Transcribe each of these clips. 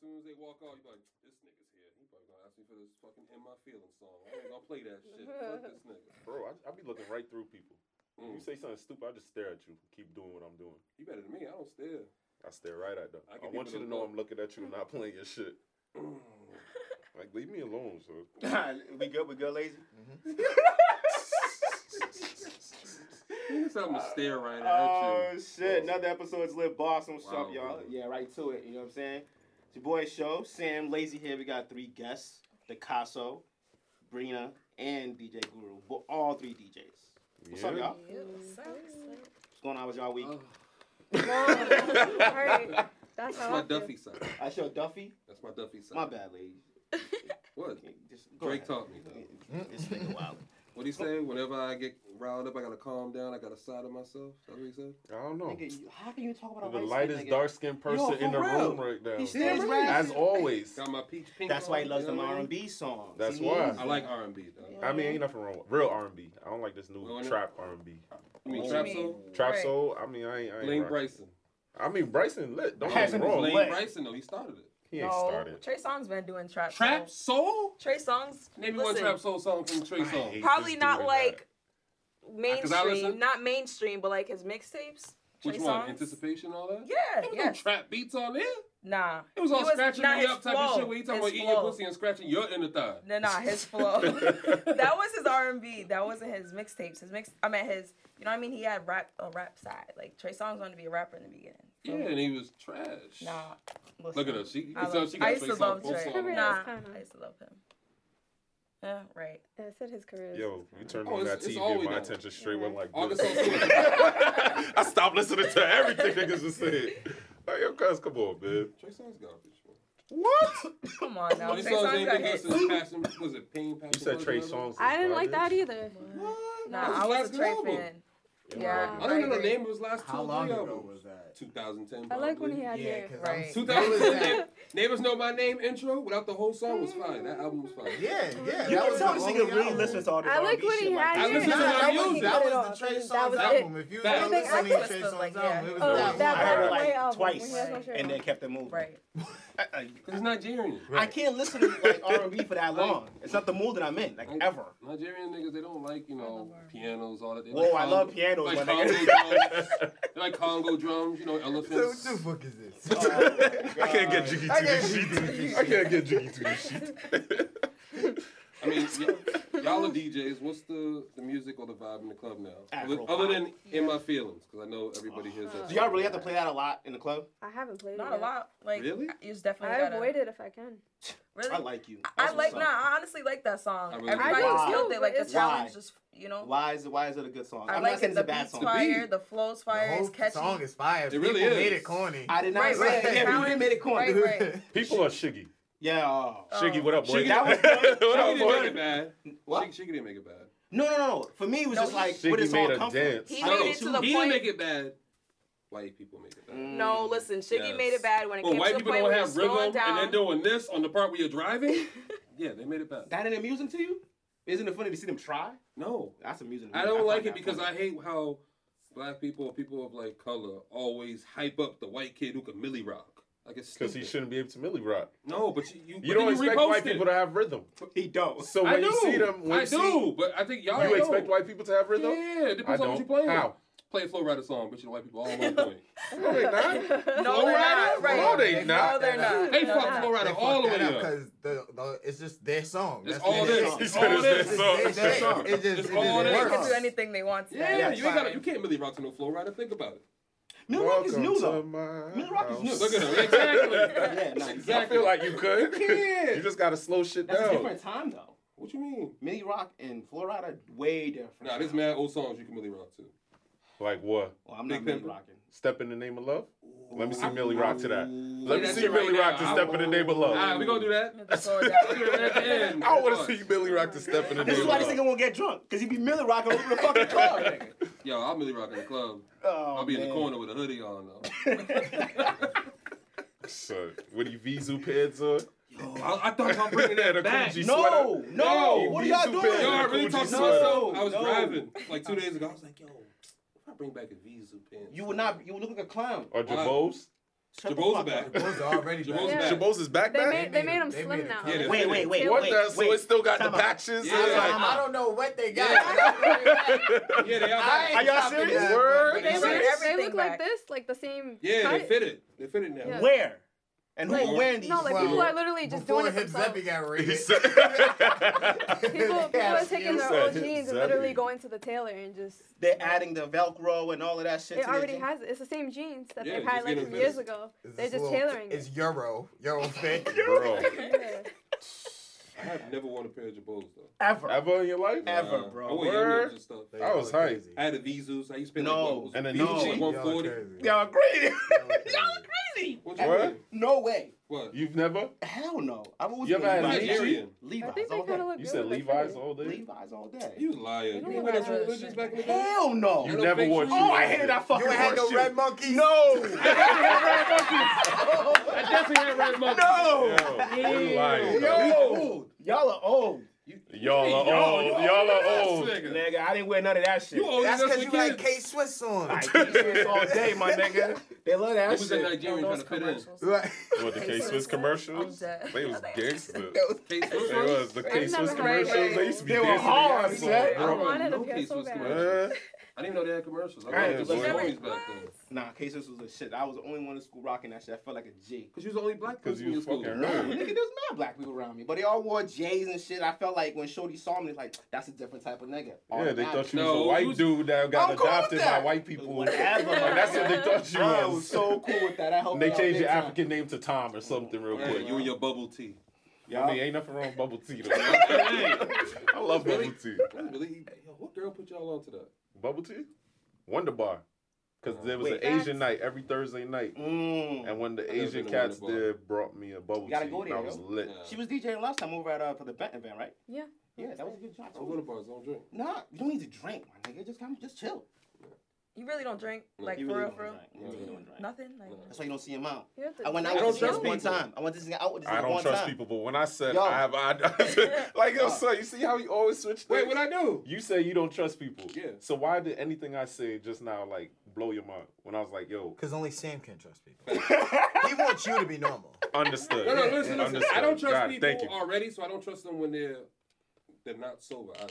soon as they walk out, you be like, this nigga's here. He probably gonna ask me for this fucking "In My Feelings" song. I ain't gonna play that shit. Fuck this nigga. Bro, I, I be looking right through people. If Hmm. you say something stupid, I just stare at you. Keep doing what I'm doing. You better than me. I don't stare. I stare right at them. I I, give want people you to the know look. I'm looking at you and not playing your shit. like, leave me alone, so. we good? We good, lazy? Niggas have 'em to stare right at Oh you. shit! Another episode's Live Boss. What's Wow, up, y'all? brother. Yeah, right to it. You know what I'm saying? It's your boy show. Sam Lazy here. We got three guests: Picasso, Brina, and DJ Guru. But all three DJs. What's up, y'all? What's going on with y'all Oh. week? Alright, That's That's how I my feel. Duffy side. I show Duffy. That's my Duffy side. My bad, lady. What? Just go Drake ahead. taught me though. This nigga wild. What he say? Whenever I get riled up, I gotta calm down. I gotta side of myself. That's what he said. I don't know. Nigga, you- how can you talk about You're the a light lightest nigga? dark skinned person Yo, in the for real. room right now. He says Like, rap. As always. Got my peach pink. That's why he on, loves you know them what I mean? R&B songs. That's He why. needs I it. like R and B though. I mean, ain't nothing wrong with real R&B. I don't like this Well, new no. trap R&B. You mean What Trap you Soul? Trap Right. soul. I mean, I ain't. I ain't Blaine rock- Bryson. I mean, Bryson lit. Don't get Bryson me is wrong. lit. Blaine Bryson though, he started it. He ain't No, started. Trey Songz been doing trap. Trap songs. Soul? Trey Songz. Maybe one listen, Trap Soul song from I Trey Song. hate Probably this not dude, like Cause I listen- mainstream, not mainstream, but like his mixtapes. Which Trey one? Songz. Anticipation and all that? Yeah, There was no yeah. trap beats on there. Nah. It was all He scratching nah, me his up type of flow, shit where you talking his about eating your flow. pussy and scratching your inner thigh. No, nah, his flow. that was his R and B. That wasn't his mixtapes. His mix, I meant his. You know what I mean? He had rap a rap side. Like Trey Songz wanted to be a rapper in the beginning. Yeah, and he was trash. Nah. listen. Look at her. She, you I, can tell love- she I got used Trey to Songz love both Trey. songs. Career is Nah, kinda- I used to love him. Yeah, right. I said his career. is- Yo, you turned Oh, on it's- that it's TV all and we my know. attention straight went like August this. I stopped listening to everything niggas was saying. Like, yo, cuz, come on, man. Trey Songz garbage. man. What? Come on now. All these Trey songs Songz ain't got been hits. hits since Passion. Was it Pain? Passion You said Plus, Trey whatever? Songz. I didn't like that either. What? Nah, I was a Trey fan. Yeah. I don't even know the I agree. name of his last two How or long three ago albums. was that? 2010. I like when he probably. had hair. because Right. I'm 2010. Neighbors Know My Name intro without the whole song was fire. That album was fire. Yeah, yeah. You that can was tell the this only nigga really album. listens to all this I like R&B when shit he like had that. I hair. listen to Nah, my that was, music. that Cut it was off. the Trey That was Songz it. album. If you That- was Everything listening to I Trey listened, Songz like, album, yeah. it was Oh, that that I one. heard it Broadway like album when he twice, has no shirt and then on. kept it moving. Right. I, I, Because he's Nigerian. I can't listen to like R&B for that Like- long. It's not the mood that I'm in, like ever. Nigerian niggas, they don't like, you know, pianos, all that. They Whoa, like I Congo- love pianos, Like my Congo nigga. drums. They like Congo drums, you know, elephants. What the fuck is this? I can't get jiggy to I this can't sheet. I can't get jiggy to this sheet. I mean, y- y'all are DJs. What's the, the music or the vibe in the club now? Other, Afro other than In My Feelings, because I know everybody hears that. Do y'all really have to play that a lot in the club? I haven't played it. Not a yet. lot. Like Really? you just I definitely gotta. avoid it if I can. Really? I like you. I That's like what's nah. up. I honestly like that song. I really Everybody do. was Why? killed it. Like the It's- challenge, Why? just you know. Why is it? Why is it a good song? I I'm like not saying it. it's a The bad beats song. fire. The flows The fire. whole It's catchy. song is fire. It really People made is. it corny. I did not Right, say right. that. Talent- Everybody made it corny. Right, right. People are shiggy. Yeah. oh. Shiggy, what up, boy? Shiggy- That was- what She up, didn't make it boy? bad. What? She, she didn't make it bad. No, no, no, no. For me, it was No, just he- like, where Shiggy does made all a come dance. He I made know, it too. to the he didn't point. make it bad. White people make it bad. from? No, listen, Shiggy Yes. made it bad when it Well, came white to the people point don't where have it's slowing rhythm and they're down. doing this on the part where you're driving. yeah, they made it bad. That ain't amusing to you? Isn't it funny to see them try? No, That's amusing. To me. I don't find like it that because funny. I hate how black people, people of like color, always hype up the white kid who can millie rock. Like it's Because stupid. he shouldn't be able to millie rock. No, but you you, You but don't then you expect repost white it. people to have rhythm. he don't. So I when do. you see them, when I you do, see- but I think y'all you know. expect white people to have rhythm? Yeah, it depends I on what don't. you playing. How? Play a Flow Rider song, but you know white people all on point. No, they not. No, they're not. Right. No, they No, not. they're not. They No, fucked not. Flow Rider all the way up. because the, the it's just their song. It's That's all their this. song. He It's said all this. it's their It's song. their song. It just It's it just all this. They works. can do anything they want. To Yeah, that. you ain't got fine. you can't millie rock to no Flow Rider. Think about it. Millie Rock is new to though. my Millie Rock is new. house. Look at her. Exactly. Yeah, no, Exactly. I feel like you could. Yeah. You just gotta slow shit that's a down. different time though. What you mean? Millie Rock and Florida way different. Nah, there's mad old songs you can really rock to. Like what? Well, I'm not Big Millie Pimpin'. Rocking. Step in the name of love. Let me see I- Millie rock to that. Let me that see shit right Millie rock to now. step in the name of love. Alright, we gonna do that. Let the floor down. We're gonna do that at the end. I want Fuck. to see Millie rock to step in the name This is of why this love. nigga won't get drunk, cause he be Millie Rocking over the fucking club. nigga. Yo, I'll millie rock in the club. Oh, I'll be in the man. corner with a hoodie on though. So, what do you Vizu pants on? Yo, I, I thought about bringing The that back. Gucci No, sweater. no, You what are y'all Vizu doing? pants Yo, and I a really Gucci talked to sweater. myself. I was No. driving Oh, like two days ago. I was like, yo, if I bring back a Vizu pen. You would not. You would look like a clown. Or Jabos? Shut the Jabot's fuck back. up. Those are already Jabot's back. back. Jabos is back They back? made, they made him They slim made it now. cut. Yeah, Wait, wait, wait, what wait. the? So wait. it still got Time the out. patches? Yeah. It's like, Time I don't know what they got. Yeah, they all I back. ain't Are y'all copping serious? that, but- Word? but They you look, They serious? they everything look back. like this, like the same. Yeah, cut. they fit it. They fit it now. Yeah. Where? And who Like, wearing these? No, like Well, people are literally just Before doing it Hip themselves. Zeppy got He raided. said- People, people are Yes, taking you their said old Hip jeans and Zeppy. literally going to the tailor and just. They're adding the Velcro and all of that shit. It to their already jeans. has it. It's the same jeans that Yeah, they've just had get like it from fit. years ago. It's They're this just little- tailoring It's it. Euro. Euro fit. Bro. Yeah. I have never worn a pair of Jabos though. Ever. Ever in your life? Ever, Nah, bro. I wore Word. Yeezys and stuff. They I was all hype. crazy. I had a Visus. I used to pay No. like, what, And a was it, no. Gucci, Y'all 140. Y'all crazy. Y'all crazy. crazy. What? you What? wearing? No way. What? You've never? Hell no. I've always You been ever had Levi's. Nigerian? I Levi's think they all kind day. of look You good said when they Levi's fit. all day? Levi's all day. You liar. You don't didn't wear wear that that sort of religious shit. back in the day? Hell no. You Yellow never fake wore shoes. Yeezys. Oh, I hated that fucking You ain't had horse no shoe. red monkey. No. I definitely had red monkey. No. Yo, you Yo. lying. Yo. Y'all are old. Y'all are old. Y'all are old. Nigga, I didn't wear none of that shit. You old That's enough because to you get like K Swiss on. I keep shits all day, my nigga. They love It that was a shit. Nigerian trying Those to fit in. commercials. Right. What, the K Swiss commercials? They was gangster. K-Swiss They was. The K Swiss never heard of commercials, they those. used to be They were dancing. hard, around, son. I I bro. don't wanted a know pair so K-Swiss bad. commercials. Uh, I didn't even know they had commercials. I Right, thought it was boy. just movies back then. Nah, K-Swiss was the shit. I was the only one in school rocking that shit. I felt like a G. Because you was the only black 'Cause person you in your school. fucking Nah, Really? nigga, there's mad black people around me, but they all wore J's and shit. I felt like when Shorty saw me, it's like that's a different type of nigga. Yeah, they thought you was No, a you white was- dude that got I'm cool with adopted by that. white people. Whatever. Like, that's what they thought you I was. was so cool with that. I helped. And they out changed big your time. African name to Tom or something real Hey, quick. you and your bubble tea. I mean, Yeah. ain't nothing wrong with bubble tea. Though. Hey. I love bubble tea. That's really, yo, what girl put y'all onto that? Bubble tea? Wonder Bar. Because there was Wait. an Asian Facts. night every Thursday night. Mm. And when the never Asian been to Wonder cats Bar. there brought me a bubble Gotta tea, go there, and I was yo. lit. Nah. She was DJing last time over at uh, for the Benton event, right? Yeah. Yeah, that was a good job. I don't go to bars. I don't drink. Nah, you don't need to drink, my nigga. Just come, just chill. You really don't drink, No, like you for really real, don't for real. drink. You really don't drink. Nothing. Like, No. That's why you don't see him out. You have to I went drink out I don't with this nigga trust one people. time. I went this nigga out with this I nigga don't one trust time. people, but when I said Yo. I have, I, like yo, son, you see how you always switch. Wait, things? what I do? You say you don't trust people. Yeah. So why did anything I said just now like blow your mind when I was like, yo, Because only Sam can trust people. he wants you to be normal. understood. No, no, listen, listen. Understood. I don't trust God, people Thank you. already, so I don't trust them when they're they're not sober either.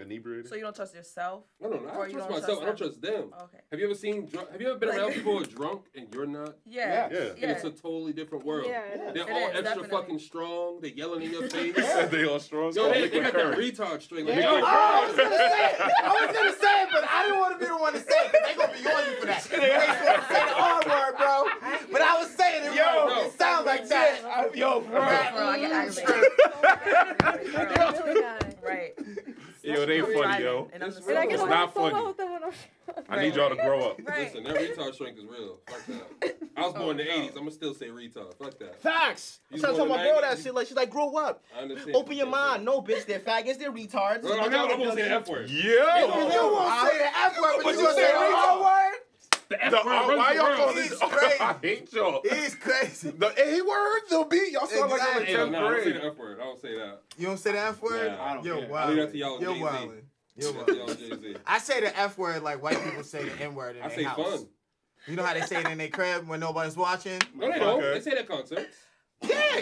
Inebriated. so you don't trust yourself? No, no, no. I don't Or trust you don't myself. trust I don't them. trust them. Okay. Have you ever seen? Drunk, have you ever been Like- around people who are drunk and you're not? Yeah. Yeah. Yeah. And it's a totally different world. Yeah, it Yeah. is. They're It all is, extra definitely. fucking strong. They're yelling in your face. You said they on strong. Yo, they, they liquid got that courage. retard string. Like, Yeah. yo, Oh, I was gonna say it. I was gonna say it, but I didn't want to be the one to say it. 'cause They gonna be on you for that. You ain't supposed to say the R word, bro. But I was saying it. Yo, wrong. no. it sounds like that. I- yo, bro. For real, I get aggravated. For real. I really got. Right. Yo, they I'm funny, driving, yo. and I'm It's just And I like, get It's a not lot photo funny. with them when I'm. I need y'all to grow up. Right. Listen, that retard shrink is real. Fuck that. I was born in the 80s. I'm going to still say retard. Fuck that. Facts. I'm You trying to tell born my in girl 90s, that shit. Like she's like, grow up. I understand. Open your mind. No, bitch, they're faggots. They're retards. No, no, no, I'm going to say the F Yo. word. You won't say the F word, What but you you gonna say say, the Rachel? R word? The F The- uh, word runs why the y'all world. call He's this? crazy. I hate y'all. He's crazy. The A word, the B. Y'all sound like I'm in Exactly. Hell, tenth nah, I don't say the grade. F word. I don't say that. You don't say the F word? Nah, I don't You're care. I leave that to wildin'. y'all You're Jay-Z. wildin'. You're That's y'all wildin'. Jay-Z. I say the F word like white people say the N word in I their say house. fun. You know how they say it in their crib when nobody's watching? No, they don't. Okay. They say that concerts. Yeah,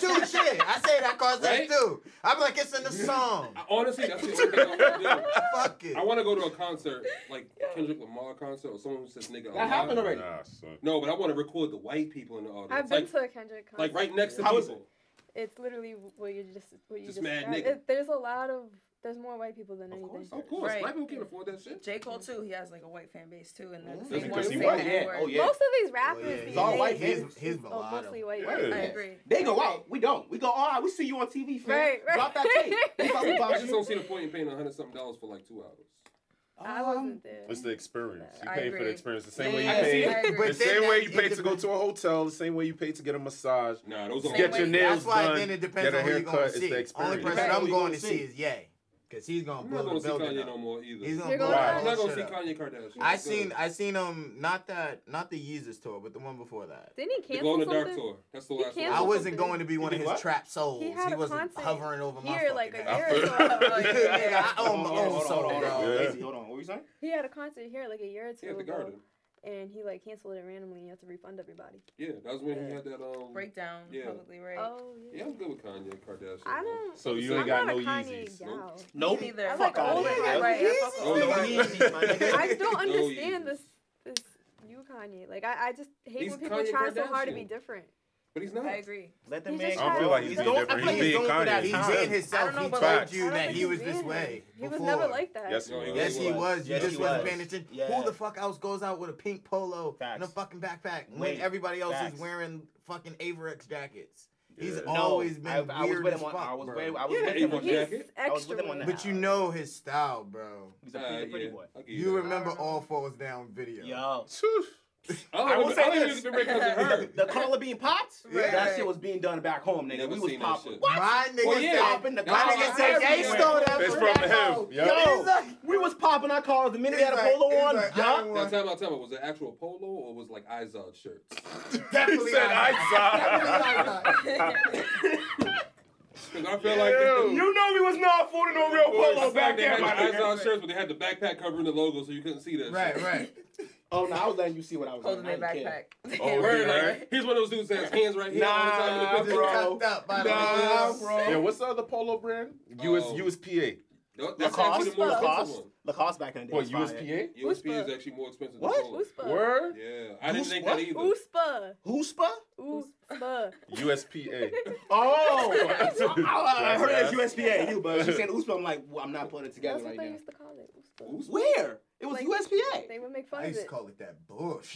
too. Shit, I say that concerts Right? too. I'm like, it's in the song. I, honestly, that's the only thing I want to Fuck it. do. I want to go to a concert, like Kendrick Lamar concert or someone who says nigga. a lot. happened already. Nah, son. No, but I want to record the white people in the audience. I've been like, to a Kendrick concert. like right next to How was people. It's literally what you just what you Just just. mad described. nigga. It- there's a lot of there's more white people than Of course, anything. Oh, of course. Right. Black people can't afford that shit. J. Cole too, he has like a white fan base too, and That's that's the same one because he saying white. that Yeah, word. oh, yeah. Most of these rappers, yeah, yeah. these It's all days, white. His- it's his all mulatto. mostly white. Yeah. I Yeah. agree. They go out. We don't. We go. All right. We see you on TV. Fam. Right, right. Drop that tape. We talking I about just you. don't see the point in paying a hundred something dollars for like two hours. I Um, wasn't there. It's the experience. You I pay for the agree. experience. The same way you I can see pay. it. I agree. The But then same way that- you pay it to go to a hotel. The same way you pay to get a massage. Nah, those are Same Get way- your nails That's why done. then it get depends a on who you're haircut. going It's to the see. Only experience. person Right. I'm Who you going gonna to see see? is Ye. Because he's going I'm to not blow gonna the see building Kanye up. no more either. He's gonna You're blow gonna- all I'm that not gonna shit see up. Kanye Kardashian. I That's seen good. I seen um not that not the Yeezus tour, but the one before that. Didn't he the Glow in cancel the Dark something? tour. That's the He last canceled I one. wasn't going to be one did of his what? trap souls. He had a wasn't concert hovering over my here fucking like a head. year or so I feel- ago. Yeah, Nigga, I own my Hold on, own hold on, soul, oh, hold on, hold on. bro. Yeah. Lazy, Hold on. What were you saying? He had a concert here like a year or two Yeah, at the ago. garden. and he like canceled it randomly, and you have to refund everybody. Yeah, that was when he had that um. Breakdown Yeah. publicly, right? Oh Yeah, I'm good with Kanye Kardashian. I though. don't. So you I'm ain't got not no a Kanye Yeezys. gal. Nope. Me neither. I Fuck like all all that. that. Right, I fuck Oh, all no, that. he- Yeezys, my nigga. I don't No Yeezys. understand this this new Kanye. Like I, I just hate He's when people Kanye try so hard to be Kardashian. different. But he's not. I agree. Let the He man. just I don't feel like he's being going- different. I feel He's being going for that Kanye. He time. did I himself. don't know, He but told like- you I don't that think he he's was this being way. He was before. never like that. Yes, he No, he was. Yes, he was. You Yes, just he wasn't was. paying attention. Yeah. Who the fuck else goes out with a pink polo and a Facts. fucking backpack when Wait, everybody else facts. is wearing fucking Averex jackets? He's Yeah. always been I, weird I was with as him on. fuck, I was bro. with. I was Yeah, with that him Avon on. He's jacket. that. extra. I was with him on that. But you know his style, bro. He's a he's a pretty Uh, yeah, boy. I'll give You that. remember I don't All know. Falls Down video. Yo. I don't I will even- say I don't this. even remember because of her. The color being popped? Yeah. That shit was being done back home, nigga. Never we was seen that popping. shit. What? My nigga Well, yeah. said, Popping the my collar nigga said they everywhere. stole that It's from, from that him. hoe. Yo. He's like, we was popping our collars the minute they He's had a like- polo he's on. like, I yup. don't Now time out, time out. Was it actual polo or was like Izod shirts? definitely he said, not. I saw. Definitely not. Because I feel like they- Ew. You knew we was not fooling no real I feel polo like back they there, had my the nigga. Izod shirts, but they had the backpack covering the logo, so you couldn't see that. shit. Right, right. Oh no, I was letting you see what I was Holding their doing. I didn't care. backpack. Oh, Word, yeah, like, right? He's one of those dudes that has hands right here all the time. in Nah, the picture. bro. Just cuffed up by the Nah, bro. Yeah, what's the other polo brand? US, Oh. USPA. No, That's actually Lacoste, the more expensive Lacoste, one. Lacoste back in the day. What, was fire. USPA? USP is Uspa. actually more expensive What? than polo. Oospa. Word? Yeah, I didn't Who's think what? that either. Oospa. Hoospa? Oospa. USPA. Oh, I, I heard it as Yes. USPA. You, but she said Oospa. I'm like, well, I'm not putting it together That's what right they now. used to call it. Oospa. Who's- Where? It was Like, USPA. They would make fun I of used to it. call it that bush.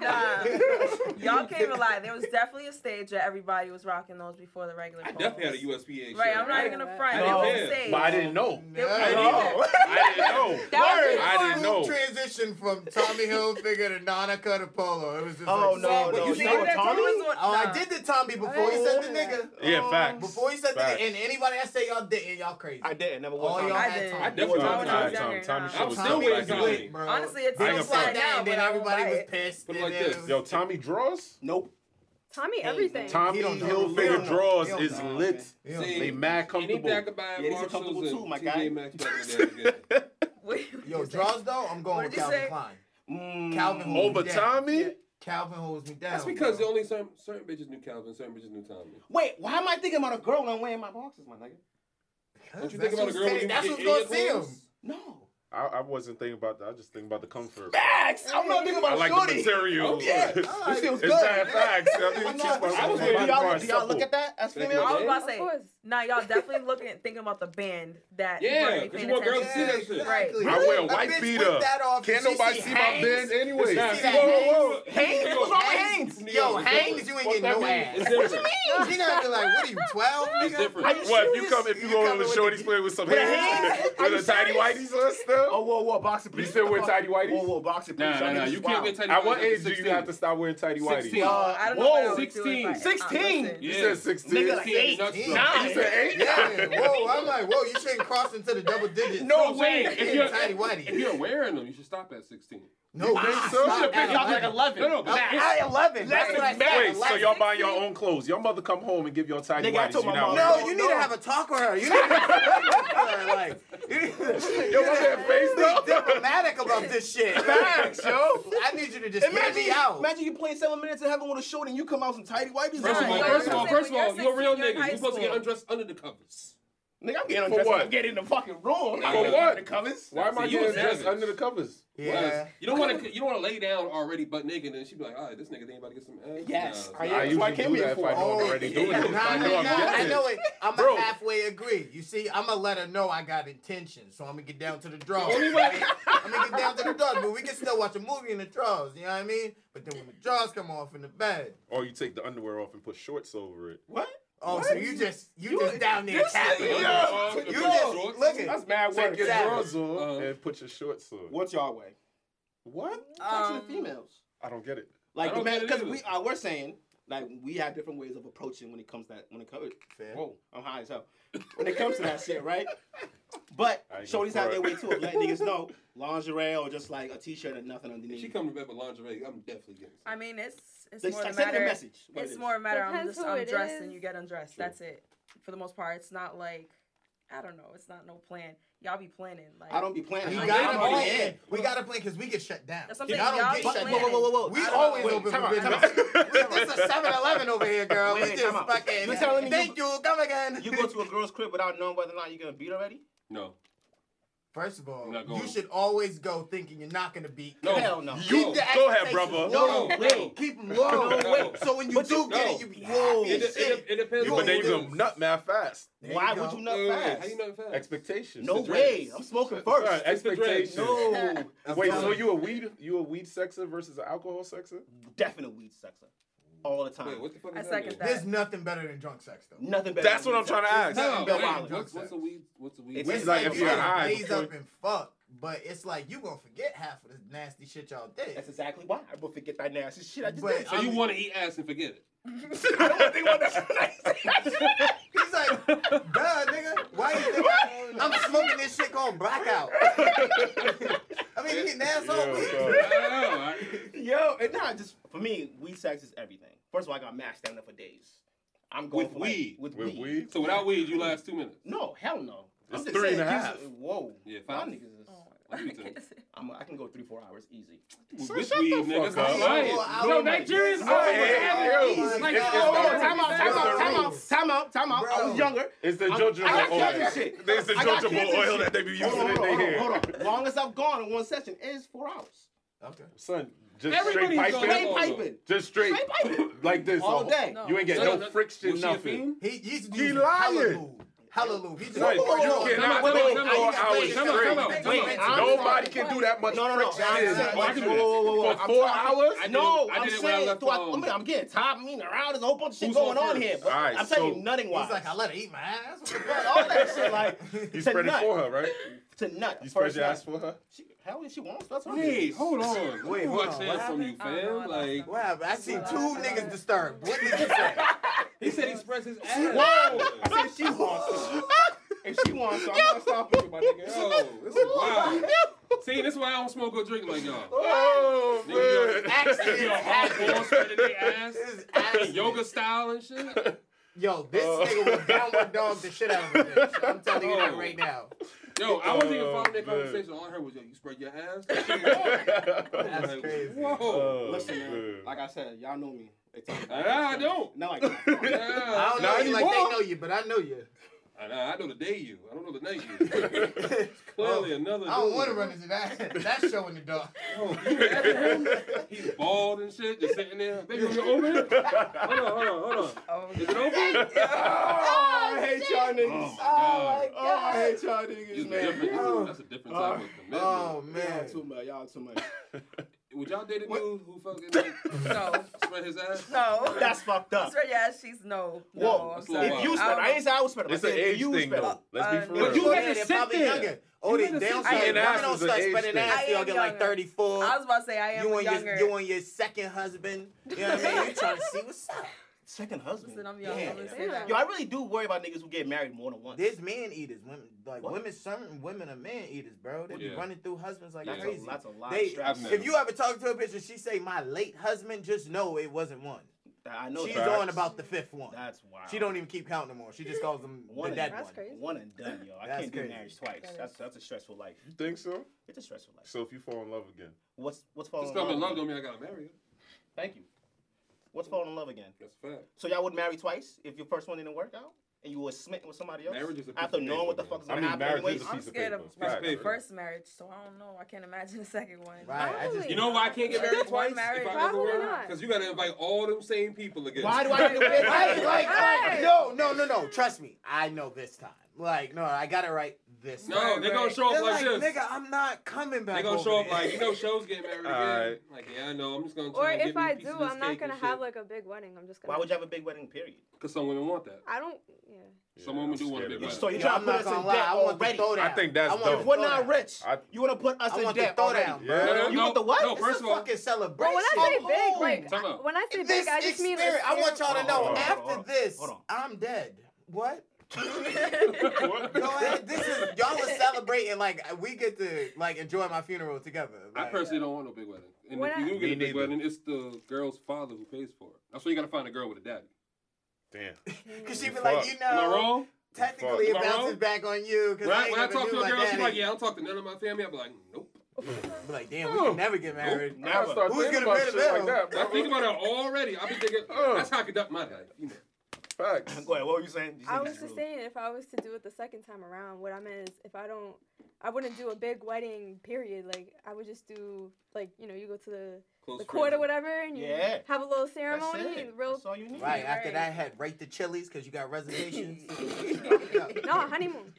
Nah. Y'all can't rely. There was definitely a stage that everybody was rocking those before the regular. I polos. definitely had a USPA shirt. Right, I'm not even gonna front. I There was didn't a care. stage. But I didn't know. There was a I stage. didn't know. I didn't know. That was Word. I didn't before- know. transition from Tommy Hilfiger to Nana Cutter Polo. It was just Oh, like, no, so- no, you You see see no. what- that Tommy? Tommy was uh, on? Oh, I Nah. did the Tommy before you said the nigga. Yeah, facts. Before you said the Facts. nigga, and anybody that say y'all didn't, y'all crazy. I didn't. Never All was. y'all I had did. Tommy. I definitely Well, had I was Tommy. Tommy, younger, Tommy nah. shit was I'm so still Tommy wearing back was in Tommy. the day. lit, bro. Honestly, it's They I'm was upside like, down, damn, but then I don't everybody buy was it. pissed. Put it and like then this. was- Yo, Tommy draws? Nope. Tommy, Hey, everything. Tommy He on don't know. He Hilfiger don't draws know. is He don't lit. know, man. See, They mad comfortable. Anything I could buy at Yeah, these are Marshalls comfortable and too, my TJ guy. Maxx back in the day, I get it. Wait, what Yo, you say? draws though, I'm going What with did you Calvin say? Klein. Mm, Calvin holds Over me down. Tommy? Calvin holds me down. That's because the bro. only certain, certain bitches knew Calvin, certain bitches knew Tommy. Wait, why am I thinking about a girl when I'm wearing my boxes, my nigga? Don't you think That's about a what's girl when saying- you That's get what's in gonna your see him. clothes? No. I, I wasn't thinking about that. I just think about the comfort. Facts. I'm not thinking I about like the shorty. material. Yeah. it's I like This shit was it. good. bad facts. I mean, I'm it's just not- my- I was my wearing- body do y'all, parts do y'all look supple. at that as Thank you. I females? was about to Of say. course. Nah, y'all definitely looking at thinking about the band that. Yeah, weren't really 'cause you paying want girls to attention. see that shit. Right. Exactly. I wear a A white bitch with beat up. that off, Can't she nobody see see my Hanes. bins anyway. Nah, see see, that whoa, whoa, whoa. Hanes? Yo, What's wrong with Hanes? Hanes? Yo, it's Hanes, different. you ain't Fuck getting that no mean. ass. It's different. She gonna be like, what are you, 12? It's different. Are you What if you serious? come if you, You go come to the with shorties the- play with some with the hands hands? Are with you a tidy whiteys serious? on still? Oh, whoa, whoa, boxer please. still What wear the tidy fuck? whities? Whoa, whoa, boxer please. Nah, Y'all nah, nah. niggas You is can't wild. get tidy. At what whities age after do you have to 16. stop wearing tidy whities? 16. You Uh, I don't know whoa, what I would do if I- 16. uh, listen. 16? You Yeah. said 16. Nigga, like See, eight. nuts, eight. bro. Nine. you said 8? Yeah, whoa, I'm like, whoa, you shouldn't cross into the double digits. No way. If you're, Tidy whitey. if you're wearing them, you should stop at 16. No, think ah, so? stop Should've at picked y'all like 11. No, no, but Nah, it's- I 11. That's Less what I than said. Wait, so 11. y'all buying your own clothes. Your mother come home and give y'all tidy Nigga, I whities. told You my not mom, wearing No, them. you need to have a talk with her. You need to have a like, you need to Yo, my man face be though. diplomatic about this shit. Facts, yo. I need you to just hear Imagine, me out. imagine you playing seven minutes in heaven with a short and you come out some tidy whities. First of Nah, all, yo, first of that's all, what first of I'm all, saying, you're a when real you're in nigga. high You're supposed to get school. undressed under the covers. Nigga, I'm getting For undressed. what? I'm getting in the fucking room. I For ain't what? The covers. Why am I See, you getting was dressed savage. under the covers? Yeah. You don't want to. You don't want to lay down already butt naked, and she'd be like, "All right, this nigga think about to get some ass." Yes, Nah, I nah. I am. that's what I usually came do here that if for. I know I'm Oh, already yeah, doing it. nah, I know I'm nah, I getting know it. it. I'm Bro. going to halfway agree. You see, I'm gonna let her know I got intentions, so I'm gonna get down to the draws. Only way- I'm gonna get down to the draws, but we can still watch a movie in the draws. You know what I mean? But then when the draws come off in the bed, Or you take the underwear off and put shorts over it. What? oh, so What? you just you, just down there this tapping. nigga, yo. You Yo, just looking. That's mad Take work. your Exactly. drawers on Uh-huh. and put your shorts on. What's y'all way? What? Touching Um, the females. I don't get it. I Like the don't man, get it because either. we uh, we're saying like we have different ways of approaching when it comes that when it comes. Fair. Whoa, I'm high as hell. When it comes to that shit, right? But I ain't shorties gonna have their way front. too of letting niggas know lingerie or just like a t-shirt and nothing underneath. If she come to bed with lingerie, I'm definitely getting. I mean, it's it's they more start the sending a matter. message. what it It's is. more a matter. I'm Depends just who it undressed is. and you get undressed. That's it. For the most part, it's not like I don't know. It's not no plan. Y'all be planning. Like I don't be planning. We I I'm got gotta not- it plan. all in. We gotta plan because we get shut down. That's what I'm Y'all saying. Y'all don't be get shut planning. down. whoa, We I don't- always wait, open time for out, time business. out. It's a 7-Eleven over here, girl. Wait, we wait, just time out. fucking. You telling me Thank you, Come again. You go to a girl's crib without knowing whether or not you're gonna beat already? No. First of all, I'm not you going. should always go thinking you're not gonna beat. No. Hell no. You Keep the go ahead, expectations brother. No, Low, bro. no. Keep them low. No, wait. So when you But do you- get no. it, you be whoa. It, it, shit. it, it depends. You on but then who you it gonna is. nut mad fast. There Why go. would you Wait, wait, nut wait. fast? How you not fast? Expectations. No the way. dregs. I'm smoking Sorry, first. expectations. No, Wait, I'm so done. you a weed you a weed sexer versus an alcohol sexer? definite weed sucker, all the time. Wait, what the fuck I is that? second mean? that. There's nothing better than drunk sex though. Nothing better. That's than what I'm weed trying to sex. ask. Nothing No, better wait, than what's, drunk what's sex. a weed? What's a weed? It's Wait, It's like like if you're high Blaze before- up and fuck, but it's like you gonna forget half of this nasty shit y'all did. That's exactly why I will forget that nasty shit I just But- did. so you want to eat ass and forget it? I don't wanna think about that. He's like, duh, nigga. Why you think I'm smoking this shit called blackout? I mean, you get nasty all Yeah, week. bro. I don't know. I- Yo, and nah, just for me, weed sex is everything. First of all, I got mashed down there for days. I'm going With for like- weed? with, With weed. weed? So without weed, you last two minutes. No, hell no. It's three and a he's- half. Whoa. Yeah, My five. niggas is. Oh my What you God. doing? I'm, I can go three, four hours easy. So With shut weed, the niggas, fuck up. I'm lying. Yo, Yo, I- Nigerians Oh, are yeah. having Yo, weed. Like, it's- yo, it's Hold on, the time out, time rules. out, It's the time out, rules. time out, time out. I Bro. was younger. It's the I'm- jojoba I got oil. kids and shit. There's the I got jojoba kids and oil shit. that they be Hold using on, in hold their on, hold on, hair. hold on. Long as I've gone in one session is four hours. Okay. Son, just Everybody's straight going piping. Straight on. piping. Just straight Straight piping. like this All day. No. You ain't get No, no, no, no. friction, Was she a nothing. fiend? He, he used to He do lying. Hallelujah. He just Right. Whoa, whoa, You whoa, whoa. cannot wait, go wait, I four need to hours explain. straight. Come on, come on, come on. I'm Nobody sorry. can do that much No, no, no. friction. I'm saying, Watch I did this. it. whoa, whoa, whoa. For I'm four talking- hours? I did it- No, I I'm did it when I saying, left do I, I home. mean, I'm getting tired of meeting around. There's a whole bunch of shit Who's going on on first? here. But All right, I'm telling so- you, nutting wise. He's like, I let her eat my ass. What the fuck? all that shit, like, You to spread it nut, for her, right? To nut. You spread first your nut. ass for her? She, hell, if she wants, that's her Wait, business. hold on. Wait, hold what on. chance from you, What happened? fam? Like What happened? I see two niggas disturbed. What did you say? he said, he spreads his ass. Whoa! I said she wants to. If she wants to, I'm not stopping you, my nigga. Yo, this is wild. See, this is why I don't smoke or drink like y'all. Oh, Niggas man. Yo, Accident. hardcore spreading their ass, This is accident. yoga style and shit. Yo, this Oh. nigga was downward dog the shit out of her. bitch. I'm telling you that right now. Yo, I wasn't even Oh, following that man. conversation. All I heard was, yo, you spread your ass. That's That's crazy. Whoa. Oh, Listen, man. man. Like I said, y'all know me. They tell me. Ah, I don't. No, I don't. Yeah. I don't know Not you like they anymore. know you, but I know you. I know, I know the day you. I don't know the night you. It's clearly another. I don't dude. want to run into that. That's showing the dog. Oh, you after him? He's bald and shit, just sitting there. Baby, you open? Hold on, hold on, hold on. Oh, Is it open? Oh, I hate y'all niggas. Oh my god. Oh, I hate y'all It's niggas, different. man. That's a different type of commitment. Y'all Oh man. too much. Y'all too much. Would y'all date a dude What? who fucking like, No. spread his ass? No. That's fucked up. Spread your ass cheeks. No. No. Whoa, I'm if sorry. If you spread, I ain't say I would spread. it. I It's an said if age you thing, spread it. though. Let's be Uh, for but you real. had to they're sit probably there. younger. Oh, You they had to damn sit start. there. Women Ass don't is an start age spending thing. ass till I y'all am get like younger. 34. I was about to say I am You and younger. your you and your second husband. You know what I mean? You trying to see what's up. Second husband. Listen, I'm young. Yeah. I'm gonna say that. Yo, Yeah. I really do worry about niggas who get married more than once. There's man eaters. Women like What? women. Some women are man eaters, bro. They be Yeah. running through husbands like that's, a, crazy. that's a lot. They- of stress. I've met- if you ever talk to a bitch and she say my late husband, just know it wasn't one. I know. She's that. facts. on about the fifth one. That's wild. She don't even keep counting them more. She just calls them One the and dead That's one. crazy. One and done, yo. I That's can't do crazy. marriage twice. That That's is- that's a stressful life. You think so? It's a stressful life. So if you fall in love again, What's what's falling Just in because love? I'm in love don't again? mean I gotta marry you. Thank you. What's falling in love again? That's a fact. So y'all would marry twice if your first one didn't work out and you were smitten with somebody else. Marriage is a piece after of knowing paper, what the man. fuck I is gonna mean, happen marriage anyway. is a I'm piece of scared paper. of It's my of paper. first marriage, so I don't know. I can't imagine the second one. Right. I just Probably. You know why I can't get married Just one twice? marriage. If I Why ever would I were? not? Because you gotta invite all them same people again. Why do I feel bad? Right, like, like, Right. no, no, no, no. Trust me, I know this time. Like, no, I got it right this No, time. they gonna show up They're like, this. nigga, I'm not coming back. They gonna over show up there." like you know shows get married again. Alright. Like yeah, I know. I'm just gonna. Or try and if get me a I piece do, of this I'm not cake and gonna have shit. like a big wedding. I'm just gonna. Why would you have a big wedding? Period. Cause some women want that. I don't. Yeah. Some women do want a big Yeah, wedding. I'm So scared you're Yo, trying to I'm put not us gonna in lie. debt I want already. the throwdown. I think that's I want dope. If the we're not throwdown. rich, I- you want to put us I in want the debt throwdown, already. Yeah. bro. No, no, You no, want the what? No, It's first a of all, fucking celebration. But when I say big, like Time out. when I say this big, I just mean like. experience, I want y'all Hold to on, know. hold on, after hold on, this, hold on. I'm dead. What? What? Go ahead. This is y'all are celebrating like we get to like enjoy my funeral together. I Like, personally don't want no big wedding. And When if you I- do get Me a big neither. wedding, it's the girl's father who pays for it. That's why you gotta find a girl with a daddy. Damn. Cause she be like, Fuck. you know, Am I wrong? technically Am it I bounces wrong? back on you because When I, I, ain't when I gonna talk do to a like girl, she's that. like, yeah, I don't talk to none of my family. I'm like, nope. I'm like, damn, we can never get married. I gotta start Who's thinking gonna about pay the shit like bill? that, I bro. think about it already. I've been thinking, Uh. that's how I conduct my life. You know. Facts. Go ahead. What were you saying? You said I you was drew. just saying, if I was to do it the second time around, what I meant is, if I don't, I wouldn't do a big wedding. Period. Like I would just do, like you know, you go to the, Close the friends. court or whatever, and you Yeah. have a little That's ceremony. it. Real, That's all you need. Right after Right. that, I had rate the Chili's because you got reservations. no honeymoon.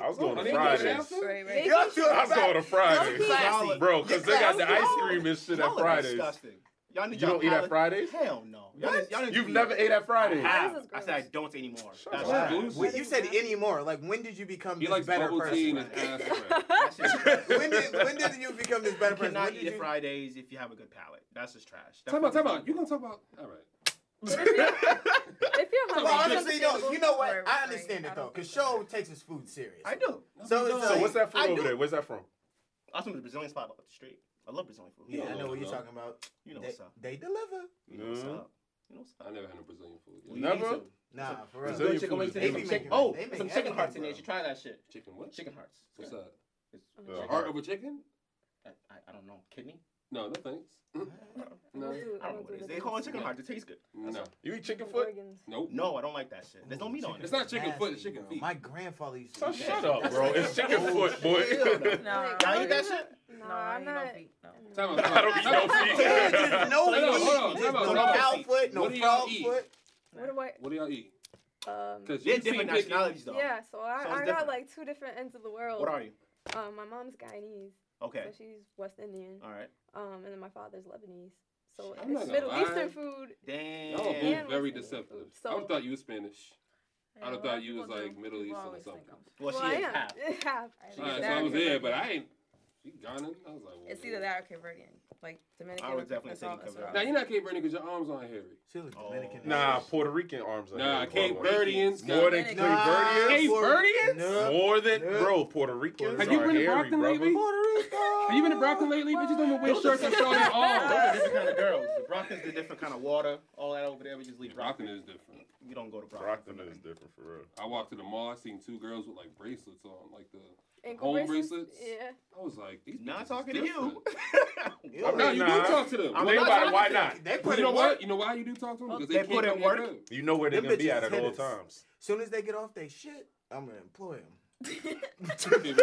I was Oh, going to they Fridays. have to? Right, right. Big- Y'all two I are was going to Fridays. Classy. Bro, because they got the Y'all- ice cream and shit at Y'all are Fridays. Disgusting. Y'all need You don't y'all eat at palate- Fridays? Hell no. Y'all didn't- y'all didn't You've do never that. ate at Fridays. I have. This is I said I gross. don't anymore. Shut That's up. why. Wow. When you said anymore, like when did you become He this likes better bubble tea and uh, person? his ass cream. That shit's trash. when did when did you become this better You person? cannot When eat did at you- Fridays if you have a good palate. That's just trash. That Talk about, food talk is about. not You gonna good. talk about? All right. If you're hungry, it's Well, honestly, no. understandable. You know what? Right, I right. understand I it though, don't because think so. Show takes his food serious. I do. So it's So like- what's that from I over do. there? Where's that from? I'm from the Brazilian spot up the street. I love Brazilian food. Yeah, I know what no. you're talking about. You know They, what's up. they deliver. You know what's Mhm. up. You know what's up. I never had no Brazilian food. You Yeah. Never? need to. Nah, Is Some for real. Brazilian good chicken food wings is in there. good. They be Some chicken. making- Oh, they make some chicken everything, hearts in there. bro. You should try that shit. Chicken what? Chicken hearts. What's that? The The heart of a chicken? I, I- I don't know. Kidney? No, no thanks. I No, won't do it. I I don't know won't what it do is. the They call it difference. chicken hearts. It tastes good. no, You eat chicken foot? Organs. nope. No, I don't like that shit. There's no meat on It's it. not chicken foot, it's Nasty, chicken bro. feet. My grandfather used to. So eat that shut shit. up, bro. It's chicken foot, boy. Hell No, Like, Y'all eat that shit? No, No, I'm you not. don't eat. No. Time out, I time don't out, eat time out. Yeah, no feet. there's no Hold on, hold meat. on, There's hold no on. cow foot, no What do y'all frog eat? foot. What do I? What do y'all eat? Um, Because you They're see different picking. nationalities, though. yeah, so I, Sounds I got different. like two different ends of the world. What are you? Um, my mom's Guyanese, Okay. so she's West Indian. All right. Um, and then my father's Lebanese, so Uh-huh. I'm not it's gonna Middle lie. Eastern food. Damn. Y'all are both And very what's the name? deceptive. I So- would've thought you were Spanish. Yeah, I'd have a lot thought of you was, people like, do. Middle People Eastern or always think something. I'm- Well, she I is am. half. half. Yeah, Alright, so I that was or there, Caribbean. but I ain't. She Ghanaian? I was like, whoa. It's either that or Caribbean, like Dominican. I would Republic, definitely that's say all- that's Caribbean. all. Now, you're not Cape Verdean because your arms aren't hairy. She was Oh. Dominican. Nah, Puerto Rican arms. are Nah, heavy, Cape bro. Verdeans. got- More than Cape Nah, Verdeans. Cape Verdeans? No. More than Yeah. bro, Puerto Ricans. Have you are been to hairy, Brockton brother. lately? Puerto Rico. Have you been to Brooklyn lately? Bitches don't even wear shirts that show their Oh, Those are arms. different kind of girls. The Brockton's the different kind of water. All that over there, we just leave Brockton Brockton. is different. You don't go to Brockton. Brockton is different for real. I walked to the mall. I seen two girls with like bracelets on, like the. Ankle Home bracelets? bracelets? Yeah. I was like, these. Not bitches is talking to you. different. I No, mean, you nah. do talk to them. I'm Well, thinking not about it. talking Why to not? They them. put You in know work. what? You know why you do talk to them? Because Oh, They can't put in come to your work. crib. You know where they're Them gonna be bitches at at is all hitters. times. Soon as they get off their shit, I'm gonna employ them. Cape Verdeans?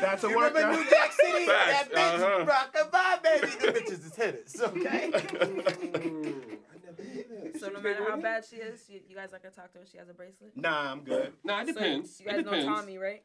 That's a you remember workout. New Jack City? Facts, that bitch uh-huh. rock a bye, baby. The bitches is hitters, okay? Mm, I never knew that. So She no Cape matter how Verdean? bad she is, you, you guys are gonna talk to her. She has a bracelet. Nah, I'm good. Nah, it So, depends. you guys it depends. know Tommy, right?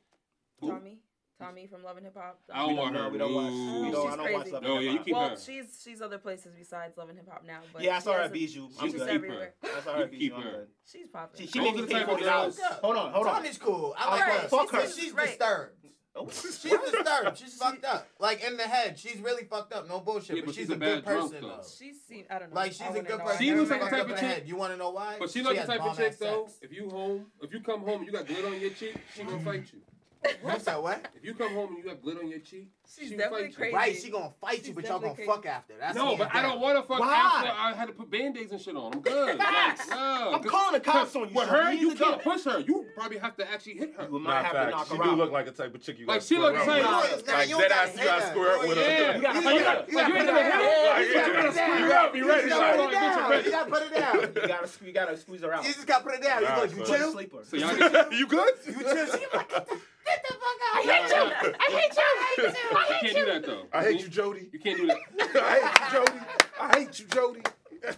Who? Tommy, Tommy from Love and Hip Hop. I don't We want don't her. know. We don't watch. Ooh. We don't, I don't watch She's Love crazy. and No, yeah, Hip you Hop. keep Well, her. she's she's other places besides Love and Hip Hop now. But Yeah, I she saw her has at a- Bijou. I'm She's keep good. her. everywhere. I saw her You at Bijou. keep I'm her. good. She's popping. She, she Those make are me the think type of forty dollars. girls- Hold on, hold on. Tony's cool. I like Alright, her. fuck her. She's, she's Right. disturbed. Oh, She's disturbed. She's fucked up. Like in the head, she's really fucked up. No bullshit. Yeah, but, but she's, she's a, a good bad drunk, person though. though. She's seen. I don't know. Like she's I a wouldn't good know. person. She looks like the Everybody type fucked of up in chick- the head. You want to know why? But she like has the type of bomb-ass chick though. sex. If you home, if you come home and you got glitter on your cheek, she gonna fight you. You said what? If you come home and you have glitter on your cheek, She's she will definitely fight you. crazy. Right, she gonna fight you, She's but y'all gonna definitely fuck after. That's No, hands but I down. don't want to fuck Why? after I had to put band-aids and shit on. I'm good. Facts. Like, nah, I'm 'cause calling the cops on you. With son. her, you Years ago. can't push her. You probably have to actually hit her. You might Nah, have to facts. knock She her do out. look like a type of chick you got. Like, she look the same. Nah, Like you that ass don't gotta you got hit her. square up with Yeah. her. Yeah. You gotta Like, put it gotta- down. you gotta put it down. Like, You gotta you put it down. gotta be ready. You gotta put it down. You Like, gotta put it down. You gotta, sque- you gotta squeeze her out. You just gotta put it down. You Nah, look, you son. chill. sleeper. So y'all get You good? You chill. She like, get the get the fuck out. hate you. I hate you. I you can't do that though. I hate you, Jody. You can't do that. I hate you, Jody. I hate you, Jody.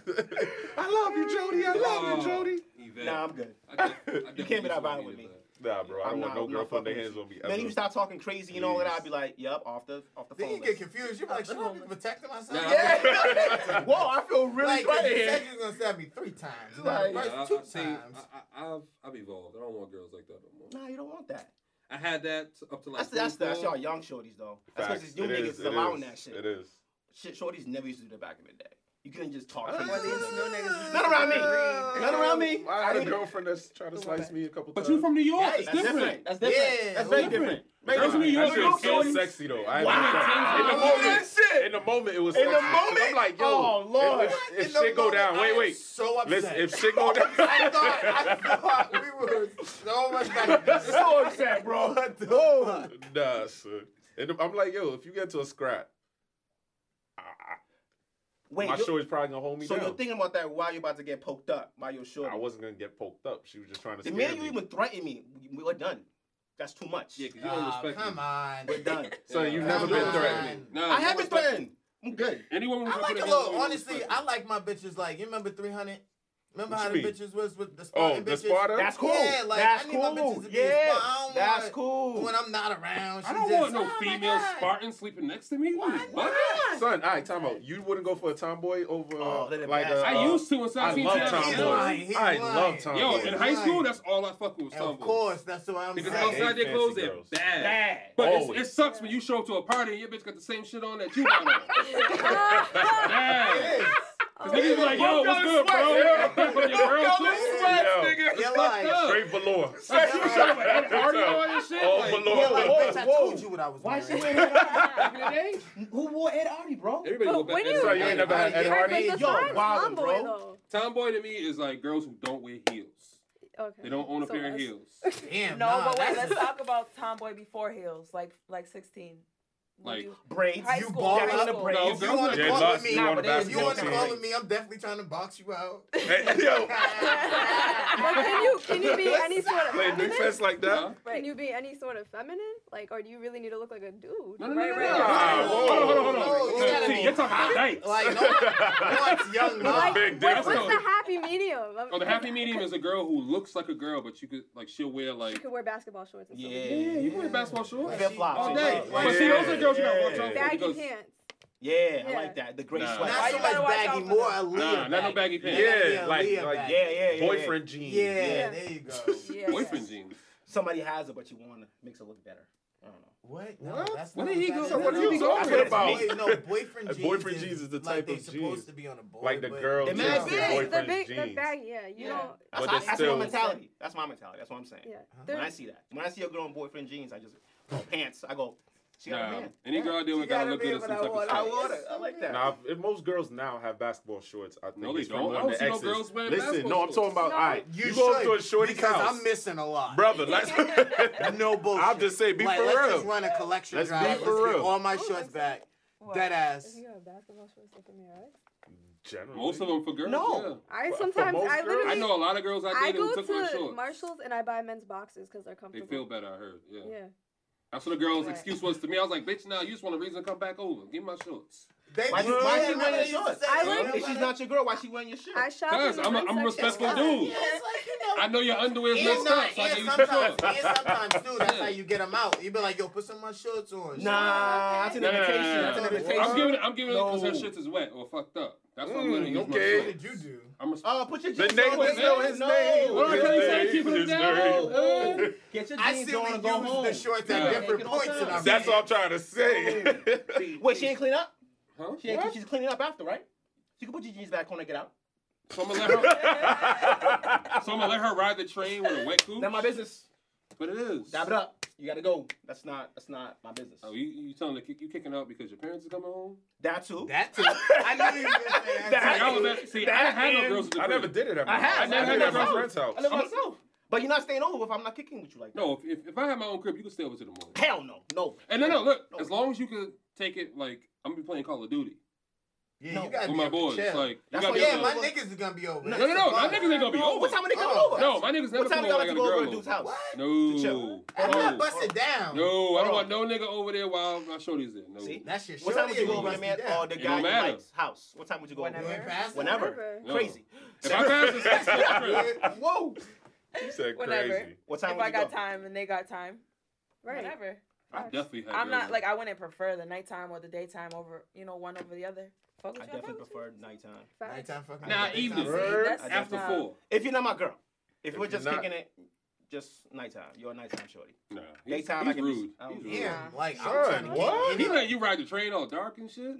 I love you, Jody. I love you, Jody. Yvette. Nah, I'm good. I def- I You definitely can't be that should violent be with me. Yvette. Nah, bro. I I'm don't want not- no I'm girl not putting their fucking hands on me. Man, you ever. stop talking crazy and all that. I'd be Please. like, yup, off the off the Then phone. you get list. confused. You're like, should I be protecting myself? Nah. Whoa, I feel really Like, 'cause threatened you here. said you was gonna stab me three times. Like- Like, Yeah, first I- two I- see, times. I, I, I've I've evolved. I don't want girls like that no more. Nah, you don't want that. I had that up to like. That's that's that's 24. y'all young shorties though. That's Facts. because you It niggas is, is it allowing is, that shit. It is. Shit, shorties never used to do that back in the day. You couldn't just talk Uh, crazy. Well, these to new niggas is Not around me. green. None around me. I had a girlfriend that's trying to Go back. slice me a couple times. But you from New York. niggas. it's That's different. different. That's different. Yeah, that's very who- different. Very Girls in New different. York That is shit New was so shorties. sexy though. I Wow. ain't gonna lie. In the Wow. moment, in the moment, it was In the sexy. moment? I'm like, yo, Oh, It, Lord. if, What if in the shit go moment? down, I wait, am wait. So upset. Oh, Listen, if shit go down, I thought, I thought we were so much better. so upset, bro. What the fuck? Nah, son. And I'm like, yo, if you get to a scrap, I- I- Wait, my you're- shorty's probably gonna hold me so down. you're thinking about that while you're about to get poked up by your shorty. I wasn't gonna get poked up. She was just trying to the scare minute you me. even threaten me, we are done. That's too much. Yeah, 'cause you don't respect come me. on. We're done. So Yeah. you've Come never been on. threatened. Nah, I you haven't don't respect threatened. I'm good. me. Anyone who I put like in a his look. own Honestly, respect I me. like my bitches. Like, you remember 300? Remember What how the you mean? bitches was with the Spartan Oh, the bitches? Sparta. That's cool. Yeah, like, that's I need my cool. bitches to be yeah, a spy. I don't that's want- cool. When I'm not around, she I don't just, want no "Oh my female God." Spartan sleeping next to me. What? Why is not? bugging? Son, all right, time out. You wouldn't go for a tomboy over Oh, let it like pass. a, I uh, used to until I I seen love Jazzy Tomboy. Jeff. lying. He's I love lying. Tomboy. Yo, He's in high school, lying. that's all I fucking was Of tomboy. course, that's what I'm Because Right. saying. outside They their clothes, fancy they're girls. bad. Bad. But it's, Always. it sucks when you show up to a party and your bitch got the same shit on that you got on. Bad. Yes. Cause niggas be like, yo, what's good, bro? Yeah. You with your girl Yo, too? this sweats, Yo. nigga. It's You're fucked lying. up. Straight velour. Straight you show up at an party all and shit. All like, velour. Yeah, like, Whoa, bitch, I told whoa. you what I was Why she wearing. wearing that? back in the day, Who wore Ed Hardy, bro? Everybody But go back when to you- that. So you ain't never had Ed Right, but Hardy? the Yo, sign's wildin', tomboy, bro. though. Tomboy to me is like girls who don't wear heels. Okay. They don't own a So pair of us. heels. Damn, No, nah, but wait, that's- let's talk about tomboy before heels, like like 16. When Like- you- Braids. High You school, ball high out of school. braids. No, If you girls want are- to Yeah, call lost. with me, You on the if you basketball want to call team. with me, I'm definitely trying to box you out. Hey, yo, but can you can you be any sort of play feminine? big fest like Huh? that? Can you be any sort of feminine? Like, or do you really need to look like a dude? No, no, no, Right, no, right, no. right. Ah, whoa. Hold on, hold on, hold No, on. you gotta See, be you're talking about dykes. Like, no one wants young Like, mom. Big what- dick. what's the happy medium? I'm- Oh, the happy medium is a girl who looks like a girl, but you could like she'll wear You like could wear basketball shorts. And yeah, you wear basketball shorts Flip flops. all day. Yeah. But see, those are girls you gotta watch stuff. out for. Baggy because- pants. Yeah, I Yeah. like that. The gray Nah. sweat. Not Why so you gotta much watch baggy, out for more that? Aaliyah. Nah, not no baggy. baggy pants. Yeah, like, Leah like back. Yeah, yeah, yeah. boyfriend jeans. Yeah, Yeah. there you go. Yeah. Boyfriend jeans. Somebody has it, but you want to makes it look better. I don't know. What? What? that's What not did he that go- is. so what No, are you no, talking that's about? boy- No, boyfriend A jeans. boyfriend jeans is the like, type they of jeans. supposed to be on a boy. Like the but- girl They're jeans, mad the big. They're The boyfriend's big, the jeans. baggy. Yeah, you Yeah. don't. But that's, they that's still- my mentality. That's my mentality. That's what I'm saying. Yeah. When I They're- see that, when I see a girl in boyfriend jeans, I just oh, pants. I go, she got a Nah, man. any girl out there She with gotta gotta look be good in what some I type want. of I shit. want it. I like that. Now, if most girls now have basketball shorts, I think No, they it's don't. from I one don't of see the no exes. girls wearing Listen, no, basketball I'm talking about. shorts. All right, You you, go should, to a shorty's because house, I'm missing a lot. brother. Let's No bullshit. I'll just say, be like, for let's real. just run a collection Let's be drive. for let's get real. all my Ooh, shorts that's- back. What? Dead If ass. you have basketball shorts, look at me, alright? Generally. Most of them for girls. No. I For- for sometimes most I girls- Yeah. I literally know a lot of girls out I there who go took my to shorts. Marshalls and I buy men's boxes because they're They comfortable. feel better, I heard. Yeah. Yeah. That's what the girl's Right. excuse was to me. I was like, bitch, now you just want a reason to come back over. Give me my shorts. They Why, be- you, why she remember wearing your they used to shorts? say, I you like- know, if she's not your girl, why she wearing your shit? I shop. Cuz, in the I'm a, men's I'm a section. respectful It's dude. Yeah, it's like, you know. I know your underwear's And, messed not, up, so I and gave you some sometimes, shorts. and sometimes too, that's Yeah. how you get them out. You be like, yo, put some of my shorts on. nah, that's an No, no, no, invitation. no, That's no, an no. invitation. I'm giving it. I'm giving it because her No. shit is wet or fucked up. That's what I'm gonna Mm, use. my okay. What shorts. did you do? I'm a, Oh, put your The jeans name on. was man. know his No. name. What I His tell you, say, name, keep it his down. name. Oh, oh. Get your I jeans still on and go used home. the shorts Yeah. at different Take it all points in down. our That's man. all I'm trying to say. Wait, she ain't clean up. Huh? She ain't, What? she's cleaning up after, right? She can put your jeans back on and get out. So I'm gonna let her. so I'm gonna let her ride the train with a wet gooch. Not my business. But it is. Dab it up. You gotta go. That's not. That's not my business. Oh, you you telling the kick you kicking out because your parents are coming home? That too. That too. I knew you were gonna say See, I, that. was at, see, I didn't have no And girls. At the I crib. never did it at I my have. I I never did it live at my alone. friend's house. I live by I'm- myself. But you're not staying over if I'm not kicking with you like that. No, if, if, if I had my own crib, you could stay over to the morning. Hell no. No. And no, no, look, as long as you could take it, like I'm gonna be playing Call of Duty Yeah, No. you gotta with be my able boys. to chill. Like you That's gotta why- be yeah, able my to- niggas is gonna be over. No, That's no, the no, my problem. niggas ain't gonna be over. What time are they coming Oh. over? No, my niggas never What time come y'all over. I got like to a go over girl to dude's over. house? To No, chill. I'm Oh. not busting down. no, I don't Oh. want no nigga over there while my shorty's there. No, See? That shit. What time would you go over to shorty the man ain't or busting the It guy don't you matter. like's house? What time would you go down. You ain't over? Whenever. passing? Whenever. No. Crazy. If I pass this next trip, Whoa. He said Whatever. crazy. What time If would I you go? got time and they got time, Right. whatever. I definitely had. I'm not girls like over. I wouldn't prefer the nighttime or the daytime over you know one over the other. Fuck with I you, fuck definitely with prefer nighttime. Facts. Nighttime fucking. Nah, Nighttime evening. fucking. you. That's I after nah. four. If you're not my girl. If, If we're you're just not- kicking it, just nighttime. You're a nighttime shorty. Nah, he's, Daytime, I he's can be- rude. I don't He's do rude. that. Damn, like I'm Son, trying to get what? in He it. let you ride the train all dark and shit.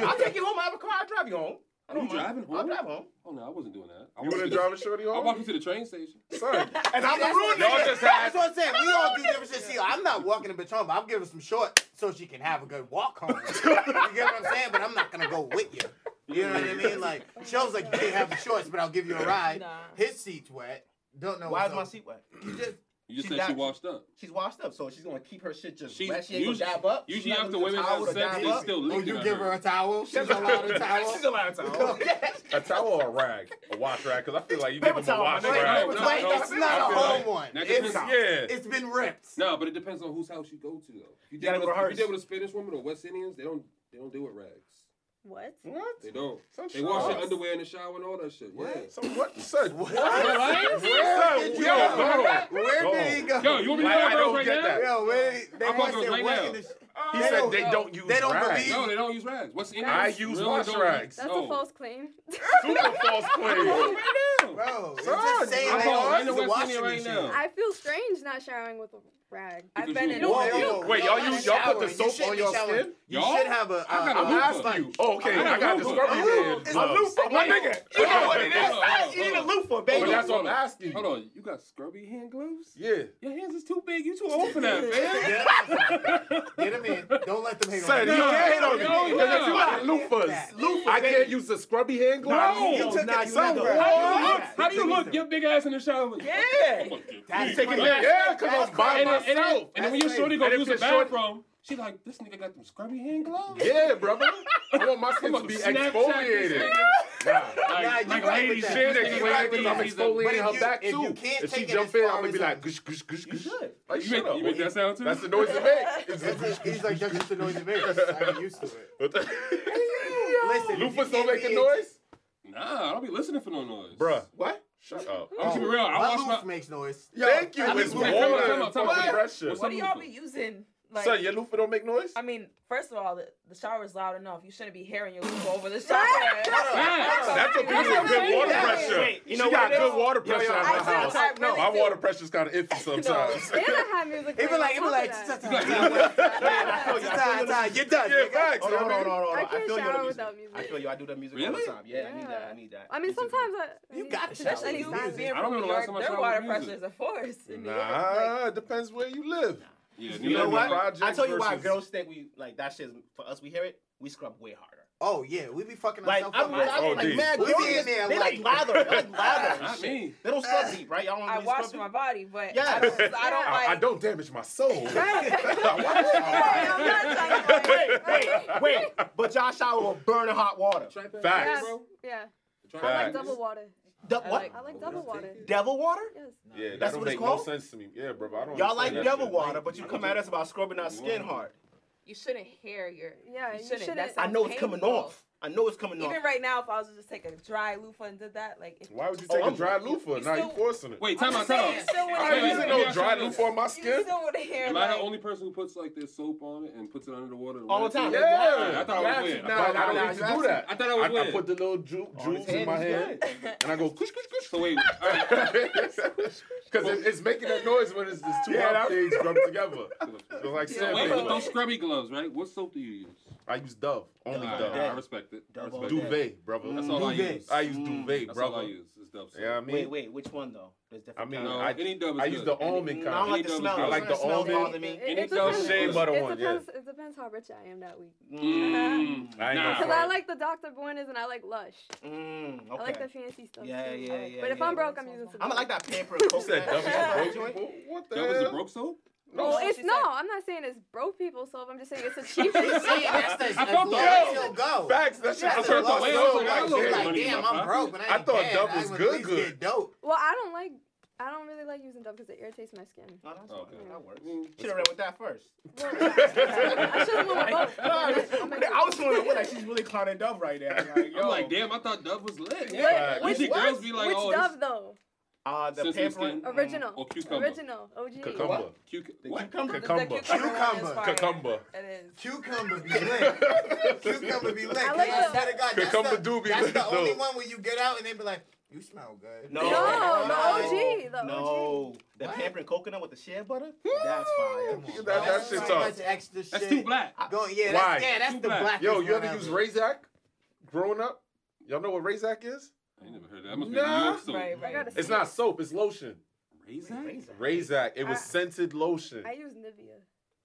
I'll take you home. I have a car. I'll drive you home. I You don't mind. driving I'll home? drive home. Oh no, I wasn't doing that. I You walked wanna to the- drive a shorty I walked home? into the train station. Son, And I'm That's a rude what- Y'all nigga. just had- That's what I'm saying. We all do different shit. See, I'm not walking a bitch home, but I'm giving some short so she can have a good walk home. you get what I'm saying? But I'm not gonna go with you. You know what I mean? Like Shell's like, you didn't have a choice, but I'll give you a ride. Nah. His seat's wet. Don't know. Why is what's my up. seat wet? You just You She said got she you. washed up. She's washed up, so she's gonna keep her shit just She's- wet. She ain't gonna usually- dab up. usually She's not after gonna use a women have towel to sex, dab they up. still Oh, lick you on give her. her a towel. She's allowed a towel. She's allowed a towel. A towel or a rag? A wash rag? Because I feel like you Paper give him a towel, wash my Wait, nigga. rag. Right. wait, No, wait, no, that's I not a feel home like- one. Now, It's- depends- Yeah. it's been ripped. No, but it depends on whose house you go to though. If you You gotta deal go with, to if you hers. deal with a Spanish woman or West Indians, they don't they don't deal with rags. What? What? They don't. Some They wash shit. your underwear in the shower and all that shit. Yeah. So what? Son, Right? Where did Yo, go. you go? Where did he go? Yo, you want me to Like, tell I girls don't right get now? that. Yo, where did they I'm washed fucking it right wet now. in the sh- He They said don't- they don't use they don't rags. believe- No, they don't use rags. What's in I use wash don't rags. use- That's no. a false claim. Super false claim. Bro, it's Son, just saying I'm they calling don't the use West washing Indian right machine. now. I feel strange not showering with a rag. I've Because been you in. No, Whoa, they whoa, don't. whoa. Wait, y'all No, no, use- no, y'all put the you soap shouldn't on be your showering. skin? You Y'all? should have a. I got a uh, I'm asking you. Oh, okay. I got discovery man. It's gloves. a loop, My nigga. You know what it is? Hold on, hold on, You need a hold on. loofah, But Hold baby. on. that's what I'm asking Hold you. on, you got scrubby hand gloves? Yeah. Your hands is too big. You too old for that, man. Get him in. Don't let them hate Son, on you you. can't hate on me. no, no. Because you got That. loofahs. I can't use the scrubby hand gloves? No. You You took took it it somewhere. somewhere. Oh, How, do you look? Your big ass in the shower. Yeah. That's Take it crazy. back. Yeah, because I was by And, then- and, then- myself. and then when your That's shorty go crazy. use And the if your shorty- bathroom, she like, this nigga got them scrubby hand gloves. Yeah, brother. I want my skin I'ma to be Snapchat this exfoliated. nigga. Nah. Like, you like right ladies, with that. shit, Shit, this exfoliated. nigga right with I'm them. He's a- exfoliating But her if back you- if too. you can't If she take it jump as in, far I'm gonna be as like, a- gush, gush, gush, gush. should. You Like, shut make- up. you make that sound too? That's the noise it makes. It's- That's- He's like, that's just the noise it makes. I get used to it. Listen, if you Lupus can't don't make a be- noise? Nah, I don't be listening for no noise. Bruh, What? shut up. I'm Oh. keeping it real. I My wash loof my. makes noise. Thank you. I It's mean, water loofah- Time out, time out, for wait. pressure. What's What do y'all Loofah. be using? Like, Son, your loofah don't make noise? I mean, first of all, the, the shower is loud enough. You shouldn't be hearing your loofah over the shower. Facts. That's a That's beautiful what I'm good water saying. pressure. Wait, you know she what got it good is? water pressure yo, at I my feel- house. I no, really my do. water pressure's kind of iffy sometimes. Then I have music. It be playing like, it on be top like, of ta- ta- that. ta- you. ta- ta- ta- you're done. yeah, nigga. facts. Hold on, hold on, hold on, hold on. I can't feel you on shower the without I music. feel you. I do that music all Really? the time. Yeah, I need that. Yeah. I need that. I mean, It's a- sometimes I. I You mean, gotta shower. Especially you with music. being I don't from know New the last York, time I their showered water music. pressure is a force. in New York. Like, Nah, it depends where you live. Yeah, You neither know what? do I. I tell you why versus- girls think we like that shit. is- For us, we hear it. We scrub way harder. Oh yeah, we be fucking Like ourselves I'm up. Oh, like, like dude. mad We girls. be in there They like like- lather. They like lather. and Not shit. me. They don't scrub deep, right? Y'all don't I really wash scrub my deep. body, but I Yes. don't, I don't I, like. I don't damage my soul. Right, I'm not trying to like- Wait, wait, wait. But y'all shower with burning hot water. Try back, Facts. bro. Yeah. Try I I back. like double water. The, I what? like- I like double water. devil water? Yes. Yeah, that That's don't what it's make no called? sense to me. Yeah, bro, I don't. Y'all like understand that devil shit. water, but you come at us about scrubbing our skin Water. hard. You shouldn't hear your. Yeah, you shouldn't. That's I know it's coming painful. off. I know it's coming off. Even right now, if I was to just take a dry loofah and did that, like. If, Why would you Oh, take I'm- a dry you- loofah? you Now you still- forcing it. Wait, time I'm out, saying time you out. still wouldn't I ain't hear using your- no dry Yeah. loofah on my You skin. still would hear. Am I the like- only person who puts like their soap on it and puts it under the water? to All the rinse it? time. Yeah, I thought it was That's- weird. Nah, I thought- I don't I need thought- to do that. I thought it was I, weird. I put the little ju- jewels in hand my is hand, and I go kush kush kush. So wait, all right. Because it, it's making that noise when it's, it's two Yeah, hot that- things rubbed together. It's like So wait, with sandpaper. those scrubby gloves, right? What soap do you use? I use Dove, only Alright, Dove. I respect it. I Double respect it. Dove. Duvet, brother. That's all I Duvet. use. I use Mm. duvet, That's all brother. I You use. It's Dove soap. know what I mean? Wait, wait, which one though? There's I different mean, No, I, any Dove is I use good. the almond I don't kind. any like the Dove is smell. good. I Doesn't like the smell almond. bother me. It, Any it, it dove depends, shea it, butter one, yeah. depends, it depends how rich I am that week. Mm. I ain't Nah. gonna Because front. I like the Dr. Buenas and I like Lush. Mm, okay. I like the fancy stuff. yeah, too. yeah, yeah. But if yeah. I'm broke, I'm using some. I'm gonna like that pamper and You said Dove coconut. is a broke people? What the Dove is a hell? broke soap? Well, No, it's she no. said- I'm not saying it's broke people soap. I'm just saying it's the You cheapest. see, that's the- I felt that's that. where you'll go. Facts. That shit. That's I the turned low- off way I so much. was like, Yeah. money in damn, my I'm pocket. broke, but I I ain't thought bad. Dove was would at good, least good. Get dope. well, I don't like. I don't really like using Dove because it irritates my skin. No, that's Okay. fine. That works. Mm. Should have ran with that first. Well, I should have went with both. oh I was wondering, what, like, she's really clowning Dove right now. Like, yo. I'm like, damn, I thought Dove was lit. Yeah, Usually which- girls be like, Which oh, Dove this though? Uh, the Sensitive pampering. skin. Original. or cucumber. Original. OG. Cucumber. Cuc- The what? cucumber. The- the Cucumber. one is Cucumber. fire. Cucumber. It is. Cucumber be lit. Cucumber be lit. I like I the- swear to God, that's Cucumber the- do be That's lit, the only though. one where you get out and they be like, you smell good. No. No, the OG. The OG. No, the What? pampering coconut with the shea butter? That's fire. Come on, That- bro. that So shit's off. much extra shit. That's too black. Go, yeah, Why? that's, yeah, that's Too the black. black. Yo, you ever use Razak? Growing up, y'all know what Razak is? I ain't never heard that. That must be Nah. New York soap. Right, right. gotta- It's not soap. It's lotion. Razak? Razak. It was I- scented lotion. I use Nivea.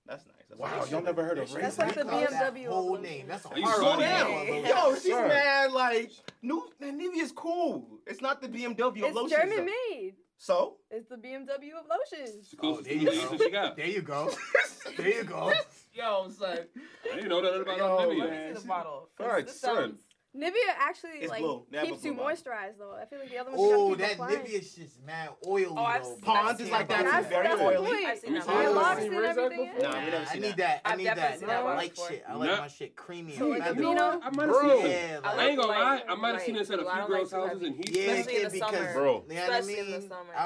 That's nice. That's Wow, nice. Oh, y'all never heard of That's race? like the We call that BMW Whole evolution. name. That's a You hard slow one. down. Yo, she's Sir. mad. Like, new man, Nivea's cool. It's not the BMW of It's lotions. German though. made. So It's the BMW of lotions. It's the Oh, closest there thing you to Asian she go. got. There you go. There you go. yo, I'm saying I didn't know nothing about Yo, Olivia. man. Let me see the bottle. 'cause Alright, this son. sounds- Nivea actually It's like blue. They have a keeps blue you bottle. moisturized though. I feel like the other ones Oh, you gotta that keep applying. Nivea shit's mad oily. Oh, I've though. seen- Ponds is like that That's, too. Very that's oily. the point. I've seen Let me see that Yeah, that. bottle. locks seen and Razor everything. before? else. Nah, we never I seen need that. I I've need definitely that. seen I that like before. shit. I like Nah. my shit creamy. So, like, and you feathery. know- I might have Bro. seen that. yeah, I I like, ain't gonna lie, Light, I might have light. seen this at a Well, I few don't like girls' too houses in Heath. heavy. yeah, especially in kid, the because summer. Bro. You know what I Especially in the mean? summer. I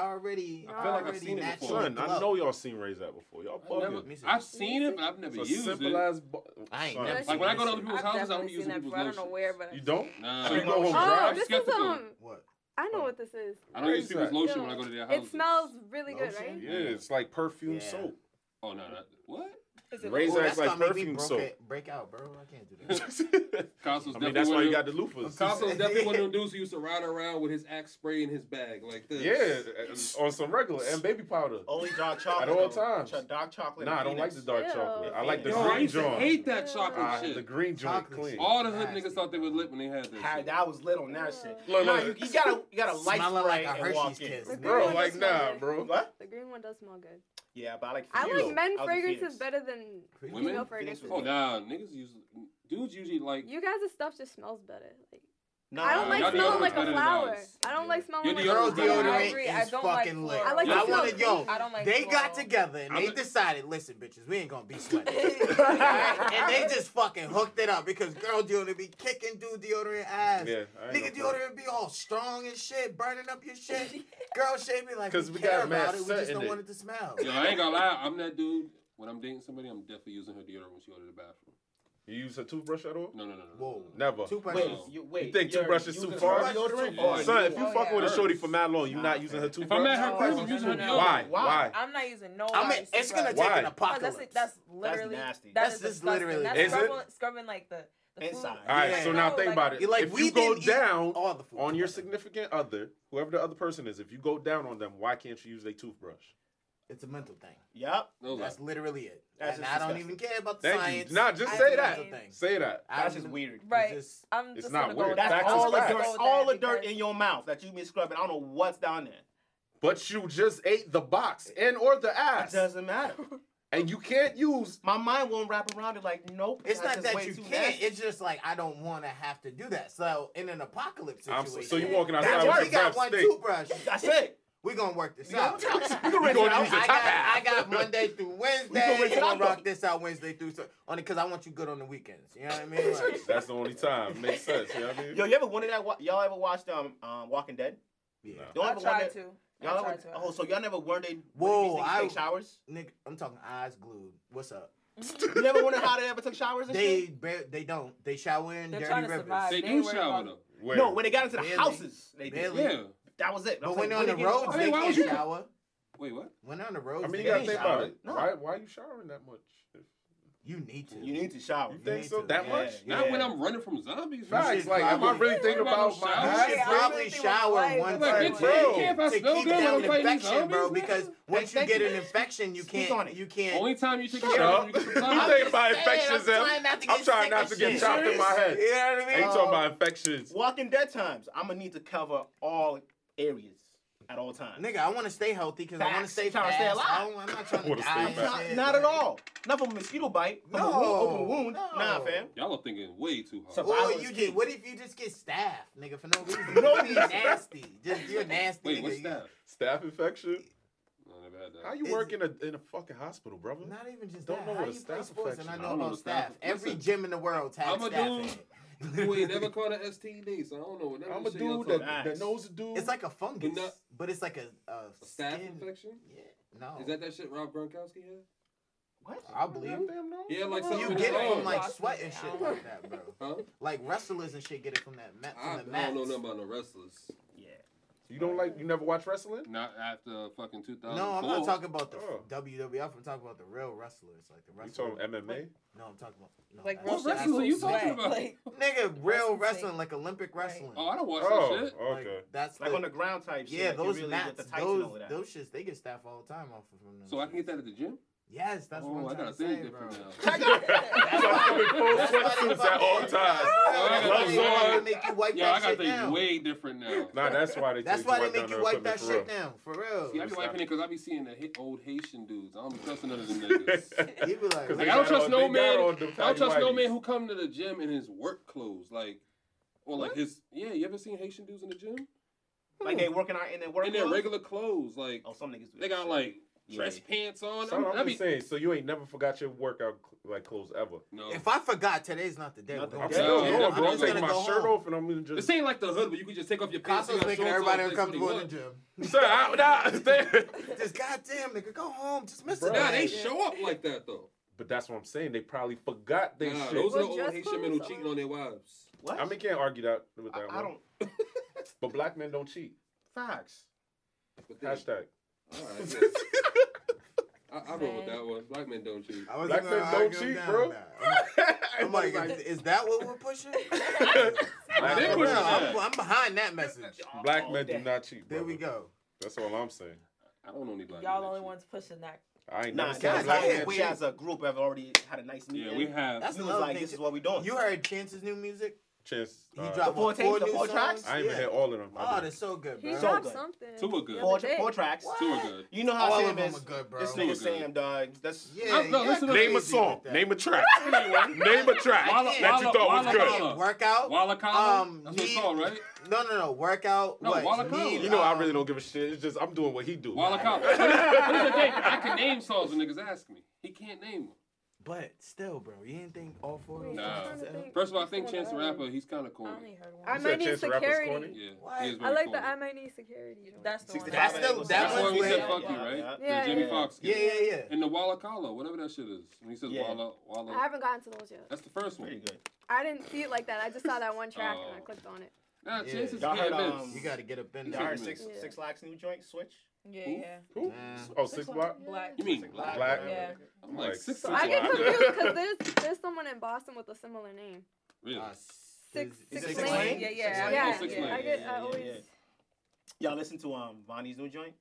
I feel already, like I've already seen it before. naturally Son, I glow. know y'all seen Raise That before. Y'all I've, bugging. never, Let me see. I've seen it, but I've never So used simple it. as. Bu- I ain't Son. never Like when I seen go to that other shit. people's houses, I've I don't definitely use seen other that people's before. I don't know lotion. where, but You don't? Nah, So you I'm know not- how dry? Oh, I'm this is skeptical. um. What? I know what this is. I don't use people's Exactly. lotion when I go to their houses. It smells really good, Lotion? right? Yeah, it's like perfume Yeah. soap. Oh no, no. What? Is it Razor- like- Ooh, acts that's like gonna make me perfume broke soap. it- break out, bro. I can't do that. I Castle's definitely mean, that's one why of you them- got the loofahs. Castle's definitely one of them dudes who used to ride around with his axe spray in his bag like this. Yeah, uh, on some regular and baby powder. only dark chocolate. At all though. times. Ch- Dark chocolate. Nah, and I don't Oh, like the dark Phoenix. Ew. chocolate. I like the Yo, I green used to joint. hate that chocolate Ah, shit. the green joint Chocolate clean. shit. All the hood Nasty, niggas thought they was bro. lit when they had that. Had- shit. that was lit on that shit. Look, nah, you, look. you gotta you gotta light Smell spray it like a and walk Hershey's in. Kiss. Bro, Green like one nah, is bro. What? The green one does smell good. Yeah, but I like. I Phoenix. like men was a fragrances Phoenix. better than Women? female Phoenix fragrances. Oh nah, niggas usually dudes usually like You guys' stuff just smells better. Like Nah, I don't Nah, like y'all smelling deodorant's like better a than flower. ours. I don't like smelling Your like Girl I a don't flower. like- I deodorant agree, I is don't like fucking floral. lit. I like Y'all the wanna- floral. yo, I don't like they floral. got together and they I'm- decided, listen, bitches, we ain't gonna be sweating. Alright? and they just fucking hooked it up because girl deodorant be kicking dude deodorant ass. Yeah, I ain't Nigga no fuck. deodorant be all strong and shit, burning up your shit. Girl shit be like, 'Cause we, we got care mad about it, we scent just in don't it. want it to smell. Yo, I ain't gonna lie, I'm that dude. When I'm dating somebody, I'm definitely using her deodorant when she go to the bathroom. You use a toothbrush at all? No, no, no, no. Whoa. Never. Two Wait, brushes. Wow. you, wait. You think you're toothbrush is using too far? brush deodorant? Oh, Son, if you Oh, fuck yeah. with a shorty for mad long, you not using her If toothbrush. I'm at her No, crib, no, I'm using no, her no. deodorant. Why? Why? Why? I'm not using no. I mean, Oxy it's gonna scrub. take Why? Cause an that's apocalypse. that's literally that's, nasty. That's that's just disgusting. literally- that's Is it? scrubbing, scrubbing like the, the food. Inside. All right, Yeah. so now No, think like- about it. You're like, if we you go didn't eat down all the food on your together. significant other, whoever the other person is, if you go down on them, why can't you use their toothbrush? It's a mental thing. Yep. No, That's like, literally it. That's and just I don't disgusting. even care about the Thank science. you. Nah, just I say mean- that. Say that. I That's don't just even- weird. Right. just- I'm It's just not gonna go weird. with That's that. Facts all is the facts. dirt, Go with all that the dirt because- in your mouth that you been scrubbing. I don't know what's down there. But you just ate the box and or the It ass, doesn't matter. and you can't use. My mind won't wrap around it. Like, nope. It's that's not just that way you too can't. nasty. It's just like I don't want to have to do that. So in an apocalypse I'm situation, so, so you walking outside That's if why with we a got breath one stink. toothbrush. That's it. We gonna work this You know, out. we gonna- we You gonna gonna use rinse it the out. top I got, half. I got Monday through Wednesday. rinse We it out, gonna though. rock this out Wednesday through so only because I want you good on the weekends. You know what I mean? Like, That's the only time. Makes sense. You know what I mean? Yo, you ever wondered that? wa- Y'all ever watched um, um Walking Dead? yeah. No. Y'all I ever tried wondered- to. Y'all I tried ever, uh, to. oh, so y'all never wondered when Whoa, these niggas I- take showers? Nigga, I'm talking eyes glued. What's up? You never wondered how they ever took showers and They shit? bar- they don't. They shower in They're dirty trying to rivers. survive. they They do worry shower about- though. Where? No, when they got into the Barely. houses, they did. Barely. Yeah. That was it. I was But when like, they're on they the get- roads, I mean, they why can't would you- shower. Wait, what? When they're on the roads, I mean, they you gotta can't think shower. about it. No. Why? Why are you showering that much? You need to. You need to shower. You You think need so? to. That Yeah. much? Not Yeah. when I'm running from zombies. Facts. should Like, am I probably- really thinking What about about my those You showers? should Yeah, ass? I probably really think shower like- one Like, time, bitch, bro, you can't Oh, to pass keep no good down on fighting infection, bro. zombies, Because once you thank get you. an infection, you Speak can't on it. you can't. Only time you take a Shut up. shower, You you get some zombies. think about Saying, infections, I'm Em. trying not to I'm get trying sick not of to get shit. chopped in my head. You know what I Ain't mean? talking about infections. Walking Dead times, I'm gonna need to cover all areas at all times. Nigga, I want to stay healthy because I want Facts. to stay You tryna fast. stay I alive. don't, I'm not trying to Wanna stay die. and fast. Not, shit, not at like- all. Not from a mosquito bite. From a No, wound, open wound. no. Nah, fam. Y'all are thinking way too hard. So- Or Survival you is get. key. What if you just get staffed, nigga, for no reason? No You be reason. nasty. Just you're a nasty. Wait, nigga. what's You- that? Staph infection? No, I never had How that. you Is- work in a in a fucking hospital, brother? Not even just Don't that. know How what a you play staff sports infection and I is. I know don't know about what staff- staff. Every Listen, gym in the world has I'm a staff. in dude it. Who ain't never caught an STD, so I don't know what I'm that a shit y'all talking dude that, about. Nice. that knows a dude. It's like a fungus, But not- but it's like a, a, A staph skin. infection? Yeah, no. Is that that shit Rob Gronkowski had? What? I believe Goddamn no. Yeah, like something you in get his it from arm. like Lost sweat me and shit out. like that, bro. Huh? Like wrestlers and shit get it from that mat I, from the I mat. don't know nothing about no wrestlers. Yeah. You don't like you never watch wrestling? Not after fucking 2004. No, I'm not talking about the Oh. WWF. E, I'm talking about the real wrestlers, like the You wrestlers. talking MMA? No, I'm talking about no, Like that's- What real wrestlers are you sweat, talking about? like- Nigga, real Wrestling. wrestling, like Olympic wrestling. Oh, I don't watch Oh, that shit. Like, okay. that's Like the- on the ground type shit. yeah. like you Those really with mats, the tights and those all of that. those shits, they get staff all the time off of them. So I can get that at the gym? Yes, that's oh, what I I'm trying gotta to say, think bro. different now. That's why I'm in full sweatsuits at all times. That's Gloves why they on. make you wipe Yeah, I that gotta shit think down. way different now. Nah, that's why they. That's take why wipe they down make you their wipe that equipment for shit down, for See, I real. be wiping it because I be seeing the hit old Haitian dudes. I don't trust none of them niggas. real. You be 'Cause like, Like, they I don't got trust all- no they got man. all I them don't trust no tighty-whities. man who come to the gym in his work clothes, like or like his. Yeah, you ever seen Haitian dudes in the gym Like they working out in their work. in their clothes? regular clothes? Like Oh, some niggas do they that got shit. like Yeah. dress pants on. So I'm, I'm I just be saying. So you ain't never forgot your workout like clothes ever. no. if I forgot, today's not the day. Not the I'm Yeah, still yeah, going, I'm bro. I'm just taking gonna my go shirt home. off and I'm gonna This just. ain't like the hood where you can just take off your pants. Costco's and making everybody uncomfortable in the gym. Sir, I, nah, Just goddamn, nigga, go home. Just miss Bro. it. Nah, they Yeah. show up like that though. But that's what I'm saying. They probably forgot they Nah, shit. those are the Well, old dress Haitian men who codes cheating are- on their wives. What? I mean, can't argue that with that I, I one. don't. But black men don't cheat. Facts. But they- Hashtag. all right, yeah. I, I roll with that one. Black men don't cheat. I was Black gonna men don't argue him cheat, down bro. now. I'm like, I'm like, is that what we're pushing? Nah, they Black men- for pushing real, I'm, that. I'm behind that message. Black men do not cheat. There we brother. go. That's all I'm saying. I don't know any black. Y'all the only ones pushing that. I ain't Nah, never seen a God, guys, black I yeah, man think we cheat. as a group have already had a nice meeting. Yeah, we have. That's We was another like, thing. this is what we doing. You heard Chance's new music? Chance. He uh, dropped four what, tapes, the new four songs? tracks? I ain't even heard all of them. Oh, they're so good, He bro. So dropped good. something. Two were good. the four, other day. four tracks. Two are good. You know how All of Sam them is. are good, bro. This They were nigga good. Sam, dog. That's Yeah, I'm- no, yeah, listen to- Name a crazy song. with that. Name a track. Name a track Walla- that you Walla- thought Walla was good. Walla. a- Oh. Workout. Walla Collar? Um, That's what it's need- called, right? No, no, no. Workout. No, what? Walla Collar. Need, You know, I um, really don't give a shit. It's just I'm doing what he do. Walla Collar. But here's the thing. I can name songs when niggas ask me. He can't name them. But still, bro, you didn't think all four of them? Nah. I'm trying to think. First of all, I think Someone Chance the else. Rapper, he's kind of I corny. only heard I one. said might need Chance the Rapper's security. Yeah, What? he is I very like the corny. I might need security. joint. That's the one. That's I the- heard. that That's one's when he said where- "fuck you," right? Yeah, the Jimmy yeah. Fox. Yeah, yeah, yeah. And the Walla Collar, whatever that shit is. When he says Yeah. Walla Walla, I haven't gotten to those yet. that's the first pretty one. good. I didn't see it like that. I just saw that one track and I Oh. clicked on it. Nah, Yeah. Chance is Y'all hit and heard, miss. um, You got to get up Yeah, in Y'all I there. heard six, Yeah. six Locks new joint, Switch? Yeah, Who? yeah. Who? Nah. Oh, six block. Black. You mean Six black? Black. Yeah. I'm like six. So six I get black. confused because there's there's someone in Boston with a similar name. Really? Uh, Six- is it six six lane? lane? Yeah, Six yeah. Lane. Yeah, Oh, Six Lane. I get Yeah, yeah, I always. yeah. Y'all listen to um Vonnie's new joint?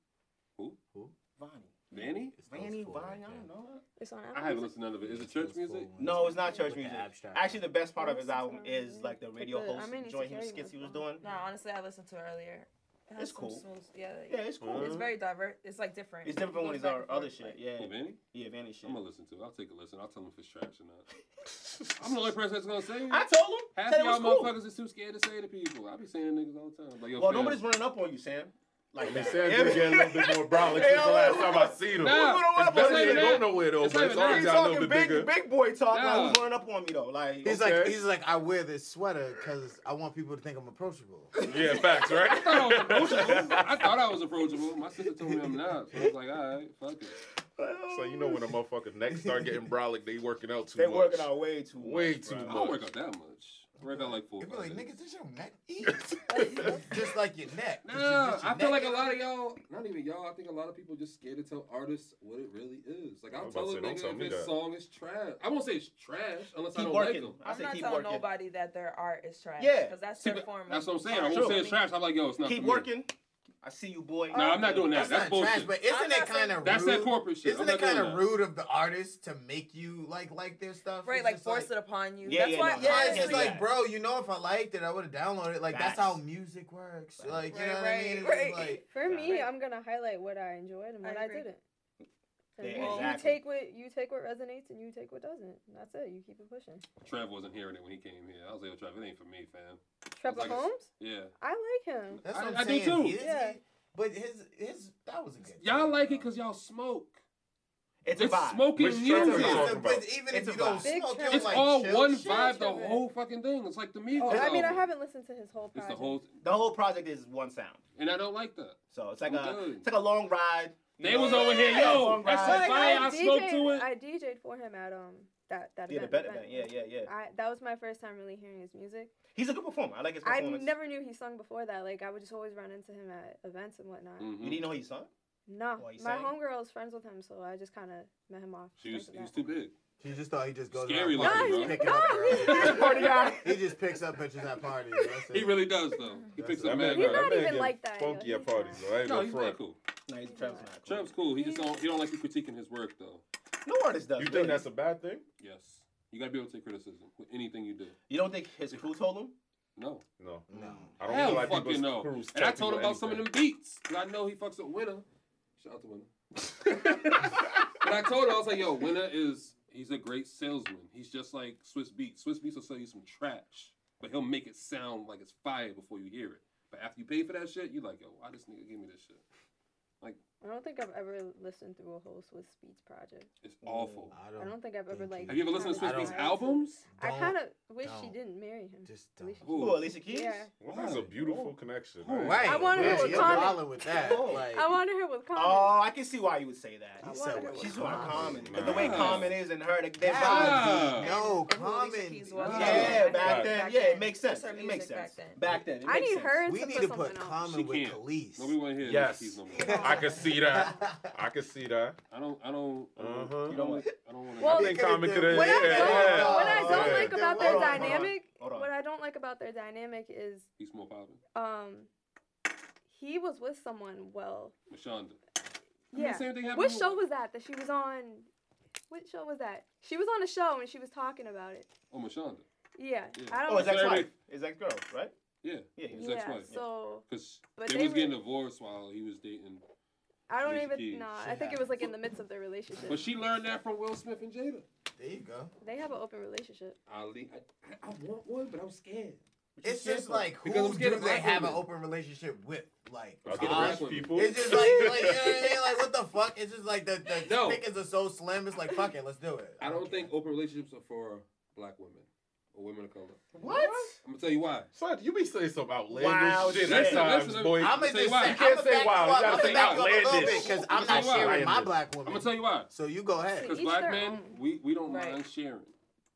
Who? Who? Vonnie. Vanny? It's those Vanny, four Vonnie, right I there. don't know. It's on. I Apple haven't Music. listened to none of it. Is it It's those church four music? ones. No, it's not church With the music. abstract. Actually, the best part of his That's album what I is mean. like the Like radio the- I host mean, joint he was, Insecurity skits he was was doing. fun. No, honestly, I listened to it earlier. It has It's some cool. smooth- Yeah, Yeah, it's cool. it's very diverse. It's like different. It's different It from when his goes back other and other forth, shit. like- Yeah, Oh, Vanny? yeah, Vanny shit. I'm gonna listen to it. I'll take a listen. I'll tell him if it's trash or not. I'm the only person that's gonna say it. I told him. Half said of it was y'all cool. motherfuckers is too scared to say to people. I be saying to niggas all the time. Like, yo, Well, fam, nobody's running up on you, Sam. Like I mean, that. Sam did get a little bit more brolic Yeah, since the last yeah. time I seen him. Nah, it's better it's than not go even nowhere though, It's but not it's even always that. got a little bit bigger. big boy talk. Nah. Like, who's running up on me though? Like He's like, Okay. he's like, I wear this sweater because I want people to think I'm approachable. Yeah, facts, I thought I was approachable. right? I thought I was approachable. My sister told me I'm not. So I was like, all right, fuck it. so you know when a motherfucker next start getting brolic, they working out too they much. working out way too Way much, too bro. I don't work out that much. I work out like four. You'd be five like, days. niggas, this your neck eat? just like your neck. Did you Nah, get your I feel neck like a eat? lot of y'all, not even y'all, I think a lot of people just scared to tell artists what it really is. Like, I I'll was about tell to a say, don't tell nigga me if his that. song is trash. I won't say it's trash unless I Keep don't like working. them. I I'm say not keep telling working. nobody that their art is trash. Yeah. because that's See, their but form. that's what I'm of- saying. I won't True. say it's trash. I'm like, yo, it's not Keep for me. working. I see you, boy. Nah, I'm not doing that. That's, That's not bullshit. trash, but isn't I'm it not saying- kind of rude? That's that corporate shit. Isn't I'm it not doing kind of that. rude of the artist to make you like like their stuff? Right, It's like just force it upon you. Yeah, that's yeah, why. no, no, Yeah, I it's just do honestly, like, that. bro, you know, if I liked it, I would have downloaded. it. Like that's how Facts. music works. Facts. Like you Right, know what I right, mean? It's right. like, For me, Right. I'm gonna highlight what I enjoyed and I what I, agree. didn't. And Yeah, you, you exactly. take what you take what resonates and you take what doesn't. And That's it. You keep it pushing. Trev wasn't hearing it when he came here. I was like, yo, Trev, it ain't for me, fam. Trevor like a- Holmes, Yeah. I like him. that's I- what I'm I do saying. too. He is- Yeah. he- But his his that was a good. Y'all joke, like it bro. because y'all smoke. It's a It's vibe. smoking Which Trevor music. y'all But talking about? It's even if a you don't vibe. smoke, you Big It's like all chill one shit. vibe the Trevor. whole fucking thing. It's like the Migos. Oh, I mean, I album. haven't listened to his whole It's project. the whole, The whole project is one sound. and I don't like that. So it's like I'm a good. it's like a long ride. you They know? was over here, Yeah, yo. long That's ride. so Like, fire. I smoked to it. I DJ'd for him at um that that Yeah, the event. better event. Yeah, yeah, yeah. I, that was my first time really hearing his music. He's a good performer. I like his I performance. never knew he sung before that. Like I would just always run into him at events and whatnot. Mhm. You didn't know he sung? No, Well, he my sang. homegirl is friends with him, so I just kind of met him off. She was, because of he was that. too big. He just thought he just goes. Scary around looking, parties bro. picking up No, he's- girls. he's a party guy. He just picks up bitches at parties. That's it. He really does though. He That's picks it. up man mad He's get- crowd. not man even get like that, Funky yo. at parties, though. I ain't No, gonna he's not front. cool. No, he's Trev's not cool. Trev's cool. He just don't. He don't like you critiquing his work though. No artist does. You really. think that's a bad thing? Yes. You gotta be able to take criticism with anything you do. You don't think his crew told him? No. No. No. I don't Hell feel like fucking people's no. crews And I tell told him people about some of them anything. beats. 'cause I know he fucks with Winner. Shout out to Winner. and I told him, I was like, yo, Winner is, he's a great salesman. He's just like Swiss Beats. Swiss Beats will sell you some trash, but he'll make it sound like it's fire before you hear it. But after you pay for that shit, you're like, yo, why this nigga give me this shit? I don't think I've ever listened through a whole Swiss Beats project. It's awful. I I don't think I've ever Thank you. like. Have you ever listened to kinda Swiss Beats tried to- albums? I Don't- kind of wish she don't. didn't marry him. Just At least don't. she- Who, Alicia Keys? Yeah. Well, that's a Why? beautiful Oh. connection. man. Right. I wanted yeah, her with you're Common. wildin' with that. Oh. Like, I wanted her with Common. Oh, I can see why you would say that. He I said wanted it it was She's on Common. 'Cause the way Nah. Common is and her, they they vibe. Nah. No, And who Alicia Common. Keys was. Yeah, Right. back Right. then. Back Yeah, it then. makes Just sense. her It music makes sense. back then. Back then. it I makes need sense. her We to need put to put something on. Common She with can't. Khalees. Nobody want to hear Yes. Alicia Keys no more. I can see that. I can see that. I don't. I don't. I don't. Uh-huh. You don't want. I don't want to. Well, I think Common could have. What I Yeah, don't, yeah. what I don't Yeah. like about Hold their on, hold on, dynamic, hold on. what I don't like about their dynamic is, he's more popping. um, he was with someone. Well, Mashonda. yeah. Same thing happened. What with- show was that that she was on? What show was that? She was on a show and she was talking about it. Oh, Mashonda. Yeah, Yeah. I don't. Oh, his Sorry, ex-wife. wait. His ex-girl, right? Yeah. Yeah. his yeah, ex-wife. so Because But they, they was were- getting divorced while he was dating. I don't Alicia even. Keys. No, She I think it was like in the midst of their But relationship. she learned that from Will Smith and Jada. There you go. They have an open relationship. Ali, I, I, I want one, but I'm scared. What you It's scared just for? like who Because I'm do scared of they black have an women. open relationship with? Like, I'll get Taj? rest get with me. people. it's just like, like uh, you know what I mean? Like, what the fuck? It's just like the the No. pickings are so slim. It's like, fuck it, let's do it. I don't care. think open relationships are for black women or women of color. what. I'm gonna tell you why. Son, you be saying some outlandish Wow, shit shit. at Listen, times, listen, boy. I'm I'm I'ma gonna say just why. say, You can't I'ma say back why. You You, up. gotta I'ma say back you up a little bit outlandish. because I'ma I'm not tell you why. sharing my Outlandish. black I'm gonna woman. tell you why. So you go ahead. Because each black their men, own. we, we don't Right. mind sharing,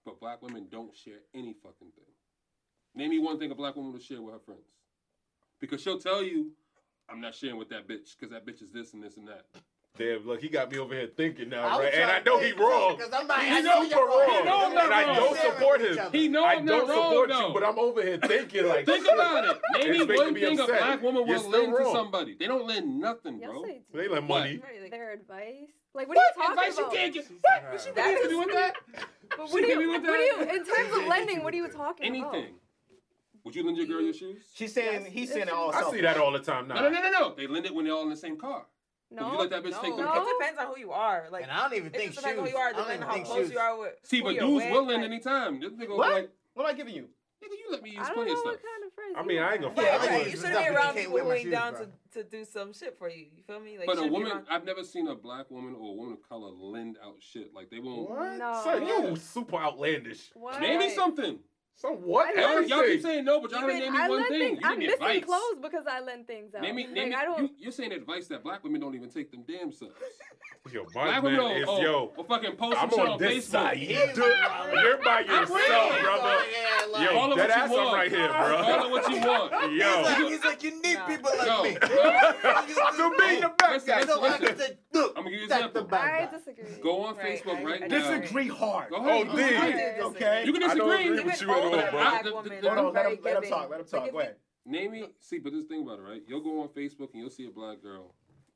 but black women don't share any fucking thing. Name me one thing a black woman will share with her friends, because she'll tell you, "I'm not sharing with that bitch because that bitch is this and this and that." Damn, look, he got me over here thinking I now, was right? And I trying to know he think, wrong. Because I'm not, He I know you're we're wrong. He know I'm not And wrong. don't support him. He know I I'm not don't wrong, support though. you, but I'm over here thinking like. Think shit. about it. It's Maybe making one me thing upset. a black woman You're will still lend to wrong. somebody. They don't lend nothing, Yes, bro. they do. They like money. Right, like, Their advice. Like, what are you talking advice you about? can't get. She's What? hurt. What you That gonna is- do with that? But She what do hit me you? with What do you? that. In terms of Yeah, lending, she what are you would do. talking about? Anything. Would you lend your girl your shoes? She's saying Yes, he's yes, saying it she all. is. I see that all the time No, no, now. no, no, no. They lend it when they're all in the same car. No. you let that bitch No, take them No. it depends on who you are. Like, And I don't even it think just shoes. depends on who you are, I don't depending even on how think close shoes. you are with. See, who but you're dudes with, will lend like- anytime. This nigga What? like, nigga, What am I giving you? you let me use I don't plenty know of stuff. what kind of friends. I you mean, I are. ain't gonna Yeah, Right, I right. wouldn't You do shouldn't nothing. be You around can't people wear who my ain't shoes, down bro. to, to do some shit for you. You feel me? Like, But you a shouldn't be woman, around- I've never seen a black woman or a woman of color lend out shit. Like they won't. What? No. Son, you super outlandish. Why? Maybe Right. something. Son, what? Y'all, I don't y'all keep Everything. saying no, but y'all don't Even- name me I one lend thing. things- You give I'm me missing advice. clothes because I lend things out. Name me, name like, I me. don't. You, are saying advice that black women don't even take them damn selves. Yo, my Black women man don't. is oh, yo. oh, fucking post some I'm shit on on this Facebook. side. You He's do. wrong. You're by yourself, winning. brother. Yeah, Yo, like, Call it what dead you ass, I'm want. right here, Call it bro. what you want. He's like, Yo. he's like, you need Nah. people like No. me. To be the Listen, best guy. listen, So I can listen. say, look, I'm gonna give you an that's the example. bad I guy. disagree. Go on Right, Facebook I- right I now. disagree. hard. Go Oh, ahead. I D. disagree. Okay. You can I don't disagree. agree Even with you at all, older bro. bro. black The- the- women the- are Hold on. Let him, very let him giving. talk. Let him Like, talk. if Go you- ahead. Name me. See, but this thing about it, right? You'll go on Facebook and you'll see a black girl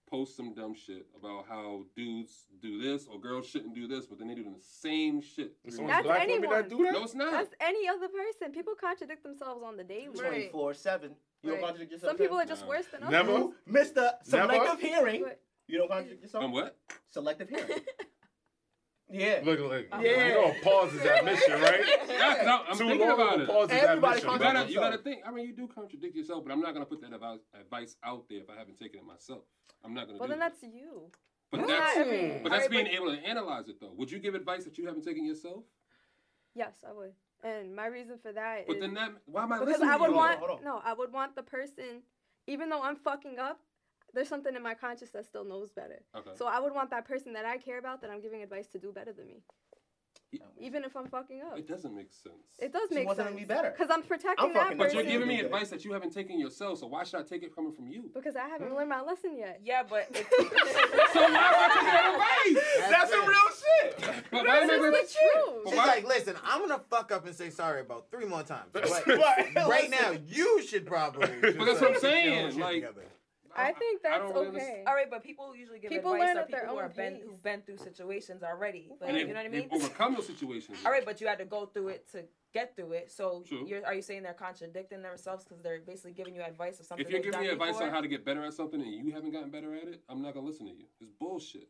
post some dumb shit about how dudes do this or girls shouldn't do this, but then they do the same shit. It's No, only That's black women that anyone. do that? it's not. That's any other person. People contradict themselves on the daily. Right. Twenty-four seven. You don't Right. contradict yourself. Some people are just Nah. worse than Never. others. You, Mister Selective Hearing. But You don't contradict yourself. Um, what? Selective Hearing. Yeah. Look, look. Yeah. Yeah. You know, pause is admission, right? Yeah, 'cause I'm, I'm Too thinking long about of a it. pause is Everybody You admission. contradict brother. gotta, you gotta think. I mean, you do contradict yourself, but I'm not gonna put that advice, advice out there if I haven't taken it myself. I'm not gonna. well, do then that. that's you. But That's that's, not every- but that's Alright, being able to analyze it though. Would you give advice that you haven't taken yourself? Yes, I would. And my reason for that But is then that, why am I because listening? I to would you? Hold on, want hold on. no, I would want the person, even though I'm fucking up, there's something in my conscience that still knows better. Okay. So I would want that person that I care about that I'm giving advice to do better than me, Yeah. even if I'm fucking up. it doesn't make sense. It does She make wants them sense to be better. because I'm protecting fucking that up. But person. you're Person- giving me advice that you haven't taken yourself, so why should I take it coming from you? because I haven't learned my lesson yet. Yeah, but it's, So why am I taking that advice? That's some it. real shit. But why That's am I gonna- just the But truth. She's why- like, listen, I'm gonna fuck up and say sorry about three more times. But But- right now, you should probably. But that's what I'm just, uh, get your saying, own shit like- together. I think I that's don't really okay. All right, but people usually give People advice learn to at their people who own are been pace. who've been through situations already. Like, And you they've, know what I mean? they've overcome those situations. All right, but you had to go through it to get through it. So True. you're, are you saying they're contradicting themselves because they're basically giving you advice of something? If you're they've giving me done advice before? on how to get better at something and you haven't gotten better at it, I'm not gonna listen to you. It's bullshit.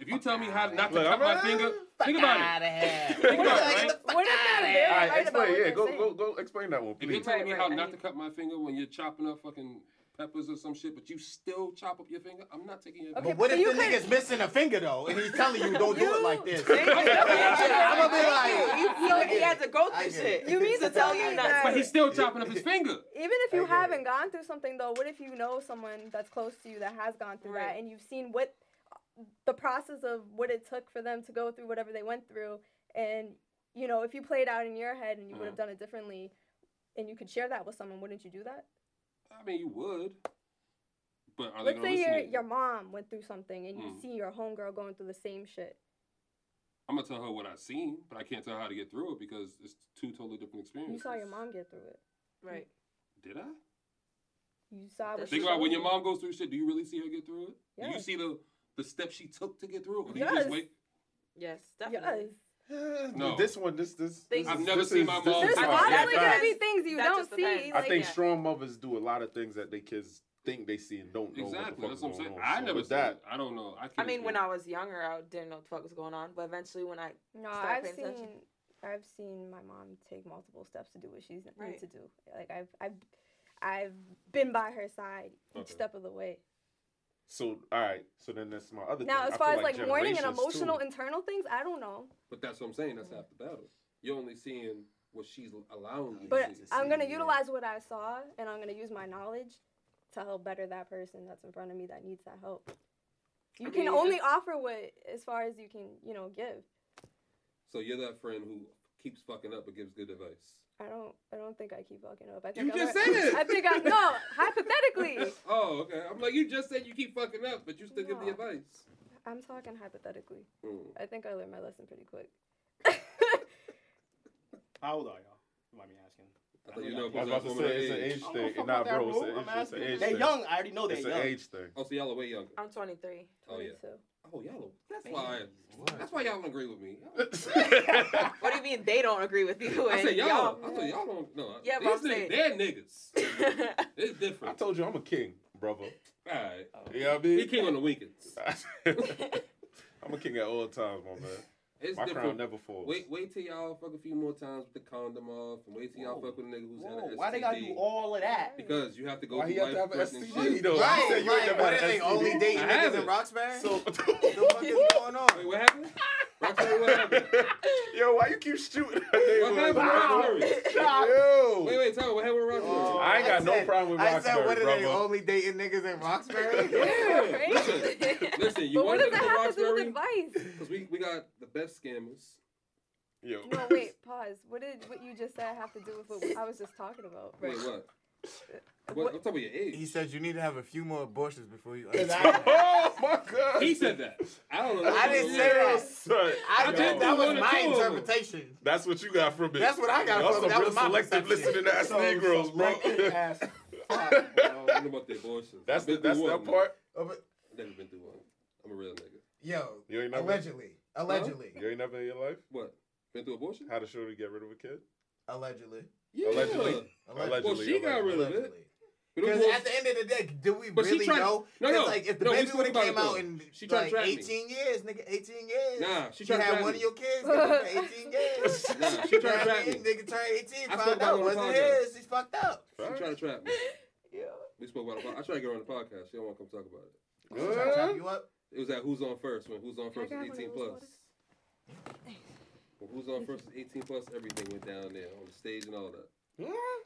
If you tell me how not to Look, cut I'm my not- finger, think Fuck about outta it. here. Think about it, Get right? the fuck What if outta they're here. very All right, right about explain. what Yeah, they're go, saying. go, go. Explain that one, If you're please. telling me Right, how right, not I to cut my finger when you're chopping up fucking peppers or some shit, but you still chop up your finger, I'm not taking your Okay, But but what if you the could- nigga's missing a finger though, and he's telling you don't do it like this? You- I'm gonna be like, You feel like he had to go I through get shit. it. You mean to to tell tell you me not that- But he's still chopping up his finger. Even if you I get it. haven't gone through something though, what if you know someone that's close to you that has gone through Right. that and you've seen what the process of what it took for them to go through whatever they went through and you know, if you played out in your head and you would have Mhm. done it differently and you could share that with someone, wouldn't you do that? I mean, you would. But are they Let's gonna say listen your to you? your mom went through something and you Mhm. see your homegirl going through the same shit. I'm gonna tell her what I've seen, but I can't tell her how to get through it because it's two totally different experiences. You saw your mom get through it. Right. Did I? You saw what That's she Think about went when your through. mom goes through shit. Do you really see her get through it? Do you Yes. see the the steps she took to get through it? Or do you Yes. just wait? Yes, Yes. No. This one, this, this, Thank this you. I've is- never this seen is- my this mom is There's That's my why I honestly said gonna that. be things you That don't just depends. see. I like- think that. strong mothers do a lot of things that their kids think they see and don't know. Exactly. What the fuck That's what I'm is saying. going on. I So never with seen that. it. I don't know. I can't. I mean, when explain I was younger, I didn't know what the fuck was going on. But eventually, when I No, start I've paying seen attention. I've seen my mom take multiple steps to do what she's Right. need to do. Like I've I've I've been by her side each Okay. step of the way. So, all right. So then that's my other Now, thing. as I far feel as like warning and generations, too. emotional internal things, I don't know. But that's what I'm saying. That's half the battle. You're only seeing what she's allowing you. But to see. It's a I'm gonna scene, yeah. utilize what I saw and I'm gonna use my knowledge to help better that person that's in front of me that needs that help. You I can mean, only that's- offer what as far as you can, you know, give. So you're that friend who keeps fucking up but gives good advice. I don't I don't think I keep fucking up. I You think I just learn- said it! I think I no, hypothetically. Oh, okay. I'm like, you just said you keep fucking up, but you still give the No. advice. I'm talking hypothetically. Mm. I think I learned my lesson pretty quick. How old are y'all? You mind me asking? I I thought you know y'all- know if I was I about to was say age. it's an age I don't thing. fuck nah, about that, bro, it's bro. an I'm age, it's an asking. age They're thing. young. I already know they're It's an young. age thing. Oh, so y'all are way younger. I'm 23. Oh yeah. 22. Oh y'all. Are, that's why. That's why y'all don't agree with me. What do you mean they don't agree with you? I and said y'all. I thought y'all don't. No. Yeah, these but I'm niggas, saying- they're niggas. y'all- It's I different. told you I'm a king, brother. All right. Oh. You know what I He mean? king on the weekends. I'm a king at all times, my man. It's My crown different. never falls. Wait, wait till y'all fuck a few more times with the condom off, and wait till y'all Whoa. fuck with a nigga who's had Whoa, an why they gotta do STD. all of that? Because you have to go Why through he have to have an life-threatening STD shit. though? Right, You said you ain't right. never What had are they STD. only dating I niggas have in it. Roxbury? So, the fuck is Wait, going on? what happened? Roxbury, what happened? yo, why you keep shooting? What happened with Roxbury? Yo, Wait, wait, tell me what happened with Roxbury? I ain't got no Oh, said- problem with I said, Roxbury, what are they brother. only dating niggas in Roxbury? Yeah. Right? Listen, listen, you but what want does to that go to have to do with Roxbury? advice? Because we, we got the best scammers. Yo. No, wait, pause. What did what you just said have to do with what I was just talking about? Wait, what? What, What- I'm talking about your he age. said you need to have a few more abortions before you. Oh my god. He said that. I don't know. I didn't say Yo, that. son. I I did. just That do was wanna my do it. interpretation. That's what you got from it. That's what I got Y'all from some it. That real was my selective perception. listening to ass So- Negroes, so bro. black ass fuck, bro. I don't know about the abortions. That's I've the been through that's one, that man. part. Oh, but- Never been through one. I'm a real nigga. Yo, You ain't never allegedly, allegedly, You ain't never in your life What? Been through abortion? had a shorty get rid of a kid? allegedly, Yeah. Allegedly. allegedly. Well, she got rid of it. allegedly. But it Because was- at the end of the day, do we But she really tried- know? No, 'Cause, no. like if the No, we baby spoke would have about came it, though. out in She tried to like trap me. 18 years, nigga, 18 years. Nah, she you tried to had trap one me. of your kids. nigga, 18 years. Nah, she tried to trap me. You know what I mean? Nigga turned 18, I spoke found about out it on wasn't the podcast. his. She's fucked up. She tried to trap me. Yeah. We spoke about it. I tried to get her on the podcast. She don't want to come talk about it. She tried to trap you up. It was at Who's On First when Who's On First Can I was grab one of 18 those plus. waters? When Who's On First was 18 plus, everything went down there on the stage and all that.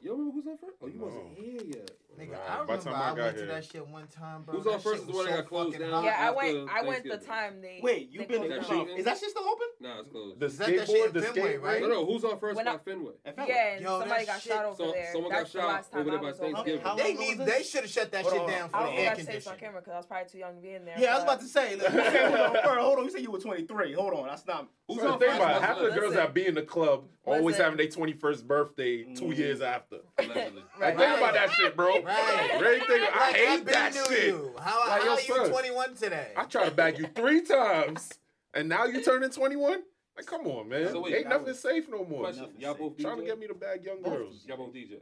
You remember Who's On First? Oh, you wasn't No. here yet. Nah, by the Nigga, I remember time I I, got went to here- that shit one time, bro. Who's That on shit first is was the one that so got closed fucking down? hot. yeah, I Uh-huh, After went. I went the Thanksgiving. time they. Wait, they you've been closed that down. shit? Is that shit still open? Nah, it's closed. The Is that that shit skateboard, in the Fenway, skateboard. right? no, no, Who's On First When I- got Fenway. That felt Yeah, like- and Yo, somebody that got shit- shot over So- there. someone got That's the shot last time over there I by was over Thanksgiving. there. How- They long need. was They this? should have shut that Hold shit on. I down for the don't think air I said this on conditioning. camera because I was probably too young to be in there. Yeah, I was about to say. You said, hold on, look. Pearl, hold on. You said you were 23. Hold on, that's not. Who's So on think first? about it. Half the was girls that be in the club always Listen. having their 21st birthday two Mm. years after. allegedly. Like, Mm-hmm. Right. think about that shit, bro. Right. Ray Thinker, I Like, hate been that knew shit. You. How, Like, how yo, are you son. 21 today? I tried to bag you three times, and now you turning 21? Like, come on, man. So wait, Ain't that nothing safe no more. Question: Y'all both DJ? Trying to get me to bag young Both girls. Y'all both DJ.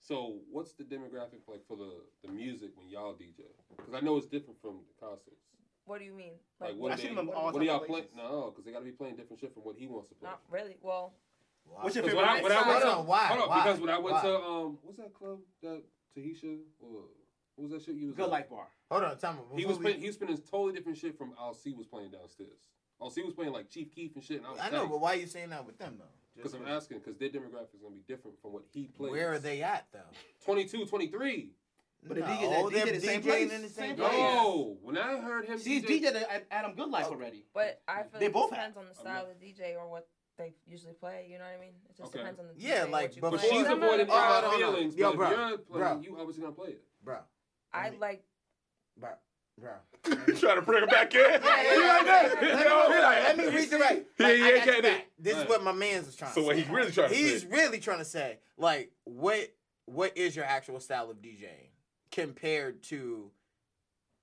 So what's the demographic like for the, the music when y'all DJ? Because I know it's different from the concerts. What do you mean? Like I what, shoot do they, them all what are y'all type of playing? places. No, because they got to be playing different shit from what he wants to play. not really. Well, Wow. What's your 'Cause favorite? when I, night? when I went Hold to, on, why? hold on, Why? because when I went Why? to um, what's that club that Tahisha or what was that shit you was Good at? Life Bar. Hold on, tell me. He before was we- playing, he was spinning totally different shit from LC was playing downstairs. LC was playing like Chief Keef and shit, and I was I know, but why are you saying that with them though? because Just I'm where- asking because their demographic is gonna be different from what he plays. Where are they at though? 22, 23. But the DJ that- they're DJ the same DJing place, in the same same place. place. No, when I heard him, She's DJ DJ at Adam Good Life already. but I feel They like both it depends have. on the style of the DJ or what they usually play. You know what I mean? It just Okay. depends on the DJ. Yeah, like, what you but But play. Well, she's I'm avoiding not- proud Oh, hold on, hold on. feelings. Yo, but bro, if you're playing, bro. you obviously gonna play it. Bro, I like. bro, bro. Trying to bring her back in. He like yeah, that. You yeah, know, he yeah. like- Let me redirect. Yeah, Like, I yeah, got get your it. back. This is Right. what my man's was trying So to what say. he's really trying to He's say. really trying to say, like, what what is your actual style of DJing compared to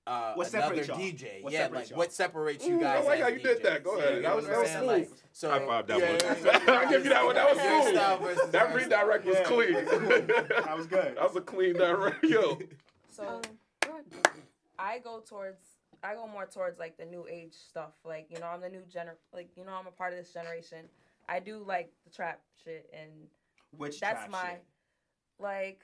uh, What another separates y'all? DJ? What yeah, separates like y'all? what separates Ooh, you Mm, guys? I like as how you did DJs? that. Go Yeah, ahead. you That know was- what that I'm was saying? Like, smooth. so, High five that yeah, one. yeah, yeah, yeah. I'll give you that one. That was Your smooth. style versus That our redirect was Yeah. clean. That was good. That was a clean direct. Yo. So Um, good. I go towards. I go more towards like the new age stuff. Like you know, I'm the new gener. Like you know, I'm a part of this generation. I do like the trap shit and Which That's trap my shit? like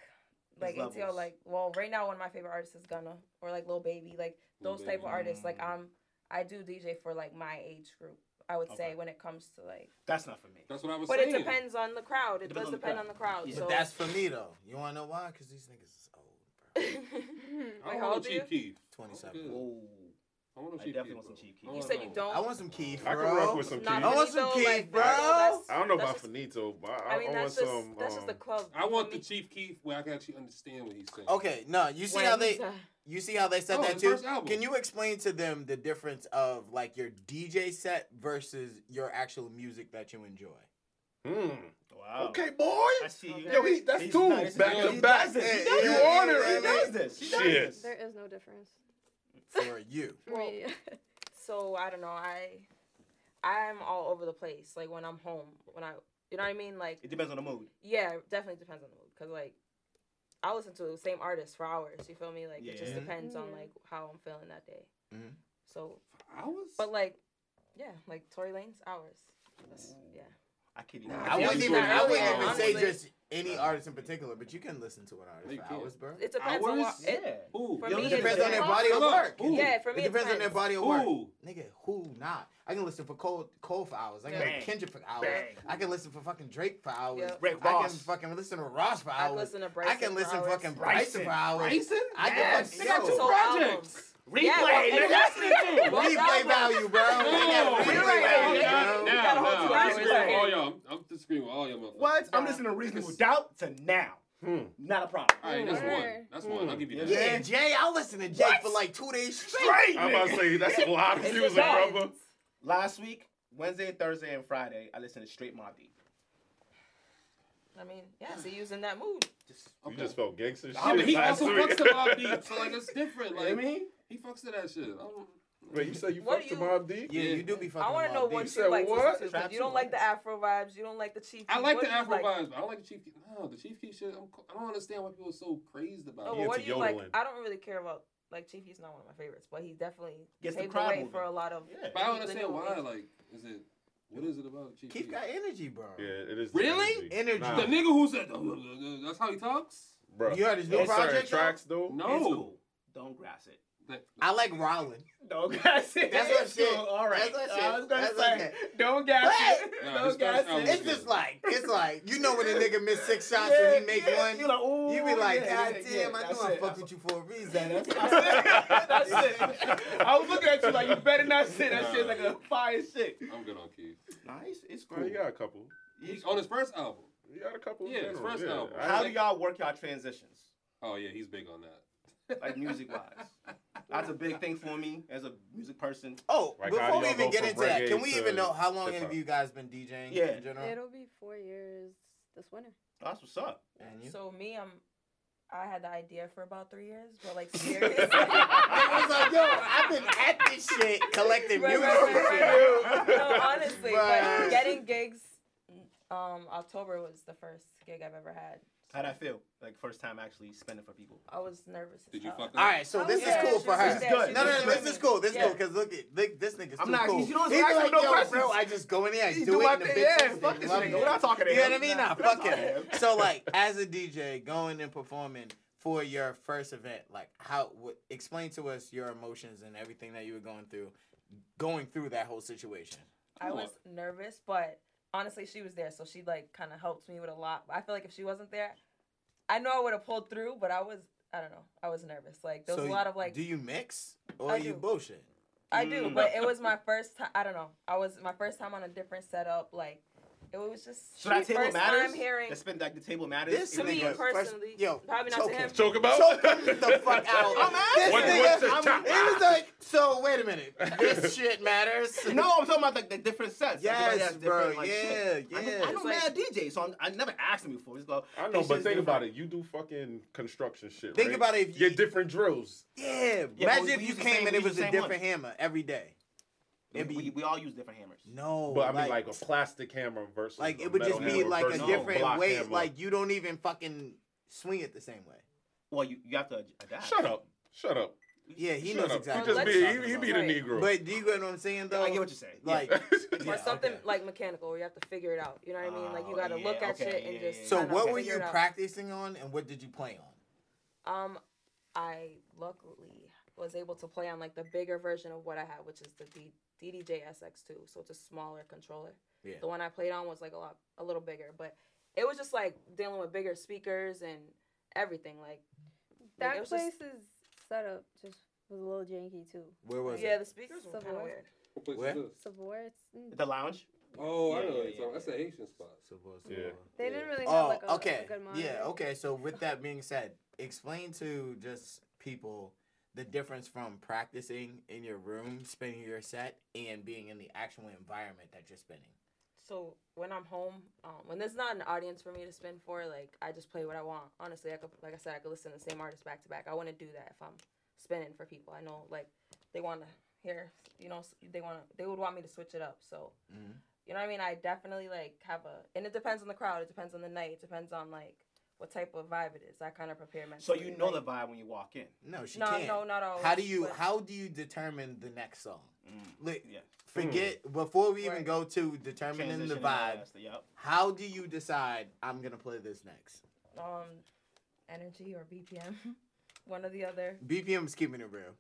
like There's ATL levels. like well right now one of my favorite artists is Gunna or like Lil Baby like Lil those type Baby. of artists like I'm I do DJ for like my age group I would Okay. say when it comes to like That's not for me. That's what I was but saying. it depends on the crowd it Depends does on the depend crowd. on the crowd Yeah. so But that's for me though. You wanna know why? Cause these niggas is old, bro. Mm-hmm. I Wait, don't how want old no are Chief Keef. Twenty-seven. Whoa. I want no I Chief definitely Keef, want some bro. Chief I Keith. you said you don't I want some Keith, I bro. can rock with some not Keith. I want some Finito, Keith, like, bro. that's- I don't know that's about just- Finito, but I, I mean I want that's just some. that's just um, the club I want the me. Chief Keef where I can actually understand what he's saying. Okay, no, you see When how they he's, uh, you see how they said Oh, that his too? first album. Can you explain to them the difference of like your DJ set versus your actual music that you enjoy? Mm. Oh. Wow. Okay, boy. I see you. Yo, he, that's He's two nice. back He to does back. this. He You does on She Yeah, it yeah, knows right now. this. She knows Shit. this. There is no difference. For you. For Well, me. so I don't know I I'm all over the place like when I'm home when I you know what I mean like It depends on the mood. Yeah, it definitely depends on the mood. Cause like, I listen to the same artist for hours. You feel me? Like it just Yeah. depends on Yeah. like how I'm feeling that day. Mhm. So, I was. but like, yeah, like Tory Lane's hours. That's, yeah. I kid you Nah, not. I wouldn't Yeah, even I yeah, wouldn't even honestly. say just any artist in particular, but you can listen to an artist You for can. hours, bro. It depends on what. Hours? It, Yeah. Who? for Yo, me, It it depends on their body of Come on. work. Ooh. Yeah, for It me, depends on their body of work. Ooh. Nigga, who not? I can listen for Cole, Cole for hours. I can Bang. listen to Kendrick for hours. Bang. I can listen for fucking Drake for hours. Yeah. Rick I can Ross. fucking listen to Ross for I can hours. listen to Bryson. I can listen for hours. fucking Bryson for hours. Bryson? I can Yes. fucking- They got Yo. two Soul projects. Replay. Yeah, well, nigga. exactly. Well, Replay that was- value, bro. They got You're replay right. value, Yeah. bro. We got a whole two now, I'm hours disagreeing with here. all y'all. I'm disagreeing with all y'all. motherfuckers. What? I'm Nah. listening to Reasonable Doubt to now. Hmm. Not a problem. All right, that's one. Word. That's one. I'll give you that. Yeah. Yeah, Jay, I'll listen to Jay for like two days straight. Straight. I'm about to nigga. say that's a lot of It music, depends. brother. Last week, Wednesday, Thursday, and Friday, I listened to straight Mob Deep. I mean, yeah. So you was in that mood. Just You just felt gangster shit. Yeah, but he last also week. fucks to Mob Deep, so like it's different. You know what I Like mean? he fucks to that shit. I don't- Wait, you said you What fucked do to you- Mob Deep? Yeah, you do be fucking. I want to know Mobb what Deep. said you like. to what? listen to, 'cause Trap You don't song. like the Afro vibes. You don't like the Chief. I Keef. like What the do you Afro like? vibes, but I don't like the Chief Keef. No, the Chief Keef shit. I'm, co- I don't understand why people are so crazed about Oh, it. well, Yeah, what to do you yodeling. like? I don't really care about like Chief. He's not one of my favorites, but he definitely Gets the paved the crowd way moving. for a lot of. Yeah. But I don't the understand new why. age. Like, is it what is it about Chief Keith Keef? got energy, bro. Yeah, it is. Really? Energy. The Nah, nigga who said "Uh, uh, uh," that's how he talks. bro. You heard his new There's certain project, though? tracks though. No, It's cool. Don't grass it. That- I like Rollin. Don't gas it. That's what It's shit- cool. All right. that's what I shit- was gonna that's what say, don't gas But- it. Nah, his don't first gas album it. was It's just like it's like you know when a nigga miss six shots and he make one. You like, ooh, You be like, yeah, God yeah, damn, I that's knew I it. fucked with you for a reason. That's, that's it. That's it. I was looking at you like, you better not sit. That shit's like a fire shit. I'm good on Keith. Nice. It's Bro, you got a couple. He's on his first album. You got a couple. in Yeah, his general, first yeah. album. I- How do y'all work y'all transitions? Oh yeah, he's big on that. Like music wise. That's a big thing for me as a music person. Oh, Like, how before do we y'all even go get from into that, can reggae we to even know how long hip-hop? have you guys been DJing Yeah. in general? It'll be four years this winter. That's what's up. And you? So me, I'm I had the idea for about three years, but like serious. I was like, yo, I've been at this shit collecting Right, music right, and right, shit. right, right. No, honestly, Right. but getting gigs. Um, October was the first gig I've ever had. How'd I feel? Like first time actually spending for people. I was nervous. as Did you hell. fuck up? All right, so I this was is there, cool she for was her. there, she was No, no, no, there this with is me. cool. This is Yeah. cool because look, at look, this nigga's I'm too not- cool. you don't He be ask me like, no yo, bro, questions. I just go in here, I do, You it, do my and the thing. bitch Yeah, is- fuck this love me. nigga. We're not talking to You know him. what I mean? Nah, We're fuck not talking it. to him. So like, as a DJ, going and performing for your first event, like how? What, explain to us your emotions and everything that you were going through, going through that whole situation. I Come was nervous, but honestly, she was there, so she like kind of helped me with a lot. I feel like if she wasn't there, I know I would have pulled through, but I was, I don't know, I was nervous. Like there was So a lot of like, do you mix or I you do. bullshit? I do, but it was my first time. I don't know, I was my first time on a different setup. Like it was just Should I me table first matters? time hearing Let's spend like the table matters. This It to was me nigga like- first- personally. yo, probably not to choke him. him. Choke about? Choke him the fuck out. I'm This asking. What- nigga- what's the I'm- top- It was like, so wait a minute. This shit matters. No, I'm talking about like the different sets. Everybody Yes, has bro. different, like, shit. yeah, I yeah. know, I know It's like- mad DJs, so I'm, I never asked him before. Just go. I know, this but think shit's different. about it. You do fucking construction shit. Think right? about it if you- your different drills. yeah. but Imagine we if use you the came same- and we it use was the a same different hammer every day. We, It'd be we, we all use different hammers. no. But I mean, like, a plastic hammer versus like a it would just metal be hammer like a versus different block way. hammer. Like you don't even fucking swing it the same way. Well, you, you have to ad- adapt. shut up, shut up, Yeah, he shut knows up. exactly. He what just be you're he, he talking be the Right. Negro. about. But do you get what I'm saying though? I get what you're saying. Like, Or Yeah, something okay. like mechanical where you have to figure it out. You know what I mean? Like you Oh, got to yeah, look at okay, shit and yeah, just. yeah, so kinda what were figure you it out. practicing on, and what did you play on? Um, I luckily was able to play on like the bigger version of what I had, which is the D- DDJ SX2. So it's a smaller controller. Yeah. The one I played on was like a lot, a little bigger, but it was just like dealing with bigger speakers and everything. Like That it was place's just- setup just was a little janky too. Where was yeah, it? the speakers were kind of Savoy. weird. What place Where? is this? Savoy, it's- The lounge. Oh, I Yeah, know. what yeah, you're talking yeah, about. That's the Haitian spot. Supposed Yeah. They didn't really have Oh, like a, okay. a good monitor. yeah, okay. So with that being said, explain to just people the difference from practicing in your room, spinning your set, and being in the actual environment that you're spinning. so when I'm home, um, when there's not an audience for me to spin for, like I just play what I want. Honestly, I could, like I said, I could listen to the same artist back to back. I wouldn't do that if I'm spinning for people. I know like they want to hear, you know, s- they want to, they would want me to switch it up. So, Mhm. you know what I mean? I definitely like have a, and it depends on the crowd. It depends on the night. It depends on like what type of vibe it is. I kind of prepare So mentally. you know the like, vibe when you walk in. No, she No, can't. no, not always. how do you but- how do you determine the next song? Mm. Like, Yeah. forget before we even Right. go to determining the Transition and all vibe. that stuff, Yep. How do you decide I'm gonna play this next? um, energy or BPM, one or the other. BPM's keeping it real.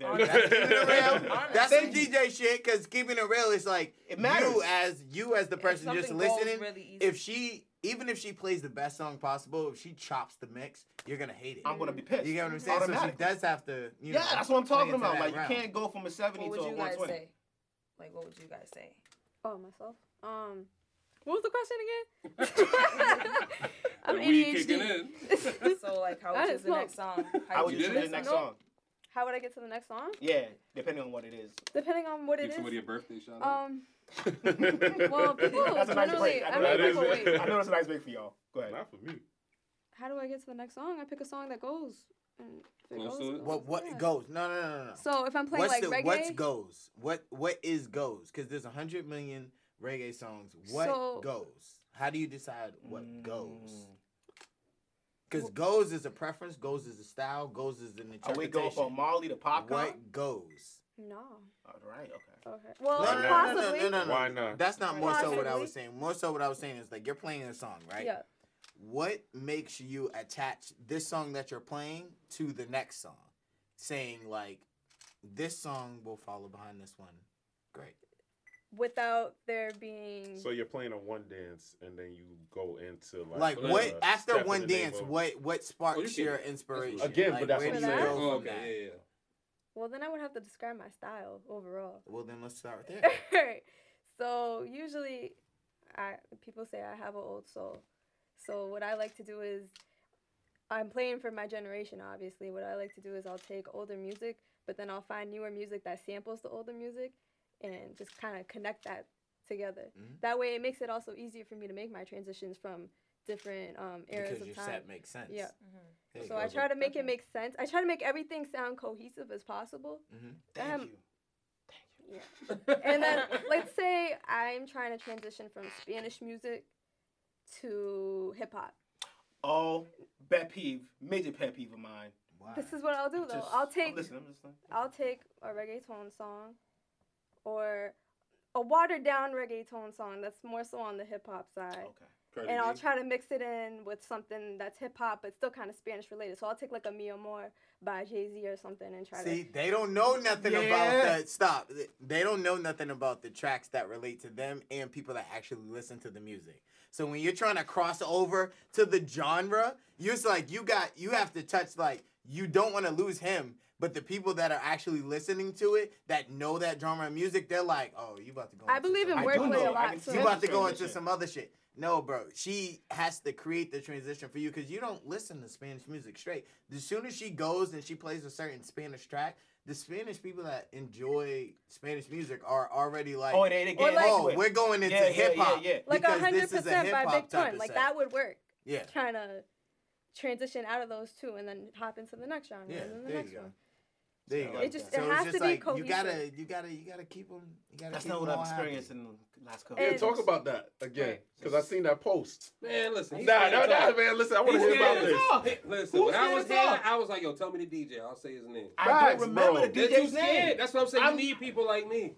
There- Honestly. That's keeping it real. Honestly. That's some DJ shit. Cause keeping it real is like It matters. you as you as the If person just something goes listening. really easy- if she even if she plays the best song possible, if she chops the mix, you're gonna hate it. I'm gonna be pissed. you get what I'm saying? So she Automatically. does have to. You yeah, know, that's what I'm play talking into about. that Like round. you can't go from a 70 what to would a you guys 120. say? Like, what would you guys say? Oh, myself. Um, what was the question again? I'm The weed ADHD. kicking in. So like, how I would you didn't the next smoke. song? I How would You you just did do it? the next No. song. How would I get to the next song? Yeah, depending on what it is. Depending on what it Give is. somebody a birthday shout out. Um, well, well, people That's a nice generally, break. I That mean, is people it. wait. I know that's a nice break for y'all. Go ahead. Not for me. How do I get to the next song? I pick a song that goes. And if it Close goes, to it? it What what Yeah. goes? No no no no. no. So if I'm playing what's like the reggae, what's goes? What what is goes? Because there's a hundred million reggae songs. What So- goes? How do you decide what goes? Mm. Because goes is a preference. Goes is a style. Goes is Are an we going from interpretation. Molly to popcorn? What goes? no. All right. Okay. Okay. Well, No, no, no, possibly. no, no, no, no. Why not? That's not more so what I Possibly. was saying. More so what I was saying is like you're playing a song, right? Yeah. What makes you attach this song that you're playing to the next song, saying like, this song will follow behind this one. Great. Without there being. So you're playing a one dance and then you go into like like Like, what uh, step after in one the name dance of- what what Oh, you sparks see your it. inspiration Again, Like, but that's where what do I'm you saying. go Oh, from that? okay, yeah, yeah. well, then I would have to describe my style overall. well then let's start there so usually, I people say I have an old soul. So what I like to do is, I'm playing for my generation. Obviously, what I like to do is I'll take older music, but then I'll find newer music that samples the older music, and just kind of connect that together. Mhm. That way, it makes it also easier for me to make my transitions from different um, eras because of your time. set makes sense. Yeah. mm-hmm. There you So go. I try to make it Definitely. make sense. I try to make everything sound cohesive as possible. Mhm. Thank Um, you. Yeah. And then let's say I'm trying to transition from Spanish music to hip hop. Oh, pet peeve, major pet peeve of mine. Why? This is what I'll do though. Just- I'll I'm take listening, I'm listening. I'll take a reggaeton song or a watered down reggaeton song that's more so on the hip hop side. Okay. Cardi And I'll B. try to mix it in with something that's hip hop but still kind of Spanish related. So I'll take like a Me Amor by Jay Z or something and try See, they don't know nothing Yeah. about that. Stop. They don't know nothing about the tracks that relate to them and people that actually listen to the music. So when you're trying to cross over to the genre, you're just like you got you have to touch like you don't want to lose him, but the people that are actually listening to it that know that genre of music, they're like, oh, you about to go. I into believe in some- I wordplay do a know. I lot, can so- see You the about to go into transition. some other shit. No, bro. She has to create the transition for you because you don't listen to Spanish music straight. As soon as she goes and she plays a certain Spanish track, the Spanish people that enjoy Spanish music are already like, Oh, they, they Or get like- "Oh, we're going into Yeah, yeah, hip hop. yeah, yeah. like because hundred this is a percent by hip-hop Big type Pun. of Like set. that would work. Yeah. Trying to transition out of those two and then hop into the next genre Yeah, and then the there next you go. one. There you It go. just- it so it's has just to be like you cohesive. gotta, you gotta, you gotta keep them. You gotta That's keep not what 'em I've all happy. experienced in the last couple. Yeah, And- talk about that again, because I seen that post. Man, listen. he's Nah, scared nah, to talk. nah, man. Listen, I want to He's hear scared about to this. talk. Hey, Listen, Who's when I scared was to here, talk? I was like, yo, tell me the DJ. I'll say his name. I Facts, don't remember bro. the That you DJ's name. scared. That's what I'm saying. You need people like me.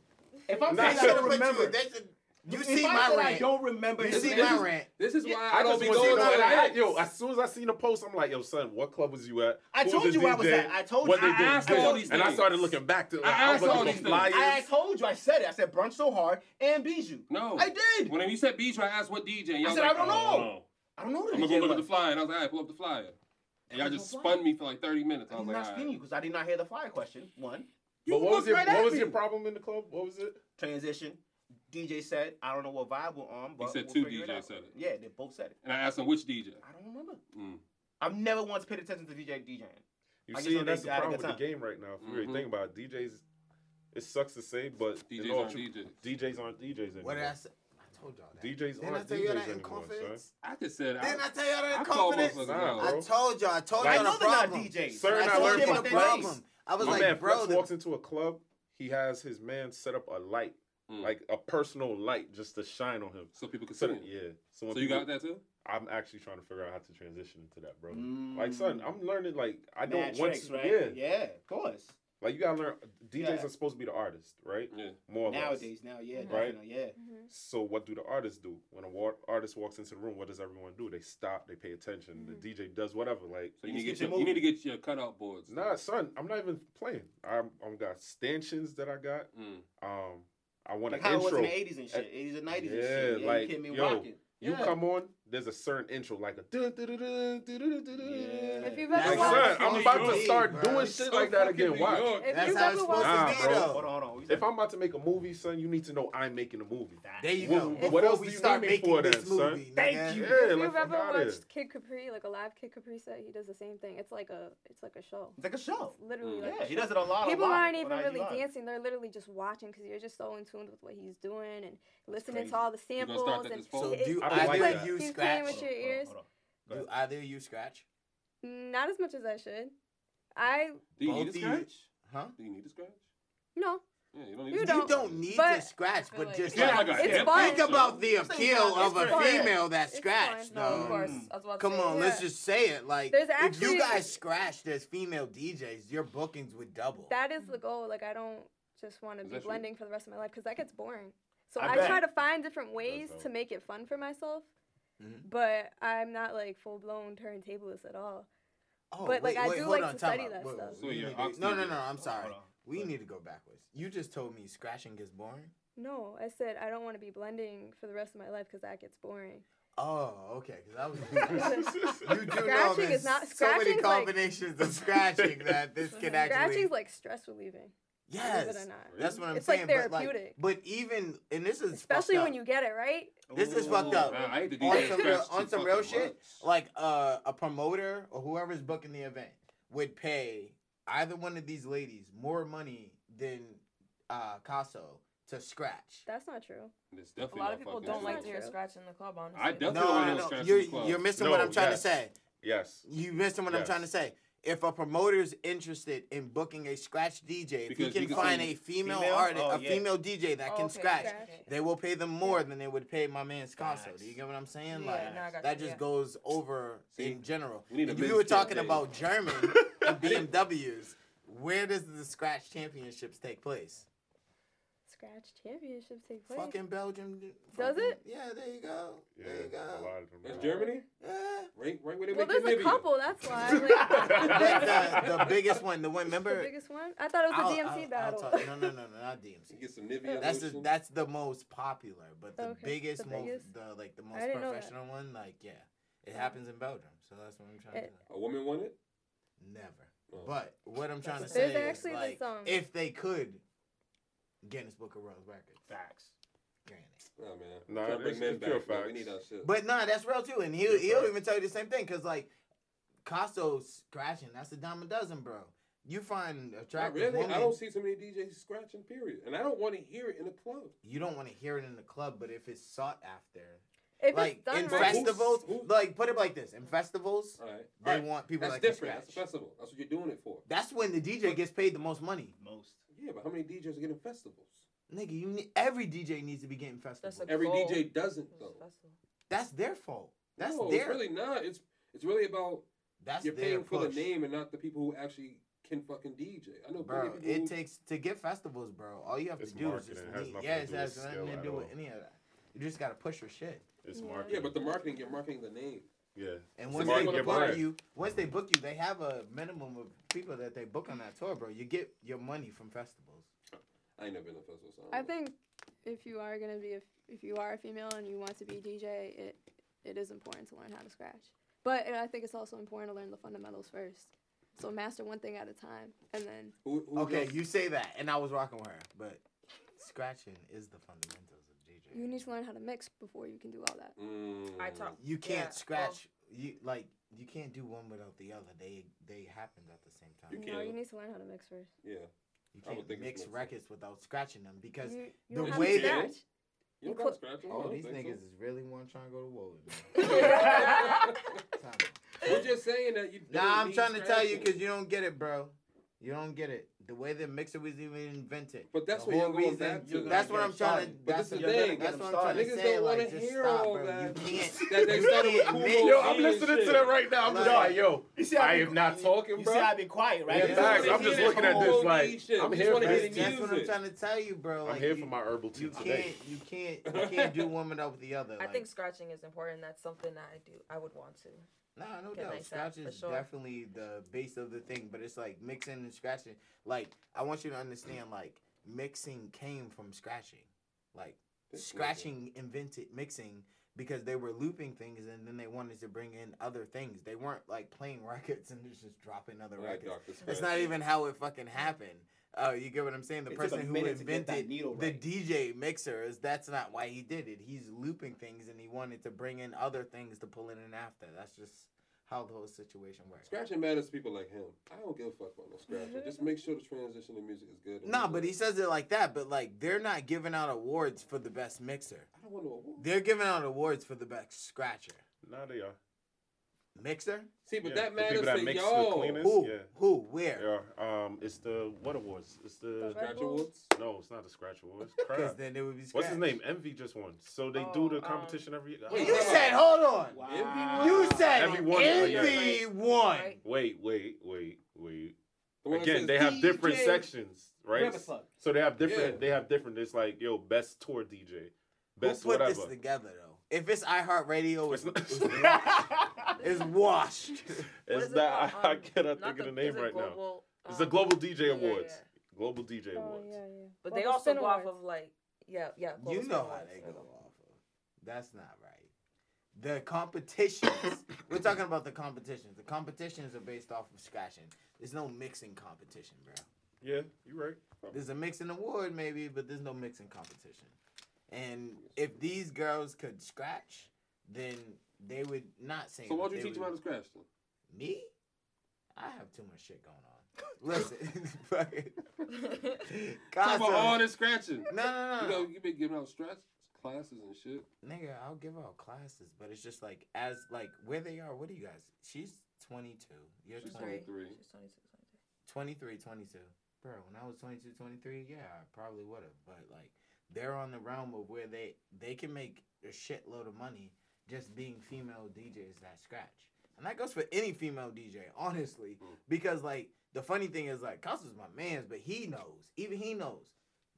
If I'm Nah, saying I I should've don't put remember, That's a- you if see I my said I rant. don't remember. You his see name- my rant. This is why I, I don't just be want to going know. to Like, the I, events. yo, as soon as I seen the post, I'm like, yo, son, what club was you at? I Who told the you I was DJ? at. I told What you. they I did. asked all these And I things. started looking back. To, like, I I, asked was all looking for these things. flyers. I, I told you. I said it. I said brunch so hard and Bijou. No. I did. When you said beach, I asked what DJ. And y'all I said, was like, I don't know. know. I don't know the I'm gonna DJ go look at was. the flyer, and I was like, all right, pull up the flyer. And y'all just I don't know why. spun me for like 30 minutes. I I was did like, not all spin right. you because I did not hear the flyer question. One but what was looked your right at what was me. your problem in the club? What was it? transition. DJ said, "I don't know what vibe we're on." But said we'll two figure DJs out." said it. Yeah, they both said it. And I asked him which DJ. I don't remember. Mm. I've never once paid attention to DJ DJing. You I just see, know they that's the had a problem with good the game right now. If you really Mhm. think about it, DJs, it sucks to say, but in DJs all aren't tru- DJs. DJs aren't DJs anymore. What did I say? I told y'all that. DJs Didn't I aren't tell y'all that DJs in anymore, son. confidence? I just said, I, Didn't I tell y'all that I in called confidence? motherfuckers out. Nah, bro. I told y'all. I told Like, I y'all know the they're not problem. DJs. Sir, I and I told told learned you you from about the their Flex. problem. names. I was My man like, bro, Flex the- walks into a club. He has his man set up a light, Mm. like a personal light, just to shine on him. So people can see So it. yeah. So, when So you people- got that too? I'm actually trying to figure out how to transition into that, bro. Mm. Like, son, I'm learning. Like, I don't Mad want tricks, to. right? Yeah. yeah, of course. Like, you gotta learn. DJs Yeah. are supposed to be the artist, right? Yeah. More or less. Nowadays, now, yeah, Right. definitely, yeah. Mhm. So what do the artists do when a war- artist walks into the room? What does everyone do? They stop. They pay attention. Mm. The DJ does whatever. Like, So you Just need, to get get your, your you need to movie. get your cutout boards. nah, son, I'm not even playing. I'm, I'm got stanchions that I got. Mm. Um, I want Like an how it was in intro. the 80s and shit, 80s and 90s and yeah, shit. Yeah, like, you can't be yo, rocking. You Yeah. come on. There's a certain intro, like a. dun, dun, dun, dun, dun, dun, dun, dun. Yeah. If Like, you've ever That's watched- son, how I'm it's about supposed to to start be, bro. doing shit like that again. Watch. If That's you've how ever it's supposed watched- Nah, to be, bro. though. Hold on, hold on. What you If said? I'm about to make a movie, son, you need to know I'm making a movie. There you What- go. what Before else we do you start need me making for this then, son? movie, Thank nigga. you. Yeah, like, if you've fuck ever outta here. watched Kid Capri, like a live Kid Capri set, he does the same thing. It's like a it's like a show. It's like a show. It's literally like Yeah, a he show. does it a lot. People a lot aren't on even IG really Live. dancing; they're literally just watching because you're just so in tune with what he's doing and listening crazy. to all the You're gonna samples. start that and this fall. So do I don't he's like play- that. either you he's playing scratch? with your Hold on, ears. hold on. Do either you scratch? Not as much as I should. I Do you Both need a of you- scratch? Huh? Do you need a scratch? no. Yeah, you don't need You a don't. You don't need to But- scratch, but like- just Yeah, like, I got It's hit. fun. think about the It's appeal fine. of a It's fine. female that It's scratched, fine. No, Um, though. of course. I was about to Come say, on, yeah. let's just say it. Like, There's if actually- you guys scratched as female DJs, your bookings would double. That is the Mm. goal. Like I don't just want to Is be that true? blending for the rest of my life because that gets boring. So I I, bet. try to find different ways dope. to make it fun for myself. Mhm. But I'm not like full blown turntablist at all. oh, but, like, I do hold like on, to time study out. that Wait, stuff. wait, So we you're need to- oxygen. no, no, no. I'm sorry. Hold on. We But- need to go backwards. You just told me scratching is boring. No, I said I don't want to be blending for the rest of my life because that gets boring. Oh, okay. Because I was. You do know Scratching there's is not- so many scratching's like- combinations of scratching that this can actually. Scratching's like stress relieving. Yes, Believe it or not. that's what I'm It's, like, saying. therapeutic. But, like, but even and this is Especially fucked when up. you get it right. This is Ooh. fucked up. Man, I hate to do on that some scratch real, on too some fucking real shit, much. like uh, a promoter or whoever's booking the event would pay either one of these ladies more money than uh, Casso to scratch. That's not true. It's A definitely lot not of people fucking don't true. like to hear True. scratch in the club, honestly. I definitely no, don't I like to know. scratch You're, in the club. you're missing No, what I'm trying yes. to say. Yes. You missing what I'm Yes. trying to say. If a promoter's interested in booking a scratch DJ, if Because you you can can find only- a female, Female? artist, Oh, a yeah. female DJ that Oh, can okay, scratch, okay, okay. they will pay them more than they would pay my man's concert. Facts. Do you get what I'm Yeah, saying? no, Like I got that you, just yeah. goes over See, in general. we need a And you men's were talking campaign. about German and BMWs. Where does the scratch championships take place? Scratch championships take place. Fucking Belgium. dude. Does Fucking- it? Yeah, there you go. Yeah, There you a go. lot of them. That's are- Germany? Yeah. Right, right where they Well, make you there's a live couple. That's why. Like, Like the, the biggest one, the one. the Remember, biggest one. I thought it was the DMC I'll- I'll- I'll battle. talk- no, no, no, no, not You DMC. get some Nivea That's the lotion. that's the most popular, but the Okay, biggest, the most biggest? the like the most didn't know that. Oh. professional one, like yeah, it happens in Belgium, so that's what I'm trying to It- say. A woman won it? Never, Oh. but what I'm trying There's to say is actually this like song. if they could, Guinness Book of World Records, Facts. granted. Nah, oh, man. Nah, Tryna bring it's- men it's pure back, man. We facts. need our shit. But nah, that's real too, and he'll You're he'll right. even tell you the same thing, cause like, Costco scratching, that's a dime a dozen, bro. You find Not attractive really. woman, I don't see too many DJs scratching, period. And I don't want to hear it in the club. you don't want to hear it in the club, but if it's sought after, If like it's done in But right, who's- festivals, who- like put it like this: in festivals, All right. they All right. want people That's like different. To That's a scratch. festival. That's what you're doing it for. That's when the DJ gets paid the most money. Most. Yeah, but how many DJs are getting festivals? Nigga, you need, every DJ needs to be getting festivals. That's That's, a- Every Gold. DJ doesn't though. their fault. That's no, their. it's really not. It's it's really about that's you're their paying for push. the name and not the people who actually can fucking DJ. I know plenty bro. of people. It who- takes to get festivals, bro. All you have It's to do is marketing. just It has lead. nothing yeah, to it do with has nothing skill to at do with all. any of that. You just gotta push your shit. It's Yeah. marketing. yeah, but the marketing, you're marketing the name. yeah. And It's once like they marketing book your brand. you, once they book you, they have a minimum of people that they book on that tour, bro. You get your money from festivals. I ain't never been to a festival, so I, I don't know. think if you are gonna be a, if you are a female and you want to be DJ, it it is important to learn how to scratch. But I think it's also important to learn the fundamentals first. So master one thing at a time, and then Who, who Okay, else- you say that, and I was rocking with her, but scratching is the fundamentals of DJ. you need to learn how to mix before you can do all that. Mm, I talk. You can't Yeah, oh. scratch. You like you can't do one without the other. They they happen at the same time. You You, No, can. you need to learn how to mix first. Yeah, I would can't think it's mix mixed. records without scratching them because You, you the don't have way to they- scratch. you You don't cou- got scratch. oh these niggas is really want trying to go to war with me. Yeah. Time out. We're just saying that you. don't nah, I'm need trying to tell you scratching. because you don't get it, bro. You don't get it. The way the mixer was even invented. But that's the what whole you're going reason. back to. That's what You're I'm trying to. starting. But That's this is the the thing. thing. That's Get what I'm 'em trying to started. Niggas say. don't wanna Like, just hear stop, all bro. that. You can't. That they you started with can't Kumo mix- Yo, I'm Jeez, listening to shit. that right now. I'm just Like- like, yo, You see how I you- am not talking, You bro. see, I've been quiet, right? Yeah, You facts. wanna I'm hear just that looking at this whole- like shit. I'm We just here for wanna hear That's, the this. that's what I'm music. trying to tell you, bro. I'm Like, here you- for my herbal tea You today. can't, you can't, you can't do one without the other. I Like, think scratching is important. That's something that I do. I would want to. nah, no get doubt. like that, Scratch for is sure. definitely the base of the thing, but it's like mixing and scratching. Like, I want you to understand, like, mixing came from scratching. Like, This nigga. scratching invented mixing because they were looping things and then they wanted to bring in other things. They weren't like playing records and just just dropping other All right, records. Dr. That's Scratch. not even how it fucking happened. Oh, you get what I'm saying? The It took a person who minute to get that invented needle the right. DJ mixer is that's not why he did it. He's looping things and he wanted to bring in other things to pull it in after. That's just how the whole situation works. Scratching matters to people like him. I don't give a fuck about no Mm-hmm. scratching. Just make sure the transition to music is good. Nah, but he says it like that, but like they're not giving out awards for the best mixer. I don't want no award. They're giving out awards for the best scratcher. Nah, they are. Mixer? See, but Yeah, that for people matters that to mix the y'all. cleanest. Who? yeah. Who? They Where? are. Um, it's the what awards? It's the Red Scratch Bull. awards. no, it's not the scratch awards. Because Crap. then it would be What's scratch. his name? MV just won. So they Oh, do the um, competition every. wait, You said, hold on. Wow. You said Everyone- envy one. Right? Wait, wait, wait, wait. The one that Again, says they have different DJ. sections, right? Grab a plug. So they have different. Yeah. They have different. It's like yo, best tour DJ, best Who put whatever. this together though? If it's iHeartRadio, It's it's, not. it's, washed. it's washed. What it's is it not. called? I Um, cannot not think of the name is it right now. global, It's the um, Global DJ yeah, Awards. yeah. Global DJ Oh Awards. yeah, yeah. But Well, they the also spin go off awards. of like yeah yeah. You Global know Spin how Awards. they go off of. That's not right. The competitions. We're talking about the competitions. The competitions are based off of scratching. There's no mixing competition, bro. Yeah, you're right. There's a mixing award maybe, but there's no mixing competition. And if these girls could scratch, then they would not say. So why what don't you they teach them would- how to scratch then? Me? I have too much shit going on. Listen, fucking. Talk Casa- about all this scratching. No, no, no. You know, you been giving out stress classes and shit. Nigga, I'll give out classes, but it's just like as like where they are. What are you guys? She's 22. You're She's 20, twenty three. She's 22, 23. 23, 22. Bro, when I was 22, 23, yeah, I probably would have, but like they're on the realm of where they they can make a shitload of money just being female DJs that scratch. And that goes for any female DJ, honestly, Mm. because like the funny thing is like Costa's my man's, but he knows, even he knows,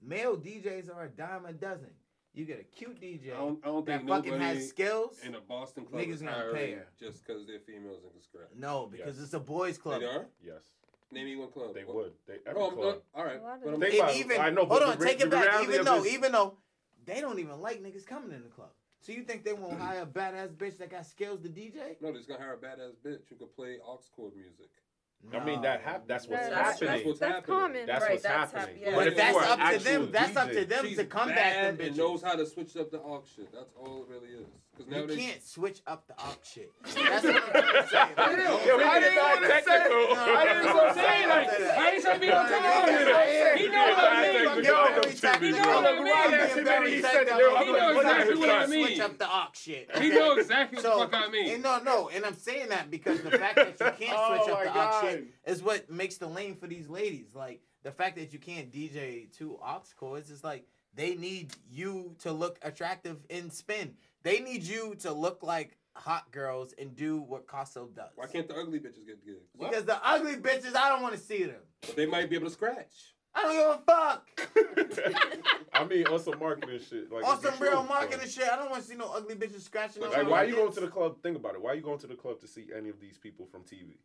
male DJs are a dime a dozen. You get a cute DJ I don't, I don't that think fucking nobody has skills. in a Boston club Niggas is gonna hiring pay her. just because they're females and can scratch. No, because Yes. it's a boys' club. They are. Yes, Name me one club. they What- would. They every Oh, I'm- club. uh, all right. A lot of But I'm- them. Think And about it. even I know, but hold the on, re- take it the back. reality Even of though, this- even though they don't even like niggas coming in the club. So you think they won't hire a badass bitch that got skills to DJ? No, they're just gonna hire a badass bitch who could play aux chord music. I mean, that hap- that's what's That's- that's- happening. what's That's happening. common. That's Right, what's that's hap- happening. yeah. But if you that's are up to actual them, that's up DJ, to them She's to come back. bad Them and bitches. knows how to switch up the aux shit. That's all it really is. Because now you they can't switch up the op shit. That's what I'm trying to say. Like, Yo, Yo, we I get didn't back wanna say- technical. I didn't know what I'm saying. Like, I ain't trying to be no Yeah, time. yeah, He yeah. knows what I mean. I'm Yo, getting very He technical. knows what I mean. I'm getting That's the very minute he said it, technical. yo, I'm like, I'm getting what the very heck is that? technical. Switch up the op shit. He okay? knows exactly what the fuck I mean. And no, no, and I'm saying that because the fact that you can't Oh switch up my the aux God. shit is what makes the lane for these ladies. Like the fact that you can't DJ two aux chords is like they need you to look attractive and spin. They need you to look like hot girls and do what Casso does. Why can't the ugly bitches get gigs? because the ugly bitches, I don't want to see them. But They might be able to scratch. I don't give a fuck. I mean, on some marketing shit. Like, On it's some true. real marketing shit, I don't want to see no ugly bitches scratching. Like, Like, on why my you going tits. to the club? Think about it. Why you going to the club to see any of these people from TV?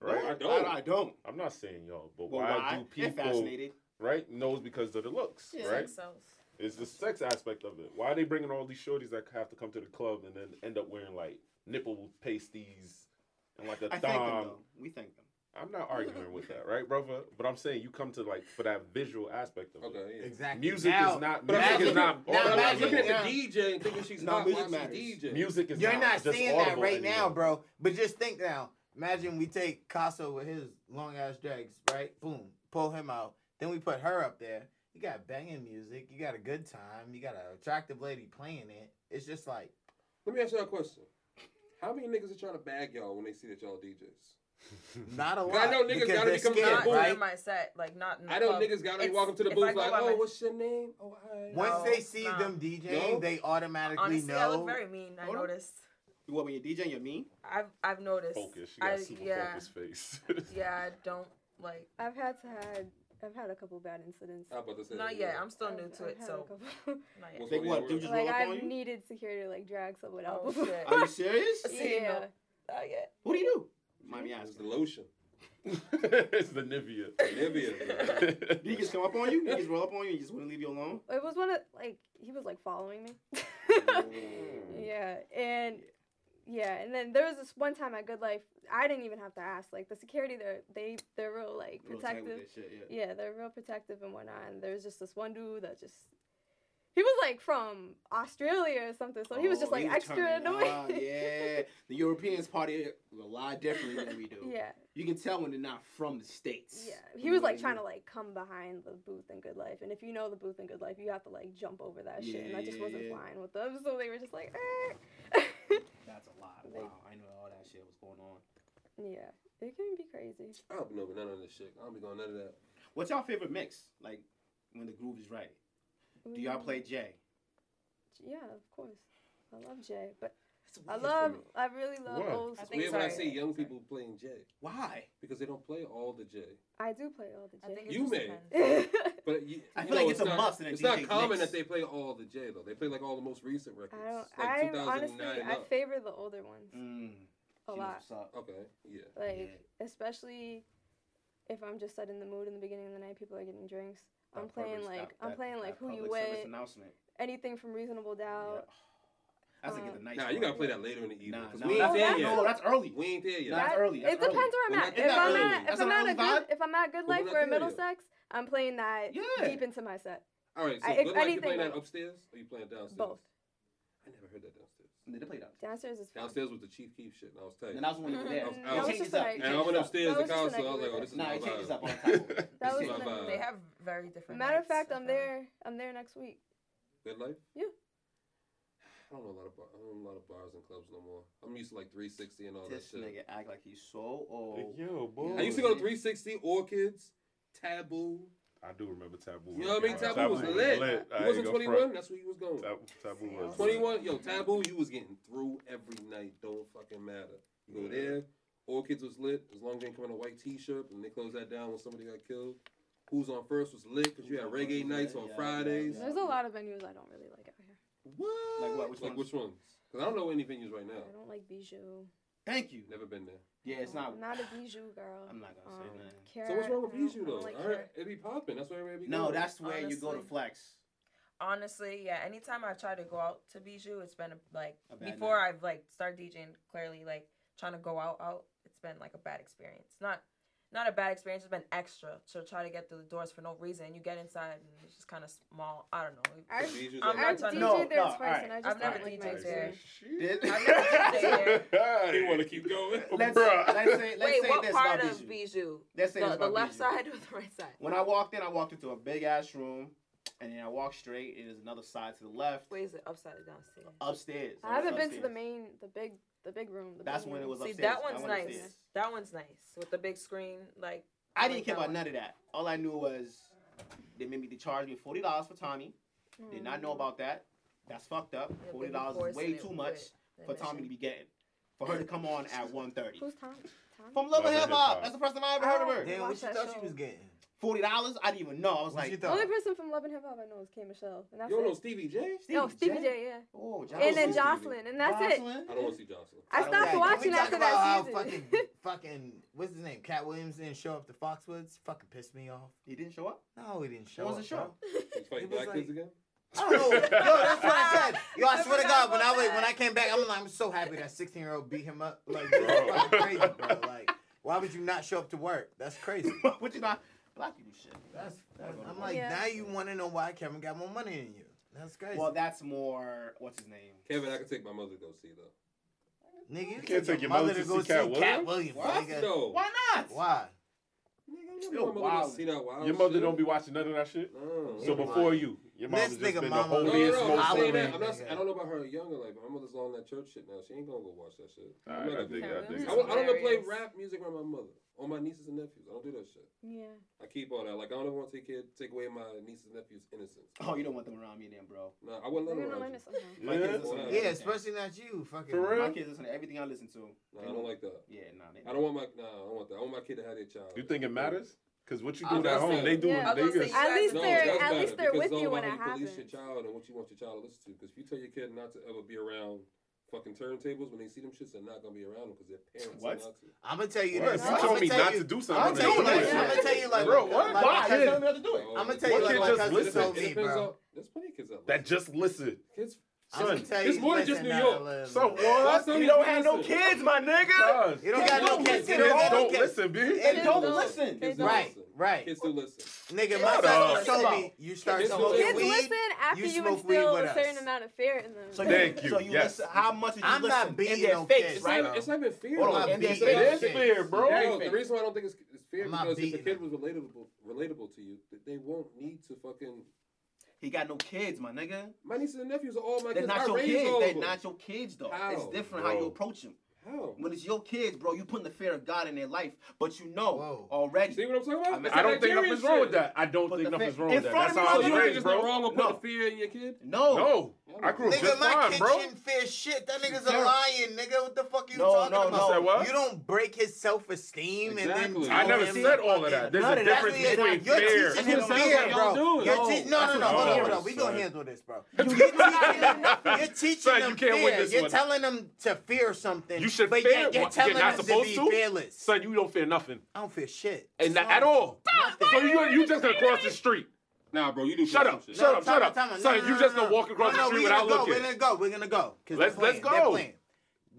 Right? No, I I, don't. I don't. I'm not saying y'all, but Well, why, why? do They're people fascinated. right knows because of the looks, She's right? like sells. It's the sex aspect of it. Why are they bringing all these shorties that have to come to the club and then end up wearing like nipple pasties and like a I thank them thong? though. We thank them. I'm not arguing with that, right, brother? But I'm saying you come to like for that visual aspect of it. Okay, yeah. Exactly. Music Now- is not. But I'm Music is looking- not. now But I'm not imagine- looking at the now- DJ and thinking she's No, not music watching matters. DJ. Music is You're not not, just seeing that audible right now, anymore. bro. But just think now. Imagine we take Casso with his long ass drags, right? Boom, pull him out. Then we put her up there. You got banging music. You got a good time. You got an attractive lady playing it. It's just like Let me ask y'all a question. How many niggas are trying to bag y'all when they see that y'all DJs? not a I lot. know niggas because gotta they're become scared, that Not boy. right? in my set. Like, not in the I know club. niggas got to It's- walk up to the if booth I go like, by oh, my- what's your name? Oh, hi. Once No, they see nah. them DJing, No. they automatically Honestly, know. I look very mean. I Hold on. noticed. You what when you're DJing, you're mean? I've I've noticed. Focus. She got I, a super yeah, focused face. yeah. I don't like. I've had to had I've had a couple bad incidents. Oh, I'm about to say Not that, yet. yeah. I'm still new I've- to I've it, had a so couple- not What's yet. They going what, on? dude, just- like roll up on I've you? needed security to like drag someone out Oh, before. shit. Are you serious? See, no. yeah. Not yet. What do you do? Mind me It's the asking. lotion. it's the Nivea. Nivea. Did he just come up on you? Did he just roll up on you? He just wouldn't leave you alone? It was one of like he was like following me. yeah, and yeah, and then there was this one time at Good Life, I didn't even have to ask. Like the security, they're they they're real like Real tight with protective. that shit, yeah. Yeah, they're real protective and whatnot. And there was just this one dude that just he was like from Australia or something, so he was Oh, just like extra turning annoying. up, yeah, the Europeans party a lot differently than we do. yeah, You can tell when they're not from the states. yeah. He was like trying to like come behind the booth in Good Life, and if you know the booth in Good Life, you have to like jump over that shit, and Yeah, I just yeah, wasn't yeah. flying with them, so they were just like, eh. That's a lot. Like- Wow, I knew all that shit was going on. yeah, it can be crazy. I don't know, but none of this shit. I don't be going none of that. What's y'all favorite mix? Like when the groove is right. Do y'all play J? Yeah, of course. I love Jay, but It's I weird for love, me. I really love Why? old I It's school. think weird when I so. see young Sorry. people playing J Why? because they don't play all the J. I do play all the I think Jay. it You just may. depends. I But you, I you feel like know, it's a not, must in a It's not DJ common mix. that they play all the J though. They play like all the most recent records. don't. like I 2009 honestly, I up. favor the older ones Mm, she a knows lot. what's up. Okay, yeah. Like especially if I'm just set in the mood in the beginning of the night, people are getting drinks. I'm That playing public- like that- I'm that- playing like that who you public service with, Announcement. anything from Reasonable Doubt. Yeah. That's like Uh, a nice. Nah, you gotta play that later in the evening. Nah, 'cause nah, we that's- ain't there that's- yet. no, that's early. We ain't there yet. Nah, That's That- early, that's it depends early. where Well, I'm at. that's If not I'm early. at, That's if I'm not at a early good, vibe. if I'm at good Well, life, we're we're not in there yet. Middlesex. I'm playing that Yeah. deep into my set. All right, so I- good if life, you anything, playing that like- upstairs or you playing downstairs? Both. I never heard that downstairs. And they played downstairs. Downstairs is fun. Downstairs was the Chief Keef shit, and I was tight. And I was the one who was there. I was Mm, out. that was Change just this up. like- And I went upstairs That to was just college, an so I was like, oh, this is agreement. Nah, my it changes vibe. up all the time. That This was is my the- vibe. Uh, They have very different. Matter nights, of fact, I I'm found. there. I'm there next week. Good life? Yeah. I don't know a lot of bar- I don't know a lot of bars and clubs no more. I'm used to like 360 and all This that shit. nigga act like he's so Like, old. yo, boy. I used to go to 360, Orchids, Taboo. I do remember Taboo. You know what I mean? Yeah, Taboo, was lit. I You ain't wasn't gonna 21. front. That's where you was going. Tab- Taboo was 21, yo, Taboo, you was getting through every night. Don't fucking matter. You go there, Orchids was lit. As long as they didn't come in a white t-shirt, and they closed that down when somebody got killed. Who's on first was lit because you had Who's on First reggae was nights lit, on yeah, Fridays. yeah, There's a lot of venues I don't really like out here. What? Like what? Which Like ones? which ones? Because I don't know any venues right now. I don't like Bijou. Thank you. Never been there. Yeah, it's I'm not. not a Bijou girl. I'm not gonna say Um, nothing. Kara, So what's wrong with I don't- Bijou I don't though? like All right, Kara. it be popping. That's where everybody be No, going. that's where you go to Honestly. flex. Honestly, yeah. Anytime I've tried to go out to Bijou, it's been a, like A bad before night. I've like started DJing. Clearly, like trying to go out, out, it's been like a bad experience. Not, not a bad experience. It's been extra to try to get through the doors for no reason. You get inside and it's just kind of small. I don't know. I- Bijou's I'm like- I've not trying DJed to- No, there no, twice alright. and I just I've never don't like my DJed there. experience. Did- He want to keep going. Let's, Bruh. let's say, let's Wait, say what this part about of Bijou. Bijou? Let's say this The, the about left Bijou. side or the right side? When I walked in, I walked into a big ass room, and then I walked straight, and there's another side to the left, Wait, is it upside or downstairs? Uh, upstairs. I haven't been to the Upstairs. main, the big, the big room. the That's big when it room. was See, upstairs. that I one's went nice. upstairs. That one's nice with the big screen. Like I I didn't like care that about one. none of that. All I knew was they made me they charged me forty dollars for Tommy. Did not know about that. That's fucked up. Yeah, Forty they be dollars is way forcing it too with much the for Tommy to mission. be getting. For her to come on at 1.30. Who's Tom? Tom? From Love Love and and Hip Hip Hop. Hop. That's the first time I ever heard of her. Damn, Damn, what what Watch you you that thought thought she show. she was was getting? Forty dollars? I didn't even know. I was What like, you The only thought? person from Love and Hip Hop I know is K Michelle, and You that's don't know it. Stevie J? No, Stevie J, yeah, Oh, and then Stevie J. Jocelyn, and that's it. I don't want to see Jocelyn. I I don't stopped like it. watching Can we after talk that how season. fucking, fucking, what's his name? Cat Williams didn't show up to Foxwoods. Fucking pissed me off. He didn't show up. No, he didn't show What was up. the show? bro. He's fighting It was black kids like- again? I don't know. Yo, that's what I said. Yo, I swear to God, when I was, that. when I came back, I'm like, I'm so happy that 16 year old beat him up. Like, this is Bro. fucking crazy, bro. Like, why would you not show up to work? That's crazy. what you not? Black people shit. That's, That's I'm like, Yeah. now you want to know why Kevin got more money than you. That's crazy. Well, that's more. What's his name? Kevin, I could take my mother to go see though. Nigga, you can't can't take take your your mother mother to to see go see Cat Cat Williams? Williams, What? nigga. No. Why not? Why? Nigga, Still Still my mother to wild. see that wild Your mother Oh, shit. don't be watching none of that shit. No. So before you, your mom This has just nigga been the mama- No, no, holiest, no, most Holy I'm saying Halloween, that. I'm not, nigga. I don't know about her younger life. My mother's all in that church shit now. She ain't gonna go watch that shit. All I'm right, not I gonna dig it, I do dig that. it. I don't, I don't ever play Hilarious. rap music around my mother or my nieces and nephews. I don't do that shit. Yeah. I keep all that. Like I don't ever want to take care, take away my nieces and nephews' innocence. Oh, you don't want them around me, then, bro. No, I wouldn't let They're them around you. gonna learn Yeah. My it somehow. Yeah, kids listen to everything. Yeah, especially not you. Fucking. For real? My kids listen to everything I listen to. No, They I don't like that. Yeah, nah. They I don't want my. No, I don't want that. I want my kid to have their child. You think it matters? Because what I was you do at gonna home, say- they do Yeah, I was yeah, gonna they say- get- At least No, they're, that's at better, least they're because with it's all you when it about how you happens. Police your child and what you want your child to listen to. Because if you tell your kid not to ever be around fucking turntables when they see them shits, they're not gonna be around them because their parents What? are not to. I'm gonna tell you What? this. If you I'm told me I'ma tell not you- to do something, I'm I'm gonna tell that doing you like, I'm shit. gonna tell you like, Bro, my- what? my Why? cousin- You tell me how to do it. Oh, I'ma it tell you depends- like it my depends- cousin it depends- told it me, depends bro. on- There's plenty of kids out That just listen. kids. I'm gonna Son, tell it's you more than just listen, New not York. eleven. So Why what? some You don't have kids no listen? kids, my nigga. Cuz, You don't got no don't kids. listen, You don't bro. got no Don't kids. listen, bitch. They don't Don't listen. Kids They do Right, listen. right. Kids do listen. Nigga, my Shut cousin up. told me you start Kids smoking Kids weed. listen after you you, smoke weed instill with a certain us. amount of fear in them. So Thank you, So you yes. listen. How much did you I'm listen? not beating in their no face, kids, It's not, right? bro. it's not even fear. Hold though. on, I'm and not their beating face. no It's fair, kids. bro. Very No, the fair. reason why I don't think it's, it's fear I'm not because if the beating kid was relatable, relatable to you, th- they won't need to fucking. He got no kids, my nigga. My nieces and nephews are all my They're kids. not I your raised kids. all They're of them. not your kids, though. How, It's different how you bro? approach them. How? When it's your kids, bro, you putting the fear of God in their life, but you know Whoa. already. See what I'm talking about? I mean, It's I that don't think Nigerian nothing's wrong with shit. that. I don't But think the nothing's fa- wrong in with that. front of That's me, how I You don't was motherfucker, think raised, there's nothing bro. wrong with No. putting fear in your kid? No, No, I grew up Nigga, just my fine, kid bro. shouldn't fear shit. That nigga's a Terrible. lion, nigga. What the fuck you No, talking no, about? no. Said what? You don't break his self esteem and Exactly. then. I tell never him said all fucking- of that. There's None a of that. difference That's what between you're fear. teaching him That's what I'm fear, saying, bro. y'all doing. You're No, te- no, that's no, what no, Hold y'all on, hold on. doing, We gonna son. handle this, bro. Son, You're teaching them, you're teaching you them can't win fear. this you're one. telling them to fear something. You should but fear Yet you're what- telling you're not them supposed be to? fearless. Son, you don't fear nothing. I don't feeel shit. And not Son, at all. nothing. So you you just gonna cross the street. Nah, bro, you do Shut some up. shit. Shut up. Shut time up. out, time out. Son, No, you no, just no, gonna no. walk across No, the no, street we without gonna go, looking. We're gonna go. We're gonna go. 'Cause Let's- they're let's playing, they're go. playing.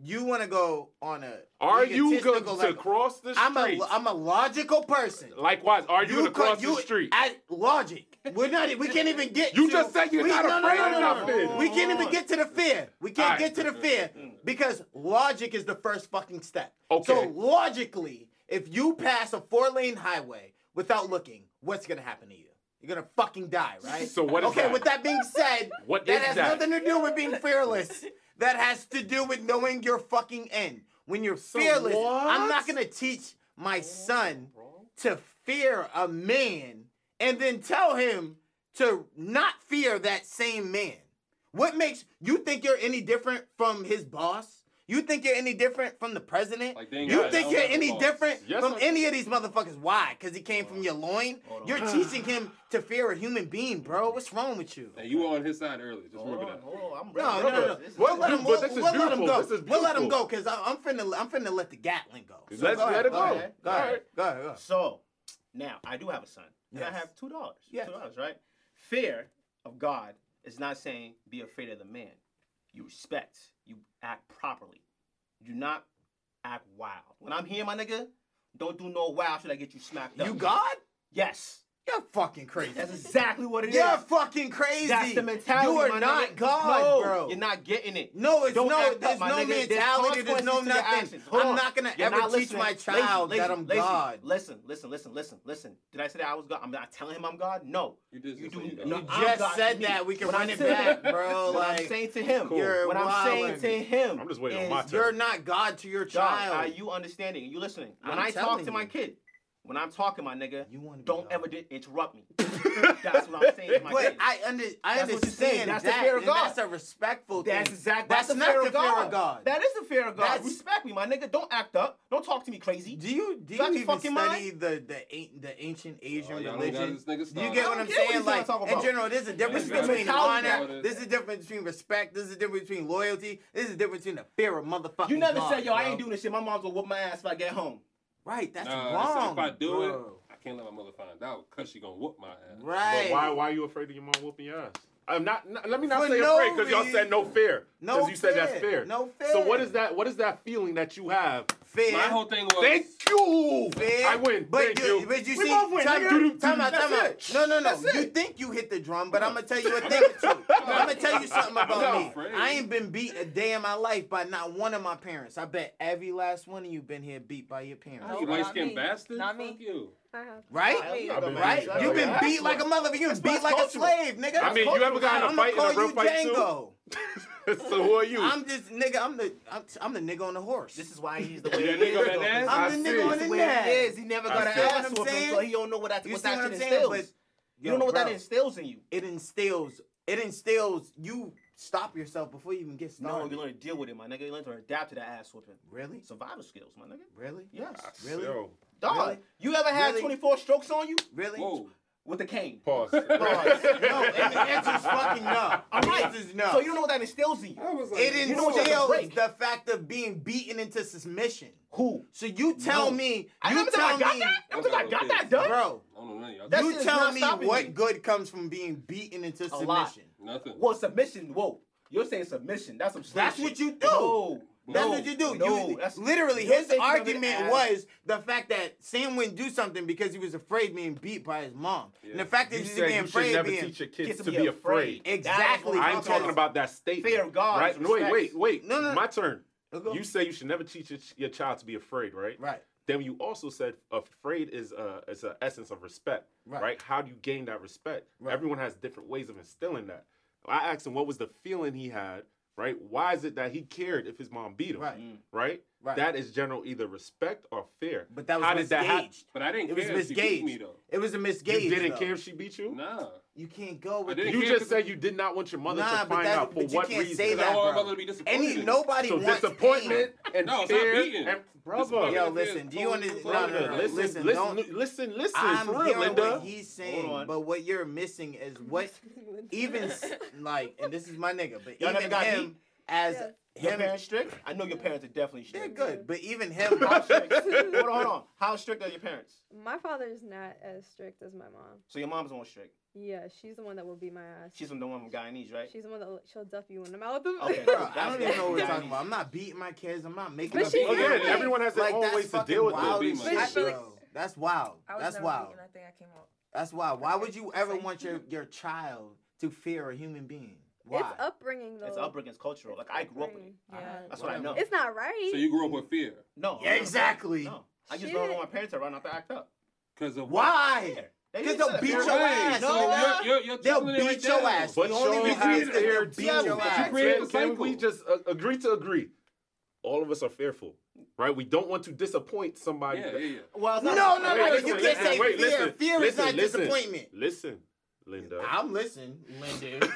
you want to go on a Are you egotistical going to level. cross the I'm a street? I'm a logical person. Likewise, are you, going to could- cross the street? At logic, we're not. We can't even get. You to- just said you're we- not no, no, afraid no, no, of no, no. nothing. We can't even get to the fear. We can't All right. get to the fear because logic is the first fucking step. Okay. So logically, if you pass a four lane highway without looking, what's gonna happen to you? You're gonna fucking die, right? So what is okay, that? with that being said, What that is has that? nothing to do with being fearless. That has to do with knowing your fucking end. When you're fearless, I'm not gonna teach my son to fear a man and then tell him to not fear that same man. What makes you think you're any different from his boss? You think you're any different from the president? Like, they ain't you got think no you're other any boss. different Yes, from I- any of these motherfuckers? Why? Because he came from your loin? You're teaching him to fear a human being, bro. What's wrong with you? And you were on his side earlier. Just Hold remember on, that. hold on. I'm No, no, ready. no, no. This is- We'll let him, But we'll, this is we'll let him beautiful. go. This is We'll let him go beautiful. because I'm finna, I'm finna let the Gatlin go. Let's So go let ahead, it go. go. Ahead, go, All ahead, right. go ahead, go ahead. So now I do have a son, and I Yes. have two daughters. Yes. Two daughters, right? Fear of God is not saying be afraid of the man. You respect. You act properly. Do not act wild. When I'm here, my nigga, don't do no wild shit. I get you smacked up. You God? Yes. You're fucking crazy. That's exactly what it is. You're fucking crazy. That's the mentality. You my are not nigga. God, no, bro. You're not getting it. No, it's Don't no. act up, there's my no nigga. There's mentality. There's, no consequences to your nothing. actions. Hold I'm on. not gonna You're ever not teach my listening. Lazy, child that lazy, I'm lazy. God. Listen, listen, listen, listen, listen. Did I say that I was God? I'm not telling him I'm God. No. You did You just do say you got no, it. I'm Just God to said me. that. We can What I'm run it saying- back, bro. What I'm Like saying to him. You're What I'm saying wildin'. to him. I'm just waiting on is, my turn. You're not God to your Dog, child. Are you understanding? Are you listening? When I'm i talk telling to my you. kid, when I'm talking, my nigga, You wanna be don't God. ever di- interrupt me. That's what I'm saying to my But kid. I under I That's what you're saying. understand That's the that. fear of and God. That's a respectful That's thing. exactly. That's, the not fear the of fear God. of God. That is the fear of God. That's- Respect me, my nigga. Don't act up. Don't talk to me crazy. do you do You out you your even fucking study mind? the the an- the ancient Asian Oh, y'all done got religion? this nigga Do you started. get I what don't I'm care what saying? he's trying Like to talk in about. general, there's a difference Yeah, you got between it. Mentality honor. about it. There's a difference between respect. There's a difference between loyalty. There's a difference between the fear of motherfucking. You never God, said, yo, I bro. ain't doing this shit. My mom's gonna whoop my ass if I get home. Right, that's Nah, I said wrong. if I do bro. it, I can't let my mother find out because she gonna whoop my ass. right? But why? Why are you afraid of your mom whooping your ass? I'm not. n- let me not For say no afraid because y'all said no fear. No Because you said that's fear. fear. No So what fear. is that? What is that feeling that you have? Fear. My whole thing was. Thank you. Fair. I win. But Thank you, you. but you We see, both win, time, nigga. dude, time out, That's time out. it. No, no, no. That's You it. think you hit the drum, but I'm gonna tell you a thing or two. I'm gonna tell you something not about me. afraid. I ain't been beat a day in my life by not one of my parents. I bet every last one of you been here beat by your parents, No. You Not light skinned me. bastard? Not Fuck me. you. I have. right? Hell yeah, I've my been man. Right? beat. You've been Yeah. beat like a motherfucker. You've been beat like a cultural. slave, nigga. I mean, you ever gotten in a I'ma fight in a call real you fight too? Django. so who are you? I'm just nigga. I'm the I'm, I'm the nigga on the horse. This is why he's the way Yeah, he nigga, is. that though. ass. I I'm the see. nigga on That's the the way it neck. is. He never I got an see. What ass I'm whooping, saying? so he don't know what that, You what see that what shit I'm saying? instills. But you don't know what Yo, that bro. instills in you. it instills it instills you stop yourself before you even get No, started. you learn to deal with it, my nigga. You learn to adapt to that ass whooping. really? Survival skills, my nigga. Really? Yes. Really? Yo, Dog, Really? you ever had Really? 24 strokes on you? Really? Whoa. With a cane. pause. No, and the answer's fucking no. All The right. answer's no. So you don't know what that instills in you. was it You know what that's a entails break. the fact of being beaten into submission. Who? So you tell No. me, I you never tell thought I got me, that. I never thought I got that done. bro, I don't know none of y'all. That's do it. you shit's tell not me stopping what you. good comes from being beaten into lot. submission. Nothing. Well, submission. Whoa, you're saying submission. That's some. That's slave what shit. you do. No, That's no, what you do. No, you, that's literally, you're his taking another argument ass. was the fact that Sam wouldn't do something because he was afraid of being beat by his mom. And the fact that You he's said being you should afraid of never being teach your kids Kids to be afraid. Exactly. That is what I'm talking about that statement. Fear of God Right? is No, Wait, wait, respect. wait. No, no. My turn. Okay. You say you should never teach your, your child to be afraid, right? right. Then you also said afraid is a is an essence of respect, Right. right? How do you gain that respect? Right. Everyone has different ways of instilling that. I asked him what was the feeling he had, right? Why is it that he cared if his mom beat him, Right. Mm. Right? Right. That is general either respect or fear. But that was How misgauged. did that happen? but I didn't It was care if she beat me misgauged. though. It was a You misgauge. didn't though. care if she beat you. Nah. You can't go with didn't that. You care just if- said you did not want your mother Nah, to but find that- out for but you what can't reason. say Because I that, don't want my bro. mother to be disappointed. Any nobody So wants disappointment and No, it's not fear beating. and Disappointment. Pain. Yo, brother. listen. Do you want to? No, no, no. Listen, Listen, listen, don't- listen, listen, listen. I'm for hearing real, Linda. what he's saying, on. but what you're missing is what even s- like, and this is my nigga, but Y'all never even got him, beat? as Yes. him. Your parents strict? I know your parents are definitely They're strict. good, but even him. How strict? hold on, hold on. How strict are your parents? My father's not as strict as my mom. So your mom's the one strict. Yeah, she's the one that will beat my ass. She's from the one from Guyanese, right? She's the one that she'll duff you in the mouth. Of Okay. Bro, I don't even know what we're Yeah, talking about. I'm not beating my kids. I'm not making. But up she shit. Again, is. everyone has their like own that's ways to fucking deal with wild it. Be as my shit, shit. bro. That's wild. I was That's never wild. vegan. I think I came out. That's wild. Why would Okay, you just ever saying. want your your child to fear a human being? Why? It's upbringing though. It's upbringing, it's cultural. Like I grew up with it. Upbringing. Yeah. Alright, That's what I whatever. know. It's not right. So you grew up with fear No. Yeah, exactly. No. I just don't know Shit. my parents are right not to act up. because of Why? Fear. They Because didn't say that. they'll beat They your were right. ass. No, nigga. you're, you're, you're They'll telling it beat right your there. ass. But the only y'all reason have is 'cause they'll fear beat too. your But you ass. create- created Can, a can cycle. we just uh, agree to agree? All of us are fearful, right? We don't want to disappoint somebody. Yeah, yeah, yeah. Well, it's No, not- no, no, Wait, no. listen, You can't listen, say wait, fear. listen, fear is listen, not listen. disappointment. Listen, Linda. I'm listening, Linda.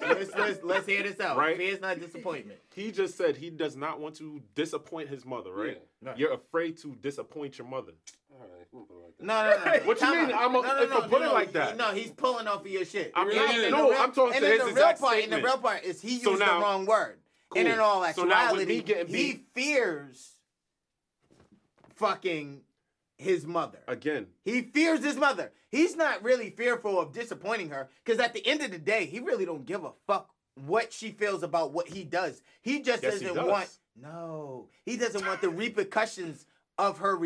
let's, let's let's hear this out. Right. Fear is not disappointment. He just said he does not want to disappoint his mother, right? Yeah. Right. You're afraid to disappoint your mother. All right, we'll put it like that. No, no, no. no. What you Time mean? out. I'm a- if I put it like that. No, he's pulling off of your shit. I'm not- And the no, real- I'm talking and to then his the real exact part, And statement. the real part is he used So the now- wrong word. And in Cool. all So now with me actuality, getting he beat- fears fucking his mother. Again, He fears his mother. He's not really fearful of disappointing her because at the end of the day, he really don't give a fuck what she feels about what he does. He just Yes, he doesn't does. want no. He doesn't want the repercussions of her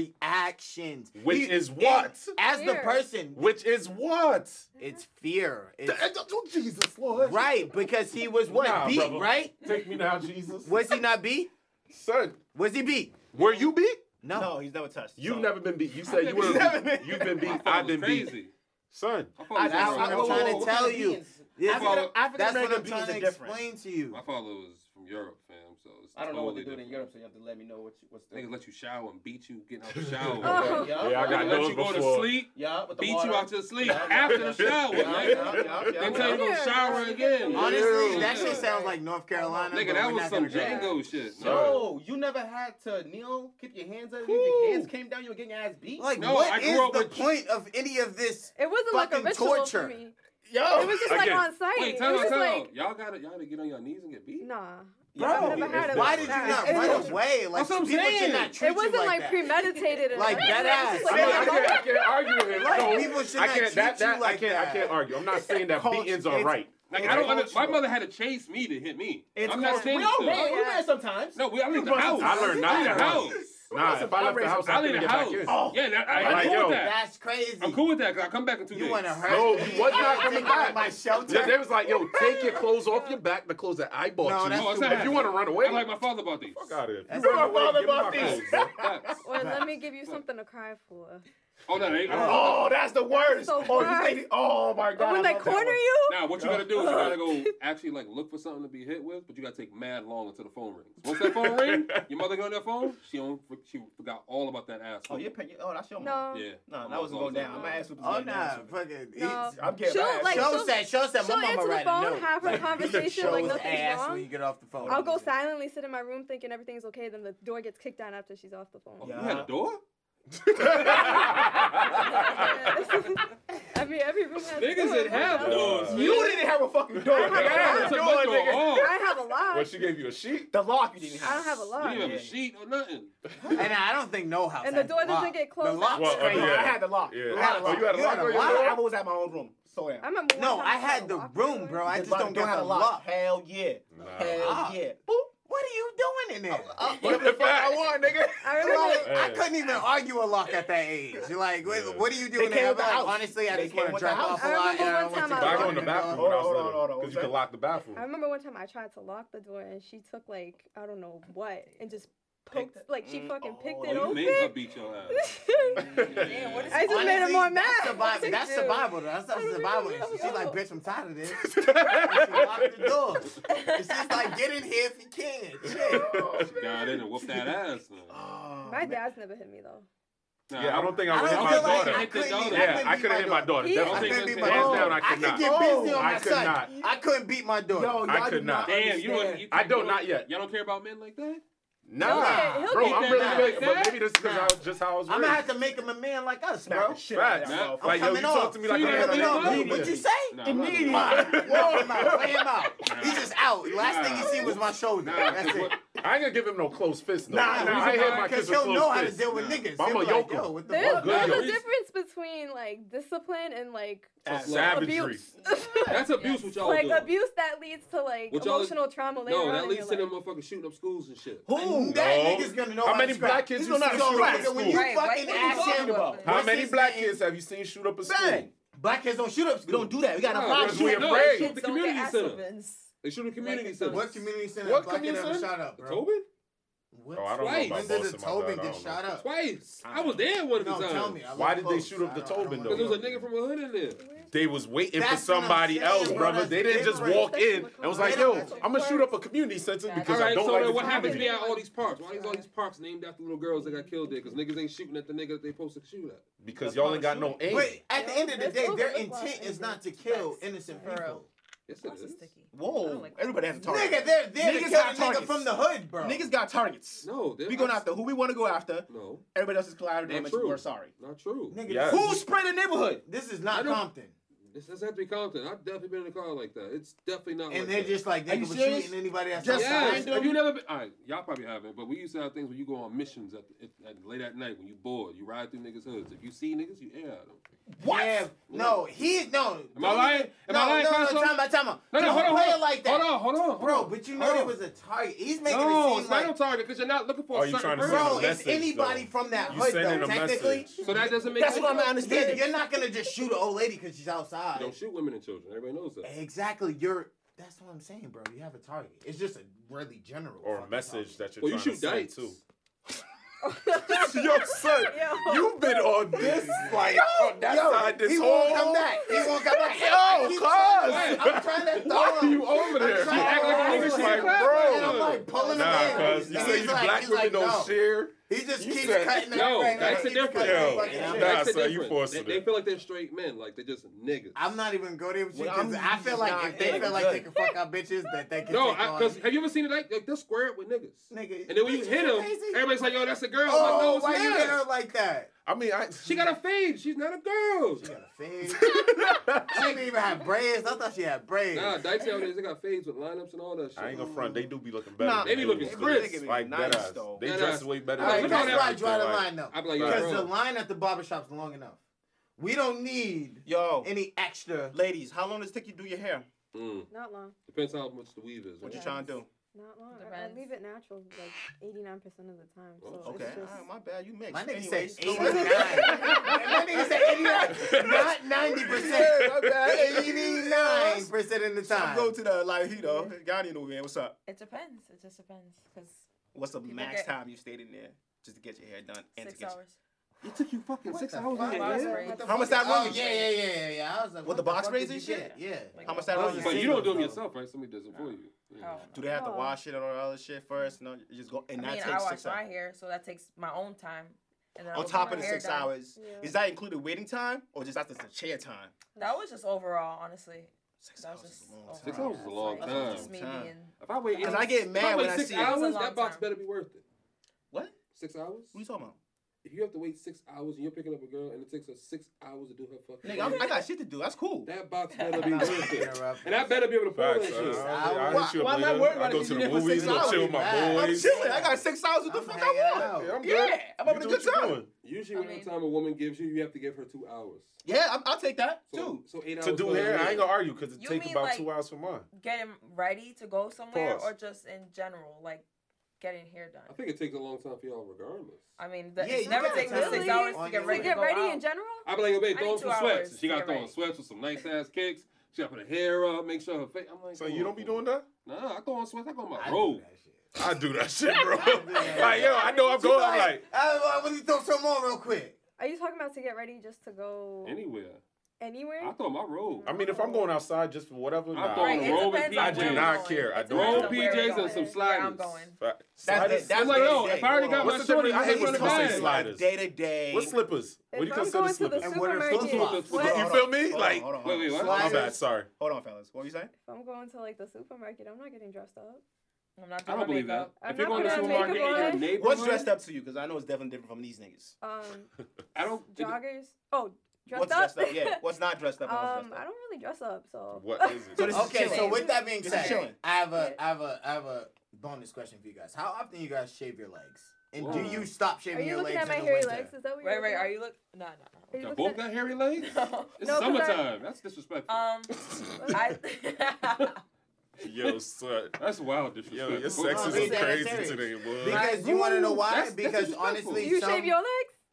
reactions. Which He- is what? As the Fear. person, which is what? it's fear. It's- Oh, Jesus, Lord. right, because he was what Nah, beat, brother. right? Take me now, Jesus. Was he not beat? Son, Was he beat? were you beat? No. No, he's never touched. You've so- never been beat. You said you been were beat. beat. You've been My beat. father I've was been beat. crazy. Son, My father was That's from- what I'm my trying father- to tell you. This- African- That's what African-American I'm beatings trying are to different. explain to you. My father was from Europe, fam. So it's I don't know what they totally do it different. in Europe, so you have to let me know what you, what's Niggas the. let you shower and beat you getting out the shower. Oh. Yeah, Yeah, I They got let those you go before. to sleep, Yeah, with the beat water. you out your sleep Yeah, yeah, after yeah. the shower, Yeah, nigga. yeah, yeah, yeah, They tell you to go yeah. shower again. Honestly, that Yeah. shit sounds like North Carolina. Nigga, but that we're was not some gonna go there. Django shit. No, Yo, you never had to kneel, keep your hands up. If your hands came down, you were getting your ass beat. Like, No, I what grew is up the with- point of any of this? It wasn't like a Fucking ritual torture. for me. yo, It was just like Again. on site. wait, it time was out, just time like out. Y'all gotta, y'all gotta get on your knees and get beat. nah. Bro, I've never had it why like did you that. not It run wasn't- away? Like, That's what I'm people should saying. not treat It wasn't you like, like that. premeditated. or Like, nothing. that It I, was just like ass. mean, in I, can't, the moment. I can't argue with him. Like, no, people should I not can't. That, treat you that, I like can't. I that. can't argue. I'm not saying that Culture- beatings are it's- right. Like It's I don't. Under, my cultural. mother had to chase me to hit me. It's I'm not called- standing We all still. ran. We Yeah. ran sometimes. No, we, I leave the run house. I learned I not leave to the house. run. Nah, if I left the house, I I'm leave gonna the house. get Oh. back in. Yeah, that, I, Like, I'm cool yo. with that. That's crazy. I'm cool with that. 'cause I'm come back in two You days. want to hurt No, me? he was not Take coming me out of back. my shelter. They, they was like, yo, take your clothes off your back, the clothes that I bought No, you. that's No, it's not if you want to run away, I like my father about these. fuck out of here. That's You run not away, father give me my about clothes, this. bro. Facts. Or let me give you something to cry for. Oh no, they go. Oh, that's the worst. So oh, you hard. think? Oh my Or god. when I they love that corner one. you. Now what you gotta do is you gotta go actually like look for something to be hit with, but you gotta take mad long until the phone rings. Once that phone ring, your mother get on that phone. She don't, she forgot all about that asshole. Oh, you're. pe- Oh, that's your mom. No. Yeah. No, that wasn't going down. I'm gonna ask what Oh, going nah. down. Fucking. No. I'm getting She'll, my ass like, beat. Show she'll- said, show said, she'll my mama answer the right phone, have her conversation like nothing's ass wrong. when you get off the phone. I'll go silently sit in my room thinking everything's okay. Then the door gets kicked down after she's off the phone. Oh, Yeah. You had a door? I mean, every room has Niggas doors. didn't have doors. man. You didn't have a fucking door. I I have took a my door off. I have a lock. What, she gave you a sheet? The lock you didn't have. I don't have a You lock. didn't have Yeah. a sheet or nothing. And I don't think no house. And the has door a doesn't lock. get closed. The lock's Well, oh, crazy. No, I yeah. had the lock. Yeah. I had a Oh, lock. you had a You lock had a on your lock? door? I was at my own room. So yeah. I'm a No, I had the room, bro. Oh, I The just lock don't get have the a lock. lock. Hell yeah. Nah. Hell yeah. What are you doing in there? Whatever the fuck I want, nigga. I Like, remember. Hey. I couldn't even argue a lock at that age. Like, what, Yeah. what are you They doing? came There? with Like, the house. honestly, I They just came want to with the drop house. off a I lot. remember And I don't one want you time to I Back on the was Hold on, bathroom hold when I was on, hold on, hold on. little. Because you could lock the bathroom. I remember one time I tried to lock the door and she took like I don't know what and just poked Picked it. like she Mm, fucking oh, picked Oh, it you made her open. beat your ass. Damn, what is- I just made her Honestly, more mad. What That's survival. to That's do? survival. That's I don't survival. even know. She's like, bitch, I'm tired of this. And she locked the door. It's just like, get in here if you can. Shit. She got in and whooped that ass. Oh, man. Oh, My dad's never hit me though. Nah, Yeah, I don't think I I would hit don't my feel like daughter. I Hit the couldn't. daughter. even- Yeah, I couldn't couldn't beat hit my my daughter. He- I Definitely. couldn't Hands beat my down, daughter. I I could could not. get Oh. busy on I my could son. not. I couldn't beat my daughter. I could not. Damn, you don't. You, I don't- not yet. Y'all don't care about men like that. Nah, get- he'll bro, get I'm that really back. big, but maybe this is because Nah. was just how I was I'm raised. gonna have to make him a man like us, Smack bro. the shit out of Facts. Nah. that motherfucker. Like, yo, you coming talk off. to me like See, I'm that's coming what off. I'm doing. What'd you say? Nah, I'm not doing Immediately. that. Wall him out. Lay him out. Nah. He's just out. Last thing you see was my shoulder. Nah, That's 'cause it. what- I ain't gonna give him no close fist though. Nah, nah, nah, I ain't had nah, my Because kids he'll with know how close to fists. deal with Nah. niggas. I'ma He'll be yoke like, him. yo, what the There's, fuck? Good, there's a yo. difference between like discipline and like That's Savage. Savagery. abuse. That's abuse. What y'all like do? abuse that leads to like What y'all- emotional trauma later No, on. that in leads to your them life. motherfuckers shooting up schools and shit. Who? No. That nigga's gonna know How how, many to black scrap. kids He's you gonna see know shoot up how to at scrap. When school? you Right, fucking what you ask talking him, about? what's How many his black name? kids have you seen shoot up a school? Bang. Black kids don't shoot up We school. don't do that. We got Nah, a they problem. that's shoot- we no, they afraid. shoot at the community center. Opens. They shoot at the community it's center. What community center? What black kid community ever center? shot up, The bro? Tobin? What? Oh, I don't know Twice. about When did Boston, the my bad, Tobin I get don't shot know. up? Twice. I was there one of the No, times. tell me. I Why live did they close. shoot up I the don't- I don't Tobin, wanna though? Because there was a know. nigga from a hood in there. They was waiting That's for what I'm somebody saying, else, bro. brother. That's They didn't just different. walk in and was like, They don't- "Yo, I'm gonna shoot up a community center because All I right, don't so like then this what happens community." be at all these parks? Why are these all these parks named after little girls that got killed there? Because niggas ain't shooting at the nigga that they supposed to shoot at. Because y'all ain't got no aim. But at the end of the Let's day, go their to football intent is season. not to kill Facts. innocent For people. Yes, it Lots of is. sticky. I Whoa. don't like- Everybody has a target. Nigga, they're there to Niggas kill got the nigga targets. from the hood, bro. Niggas got targets. No, they're We going not- after who we want to go after. No, Everybody else is collateral Not damage. true. We're sorry. not true. Nigga, Yes. Who sprayed the neighborhood? This is I not don't- Compton. This doesn't have to be Compton. I've definitely been in a car like that. It's definitely not. like And they're that. just like, Are you nigga was serious? shooting anybody that's Just Yes. outside. random? Have you never been? All right, y'all probably haven't, but we used to have things where you go on missions at, at, at late at night when you bored. You ride through niggas' hoods. If you see niggas, you air at them. What? Yeah, no, he no. Am I lying? Am no, I lying, no, no, Consul? time out, time out. No, no, Don't hold on, play hold on, it like that. hold on, hold on, hold bro. on. But you Hold know it on. was a target. He's making No, it it's seem not like on target because you're not looking for Are a you certain trying to person. send bro. a It's message, anybody though. from that You hood sending though. a Technically, message. So that doesn't make. That's sense. what I'm you're, understanding. you're not gonna just shoot an old lady because she's outside. You don't shoot women and children. Everybody knows that. Exactly. You're. That's what I'm saying, bro. You have a target. It's just a really general. Or a fucking message target. that you're Well, you trying shoot to send dice too. too. Yo, son, Yo. you've been on this like on that Yo, side this he whole. won't come back. He won't come back. I Yo, cuz. keep trying to- I'm trying to Why throw are him. you over there? I'm You trying to act like a throw nigga's like, him. And I'm like bro. pulling Nah, him in. cuz you say He's you like- black he's women like, don't no. share. He just You keeps said- cutting No, up. that's the difference. Yo, nah, That's the son, you difference. forcing they, it. they feel like they're straight men, like they're just niggas. I'm not even going there with you Well, because I'm I feel not like if they in. feel like they can fuck out bitches, that they can no, take on. because have you ever seen it like, like they're square up with niggas? Nigga, And then when you bitch, hit you them, crazy? everybody's like, "Yo, that's a girl." I'm like, no, Oh, it's why you not. hit her like that? I mean, I She got a fade. She's not a girl. She got a fade. she didn't even have braids. I thought she had braids. Nah, Dykes nowadays they got fades with lineups and all that shit. I ain't gonna front. They do be looking better. Nah, than they be they looking was. crisp. Like Nice, that ass. though. They That dress ass. way better. All right, than they that's do. why I draw the line, though. I'm like, yo, Because Because bro. the line at the barbershop's long enough. We don't need Yo, any extra. ladies, how long does it take you to do your hair? Mm. Not long. Depends how much the weave is. What you Yes. trying to do? Not long. I- I, Depends. leave it natural like 89% of the time. So Oh, Okay, it's just, all right, my bad. You mixed. My nigga said Anyways, 89. my nigga said 89. Not 90%. Yeah, my bad. 89% in the I'll go time. to the like, you know, Ghanaian over here. What's up? It depends. It just depends. Cause What's the People max get- time you stayed in there just to get your hair done and six to get hours. It took you fucking What six the hours. fuck? Box to get braids. here? What the How much fuck? that run Oh, you? yeah, yeah, yeah, yeah, yeah. I was like, With the box braids and shit? Yeah. Like, How much that Oh, run? But you don't do them Though. yourself, right? Somebody does it for you. Yeah. How? Do they have to Oh. wash it and all that other shit first? No, you just go and I that mean, I takes wash six my hours. hair, so that takes my own time. And then I On go get top my of the hair six done. hours, Yeah. is that included waiting time or just that's just the chair time? That was just overall, honestly. Six That hours was is just a oh, long overall. time. Six hours is a That's long like- time. Just me Time. being. If I wait, Cause eight- I get if mad wait when I six see it. It hours, was a long that box time. better be worth it. What? Six hours? What are you talking about? If you have to wait six hours and you're picking up a girl and it takes her six hours to do her fucking Nigga, I'm, I hair, got shit to do. That's cool. that box better be worth it. Interrupt. And I better be able to pull that Facts. shit. son. I'll- Why- I'll hit uh, you up why am I later. worried about I'll go if to you the do that for movies. six I'll chill with hours? my I'm I'm boys. chilling. I got six hours. What the I'm fuck hanging I want? out. Yeah, I'm Yeah, good. I'm You having a do good what you time. doing. Usually, I when mean- the time a woman gives you, you have to give her two hours. Yeah, I'm, I'll take that So, too. so eight hours. To do for the hair, I hair. ain't gonna argue because it You take mean, about like- two hours for mine. Getting ready to go somewhere, Pause. or just in general, like getting hair I done. think it takes a long time for y'all, regardless. I mean, the, Yeah, it you never gotta takes me six really- hours on to your get to ready way. to get go ready out. in general? I be like, yo, babe, I throw on need two some sweats. hours She to got get throw on ready. sweats with some nice ass kicks. She got put her hair up, make sure her face. I'm like, So come you on, don't be bro. doing that? Nah, I go on sweats. I go on I my do robe. that shit. I do that shit, bro. Yeah. like, yo, I know I'm going. I'm like, I, I, let me throw some on real quick. Are you talking about to get ready just to go Anywhere. anywhere? I throw my robe. I mean, if I'm going outside just for whatever, nah. throwing Right, a it robe and depends on I do where I'm not going. care. It I don't depends Roll on where PJs I'm and some going, where I'm sliders. going. Fact. That's Sliders? the- that's I'm like, day to no, day. if I already Hold on. got What's my the difference? shorty, I I hate hate running when people say back. slide. like sliders. day to day. What slippers? What do you If I'm consider going to the slippers? And what are supermarket, flip-flops? What what- You feel me? Hold on, Like, hold on, Wait, hold on. wait, what? my Sliders. bad. Sorry. Hold on, fellas. What were you saying? if I'm going to like the supermarket, I'm not getting dressed up. I'm not I doing don't my believe that. makeup. I'm if you're not going to the putting on supermarket makeup in your on. neighborhood, What's dressed up to you? Because I know it's definitely different from these niggas. Um, I don't. It, joggers. Oh, dressed what's up. dressed up? Yeah. What's not dressed up? and what's um, dressed I up? don't really dress up, so. What is it? So this is Okay, so chilling. with that being This is said, chilling. I have a, I have a, I have a bonus question for you guys. How often you guys shave your legs, and do Whoa. you stop Are shaving you your looking legs at my in the hairy winter? legs? Is that what you're Right, right. looking at? Are you look? No, Are no, you got looking both at- got hairy legs. no. It's No, 'cause I- summertime. That's disrespectful. um, I. Yo, son. That's wild Yo, disrespectful. your sex I'm is dead crazy serious. today, boy. Because you want to know why? That's- that's because disrespectful. honestly, Do you some, shave your legs?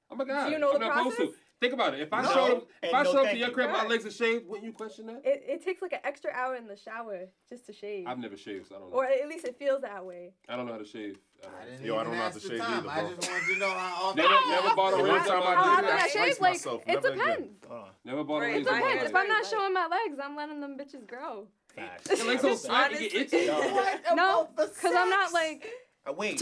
Oh my god! Do you know I'm the not supposed to. process? Think about it. If I No, showed up, if and I no showed up to thank your you. crib, my Right. legs are shaved. Wouldn't you question that? It, it takes like an extra hour in the shower just to shave. I've never shaved, so I don't know. or at least it feels that way. I don't know how to shave. I I don't know. didn't Yo, I even don't know how ask to the shave time. either, I bro. just wanted to know how often. Never, never bought a The razor. one time I in my How did life. often I that, I shave? sliced Like, myself. it Never again. depends. Hold on. Never bought Right. a razor. in my Depends. life. If I'm not showing my legs, I'm letting them bitches grow. Facts. Your legs so sweaty, you get Honestly. itchy. No, because I'm not like. Uh, Wait,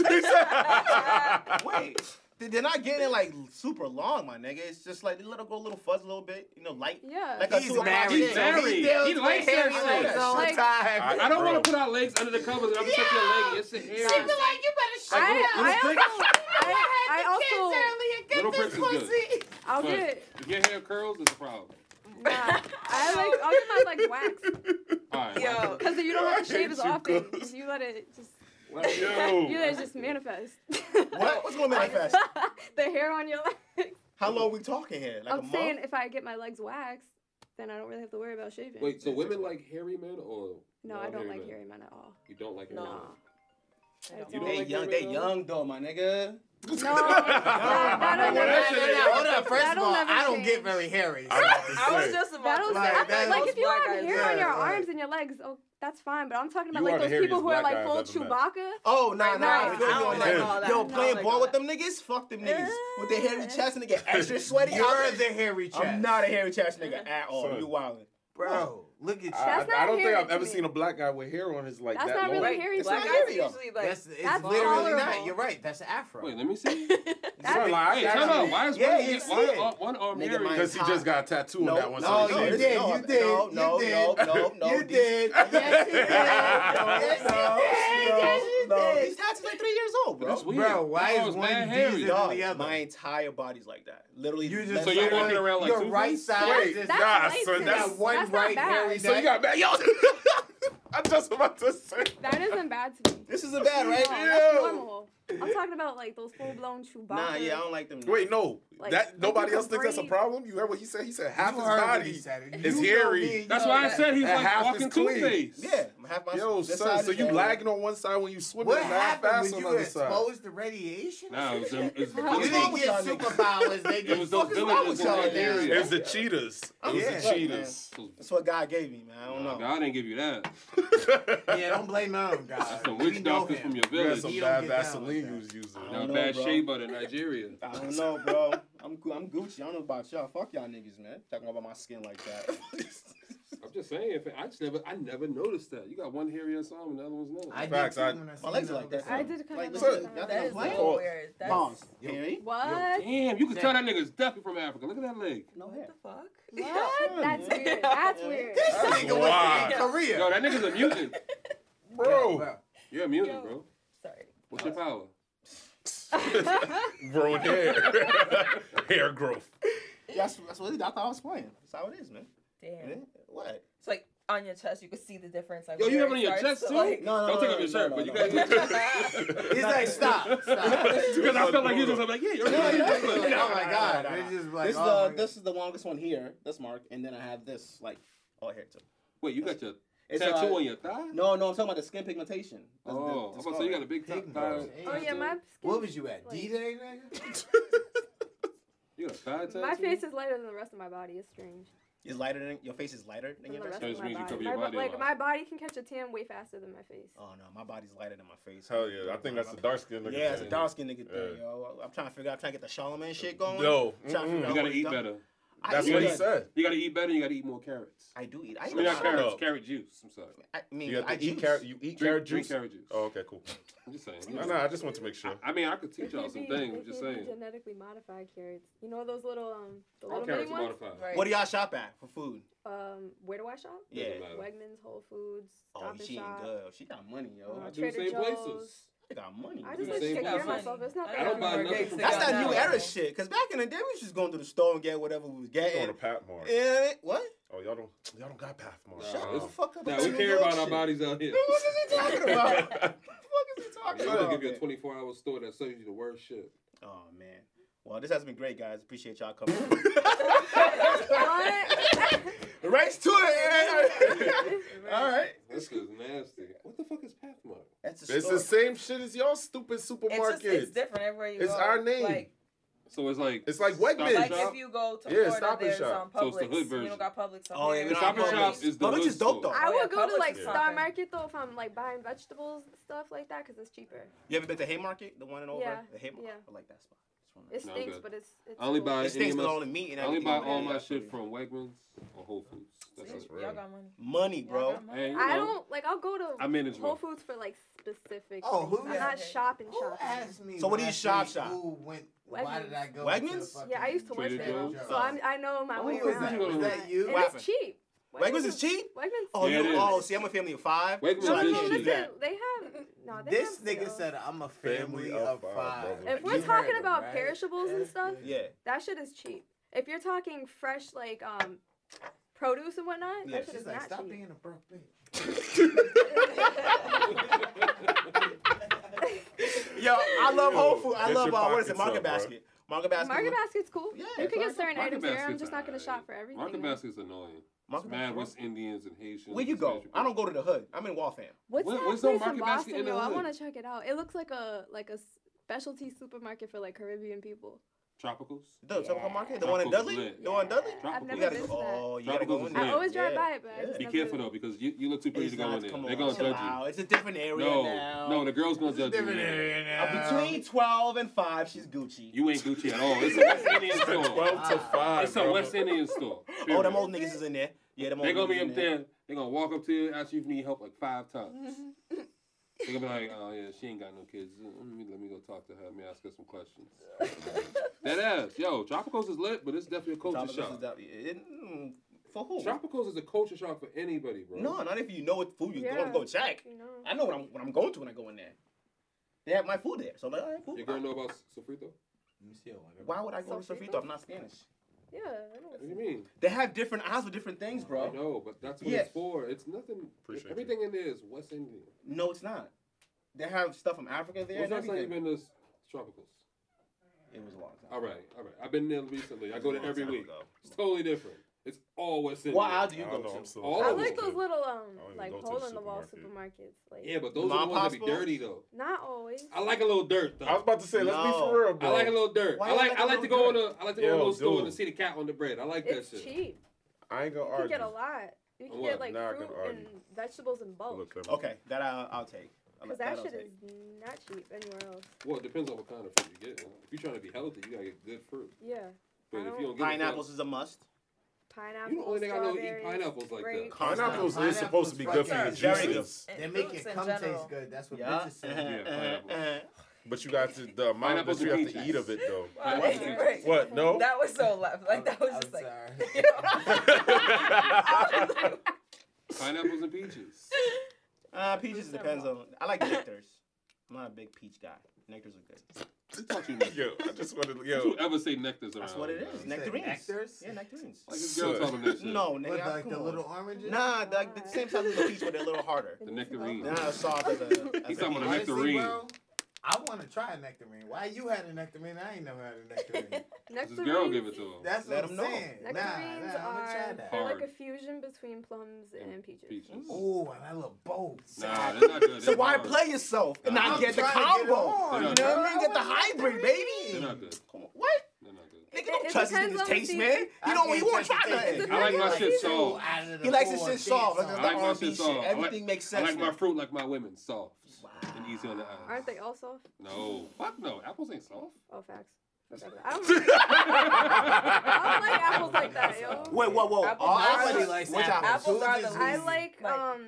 Yo. wait. They- They're not getting it like super long, my nigga. It's just like they let it go a little fuzz a little bit, you know, light. Yeah. Like a He's two o'clock married. shit. He's married. He deals He with likes hairy hairy legs legs. all the Like- time. I don't Bro. want to put our legs under the covers and I'm just your leg. It's the hair. I, Like, little, I little also. I, I also. pricks, little pricks is good. I'll But get. if your hair curls, it's a problem. Nah, I like. I'll get my legs waxed All right. Yo, because you don't have to I shave hate as you often. girls. You let it just. Oh. You let Yo. it just manifest. What? What's going to manifest? the hair on your legs. How long we talking here? Like a I'm month? saying if I get my legs waxed, then I don't really have to worry about shaving. Wait, so women like hairy men or No, I don't like men? hairy men at all. You don't like hairy No. men? I don't. You don't they like young, hairy they men? young though, my nigga. No, that, Well, that'll Well, that's- shit never, ain't- now, Hold up. First of That'll all, never I don't get change. very hairy. I'm about to I was say. just about that'll to Like, say, like, that- like if you Black have guys, hair on yeah, your right. arms and your legs, oh, that's fine. But I'm talking about You are like the those people hairiest who are black like guys full I've ever met. Chewbacca. Oh, nah, Right, nah. right. if you're I don't doing like that- all that. I Yo, don't playing like ball all with that. them niggas? Fuck them niggas. with their hairy chest and they get extra sweaty. You're the hairy chest. I'm not a hairy chest nigga at all. Son. You wildin'. bro. Look at you. I, That's I not don't think hairy I've to ever me. seen a black guy with hair on his like That's that not long. really hairy. It's not Black guys hairy, are though. usually like That's it's That's literally not. tolerable. You're right. That's an afro. Wait, let me see. Sorry, That's- like, Hey, time out. Why is Yeah, one, you ear- see one, it. ar- one arm Nigga, hairy? mine- Because he just got a tattoo on that one. no, so you it's- did, it's- you did, No, no, you no, did. no, no. You these- did. Yes, you did. Yes, you did. Yes, you No, no, no, no. did. These cats is like three years old, bro. That's weird. Bro, why That is was one mad D's hairy. in Dog, the other? my entire body's like that. Literally. You just left So you're side, walking right. around like your Two-Face? right side. Wait, is That's nah, lazy. son, that's that one That's not right bad. hairy. So you neck. got back. Yo, I'm just about to say. That isn't bad to me. This isn't bad, No, right? that's Ew. normal. I'm talking about like those full blown Chewbacca. Nah, yeah, I don't like them. Wait, no. Like, that nobody you else thinks that's a breathe. problem. You heard what he said? He said half You his heard what he body said. is You know hairy. me, you That's know why I that. said he's That like half walking is clean. two-face. Yeah, I'm half my. Yo, this son, side so is you all- lagging on one side when you swimming What and half happened ass when on you the were other side. exposed to radiation? Nah, it was them. It was the you What's wrong didn't villagers. with get y'all niggas? superpowers. They It get was those fuck is wrong villagers with in y'all that niggas? area. It's the cheetahs. It was Yeah. the cheetahs. That's what God gave me, man. I don't Nah, know. Oh, God didn't give you that. yeah, don't blame them, guys. That's some witch doctors from your You had village. some He don't bad get down like Vaseline that. you was using. I Now don't know, bad bro. shea butter in Nigeria. I don't know, bro. I'm Gu- I'm Gucci. I don't know about y'all. Fuck y'all niggas, man. Talking about my skin like that. I'm just saying. if- I just never, I never noticed that. You got one hairy ass arm and the other one's not. I Facts, did I- too when I my seen legs the are like other that. I side. did kind Like, of listen, like y'all that. that is Black so or- weird. That's Pause. Yo. Period. What? Damn, you can tell that nigga's definitely from Africa. Look at that leg. No what hair. the fuck? What? That's Yeah. weird. That's Yeah. weird. This That's nigga was wild. in Korea. Yo, that nigga's a mutant. Bro. You're a mutant, Yo. bro. Sorry. What's your power? Growing hair. hair growth. Yeah, that's that's what it- I thought I was playing. That's how it is, man. Damn. Yeah. What? It's like on your chest, you could see the difference. Like Yo, you have it where on your starts chest to, too. like- No, no, Don't no, take off no, your shirt, no, but you no, no. got. He's like, stop, stop. Because I felt like you just I'm like, yeah, you're No, right. no, You're no, right. no. oh my god. They're just like, this is the oh my God. this is the longest one here. This mark, and then I have this like all here too. Wait, you got your It's, tattoo uh, on your thigh? No, no, I'm talking about the skin pigmentation. This- Oh, I'm this- this about to say you got color. a big thigh. Pig thigh- nose. Oh yeah, my skin. What was you at? like- D Day, nigga? You got a thigh tattoo. My face is lighter than the rest of my body. It's strange. It's lighter than your face is lighter than Than your the rest. rest So it of my means you cover body. your My bo- body a lot. like my body can catch a tan way faster than my face. Oh no, my body's lighter than my face. Hell yeah. I think that's the dark skin looking Yeah, it's a thing. dark skin nigga Yeah. Uh, thing, yo. I'm trying to figure out, trying to get the Charlemagne shit going. Yo. Trying to mm-mm. figure You out gotta what he eat done. better. I That's eat what he better. said. You gotta eat better. You gotta eat more carrots. I do eat. I I eat. mean, a not lot. carrots, up. carrot juice. I'm sorry. I mean, You have I to eat juice. carrot. You eat Drink- carrot drink juice. carrot juice. Oh, okay, cool. I'm just saying. No, no, I just want to make sure. I mean, I could teach If you y'all some be- things. I'm if just you be saying. Genetically modified carrots. You know those little um the All little mini carrots are ones. modified. Right. What do y'all shop at for food? um, where do I shop? Doesn't Yeah. matter. Wegmans, Whole Foods, Oh, Stop and she ain't Shop. good. She got money, yo. Uh, I do the same Trader places. Joe's. She got money. I Do just the like to same take care of thing. myself. It's not I don't bad. buy nothing from That's Got that new that. era shit. Cause back in the day, we was just going to the store and get whatever we was Going getting. to Patmar. Yeah, what? Oh, y'all don't y'all don't got Patmar. Nah, Shut it's- the fuck up. Nah, about we New care York about our shit. bodies out here. What is he talking about? What the fuck is he I'm talking gonna about? give you a 24 hour store that sells you the worst shit. Oh man. Well, this has been great, guys. Appreciate y'all coming. Race to it. man. All right. This is nasty. What the fuck is Pathmark? That's a It's the same shit as y'all stupid It's, supermarket. just, it's different everywhere you It's go. our name. Like, So it's like It's like Stop and Wegmans. like Shop. if you go to Yeah, Stop Florida, and there's Shop. um, Publix. So it's the hood We version. don't got Publix. up Oh, yeah, here. we We don't Stop got and have Shop Publix. is the Publix hood is dope, store. though. I Oh, yeah, would go to Publix like is Star poppin'. Market though if I'm like buying vegetables and stuff like that because it's cheaper. You ever been to Haymarket, the one in over? Yeah, The Haymarket. yeah. I like that spot. It's one of the- It No, I'm stinks, good. but it's it's. I only cool. buy It stinks any with of all my, the meat and I only everything. buy over all there. my shit from Wegmans or Whole Foods. That's That's it. real. Y'all got money. Money, Y'all bro. got Hey, money. you I know, don't like. I'll go to I manage Whole well. Foods for like specific. Oh, things. who I'm not asked- shopping Who shopping. asked me So what do you last shop week shop? Who went? Why did I go? to Wegmans? the fucking- Yeah, I used to work Trader there, Joe's? so I'm, I know my Oh, Who way was that? around. Was that you? And it's cheap. Wegmans is cheap. Wegmans. Oh, Yeah, you, it is. oh, see, I'm a family of five. Wegmans No, I no, is can't listen. cheap. do that. They have no. They This have nigga sales. said I'm a family, of five. brother. If we're You heard talking him, about right? perishables and stuff, Yeah. that shit is cheap. If you're talking fresh like um produce and whatnot, Yeah, that shit She's is like, not stop cheap. being a broke bitch. Yo, I love Yo, Whole Food. I get love your uh, what is it? pockets Market up, bro. Basket. Market Basket. Market look- basket's cool. Yeah, you can Market- get certain Market items there. I'm Basket's just not gonna alright. shop for everything. Market man. Basket's annoying. It's Market mad Basket. West Indians and Haitians. Where you and go? Spanish I people. don't go to the hood. I'm in Waltham. What's What- that where's the place in Market Basket Boston, in the yo? I hood? want to check it out. It looks like a like a specialty supermarket for like Caribbean people. Tropicals. The Tropical Market, the Tropicals one in is Dudley, lit. the one in Dudley. Tropicals. I've never You gotta been go. to that. Oh, you gotta go Tropicals in is there. I always drive Yeah. by it, but I Yeah. just Be never- careful though, because you, you look too pretty It's to go not- in there. come They're on, gonna chill judge you. out. It's a different area No, now. no, the girl's gonna judge Different you. area Uh, now. between twelve and five, she's Gucci. You ain't Gucci at all. It's a West Indian store. Ah. Twelve to five. It's a bro. West Indian store. oh, period. them old niggas is in there. Yeah, them old. They're gonna be niggas in up there. They're gonna walk up to you, ask you if you need help like five times. They're gonna be like, "Oh yeah, she ain't got no kids. Uh, Let me let me go talk to her. Let me ask her some questions." that ass, yo, Tropicals is lit, but it's definitely a culture Tropicals is shock. out- it- mm, For who? Tropicals is a culture shock for anybody, bro. No, not if you know what food you're going Yeah. to go check. You know. I know what I'm what I'm going to when I go in there. They have my food there, so I'm like, all right, cool. Your girl know about Sofrito? Let me see it, whatever. Why would I go to Sofrito? Sofrito? I'm not Spanish. Yeah. I What don't do you mean? They have different eyes for different things, I bro. know, but that's what Yeah. it's for. It's nothing. Appreciate everything in there is West Indian. No, it's not. They have stuff from Africa there What's and the last time you everything. been to s- Tropicals? It was a long time. All right, all right. I've been there recently. I go there Long every time week. ago. It's totally different. It's all West Indian. What aisle do I you don't go know, I'm to? still- All I of like them. those little I don't um even like go to the hole in the wall supermarket. supermarkets. Like Yeah, but those Mom are the ones that be Possible? dirty though. not always. I like a little dirt though. I was about to say, let's be No. for real, bro. I like a little dirt. Why I you like, like I a like to little go in dirt? a I like to go in a Yo, little store dude. and see the cat on the bread. I like It's that shit. cheap. I ain't You gonna can argue. get a lot. You can What? get like Nah, I fruit can argue. and vegetables in bulk. Look, let me- Okay, that I'll, I'll take. I'll- Because that I'll shit take. is not cheap anywhere else. Well, it depends on what kind of fruit you get. If you're trying to be healthy, you gotta get good fruit. Yeah. But if don't- you don't get Pineapples is a must. Pineapple. You the only nigga I know who eat strawberries, pineapples like that. grapes. Pineapples is Pineapples supposed to be good for your fucking- Very juices, And They make fruits it in come general. taste good. That's what bitches say. but you got to, the amount Pineapples that you have and to peaches. eat of it though. Wow, Pineapple that's juice. great. What? No. That was so left. Like that was I'm just like. sorry. that. Pineapples and peaches. Uh, peaches depends on. I like nectars. I'm not a big peach guy. Nectars are good. Who taught you nectar? yo, I just wanted to, Don't yo. you ever say nectars around? That's what it is. man. said Nectarines. nectars? Yeah, nectarines. Like this girl Sir. talking that shit. No, What, nigga. like come the on. little oranges? Nah, like the same size as a peach, but they're a little harder. The nectarine. They're not as soft as a. As a He's talking about peach. the Honestly, nectarine. bro, I want to try a nectarine. Why you had a nectarine? I ain't never had a nectarine. This girl give it to him. That's Let what 'em I'm know. saying. Nah, nah, I'm Nectarines gonna try are that. they're Hard. like a fusion between plums and peaches. Peaches. Oh, and I love both. Nah, that's not good. So That's why hard. play yourself and Nah, not I'm get the trying to combo? get on. They're You not good. know what I mean? Get the hybrid, They're baby. not good. Come on, What? They're not good. Nigga, don't It trust this depends nigga's on the taste, season. man. I You don't. can't You won't try touch the taste. nothing. I like my Like shit you do. soft. Out of the He likes his four, shit I soft. can't I Like the like my R&B shit shit. soft. I Everything like, makes I sense. like my now. fruit like my women, soft and easy on the uh, eyes. Aren't they all soft? No, fuck no. Apples ain't soft. Oh, facts. I don't, really, I don't like apples like that, yo. Wait, whoa, whoa. Apple All pie. apples? Nobody likes Which apples. Apples apples? Who are just the eats- I like Like- um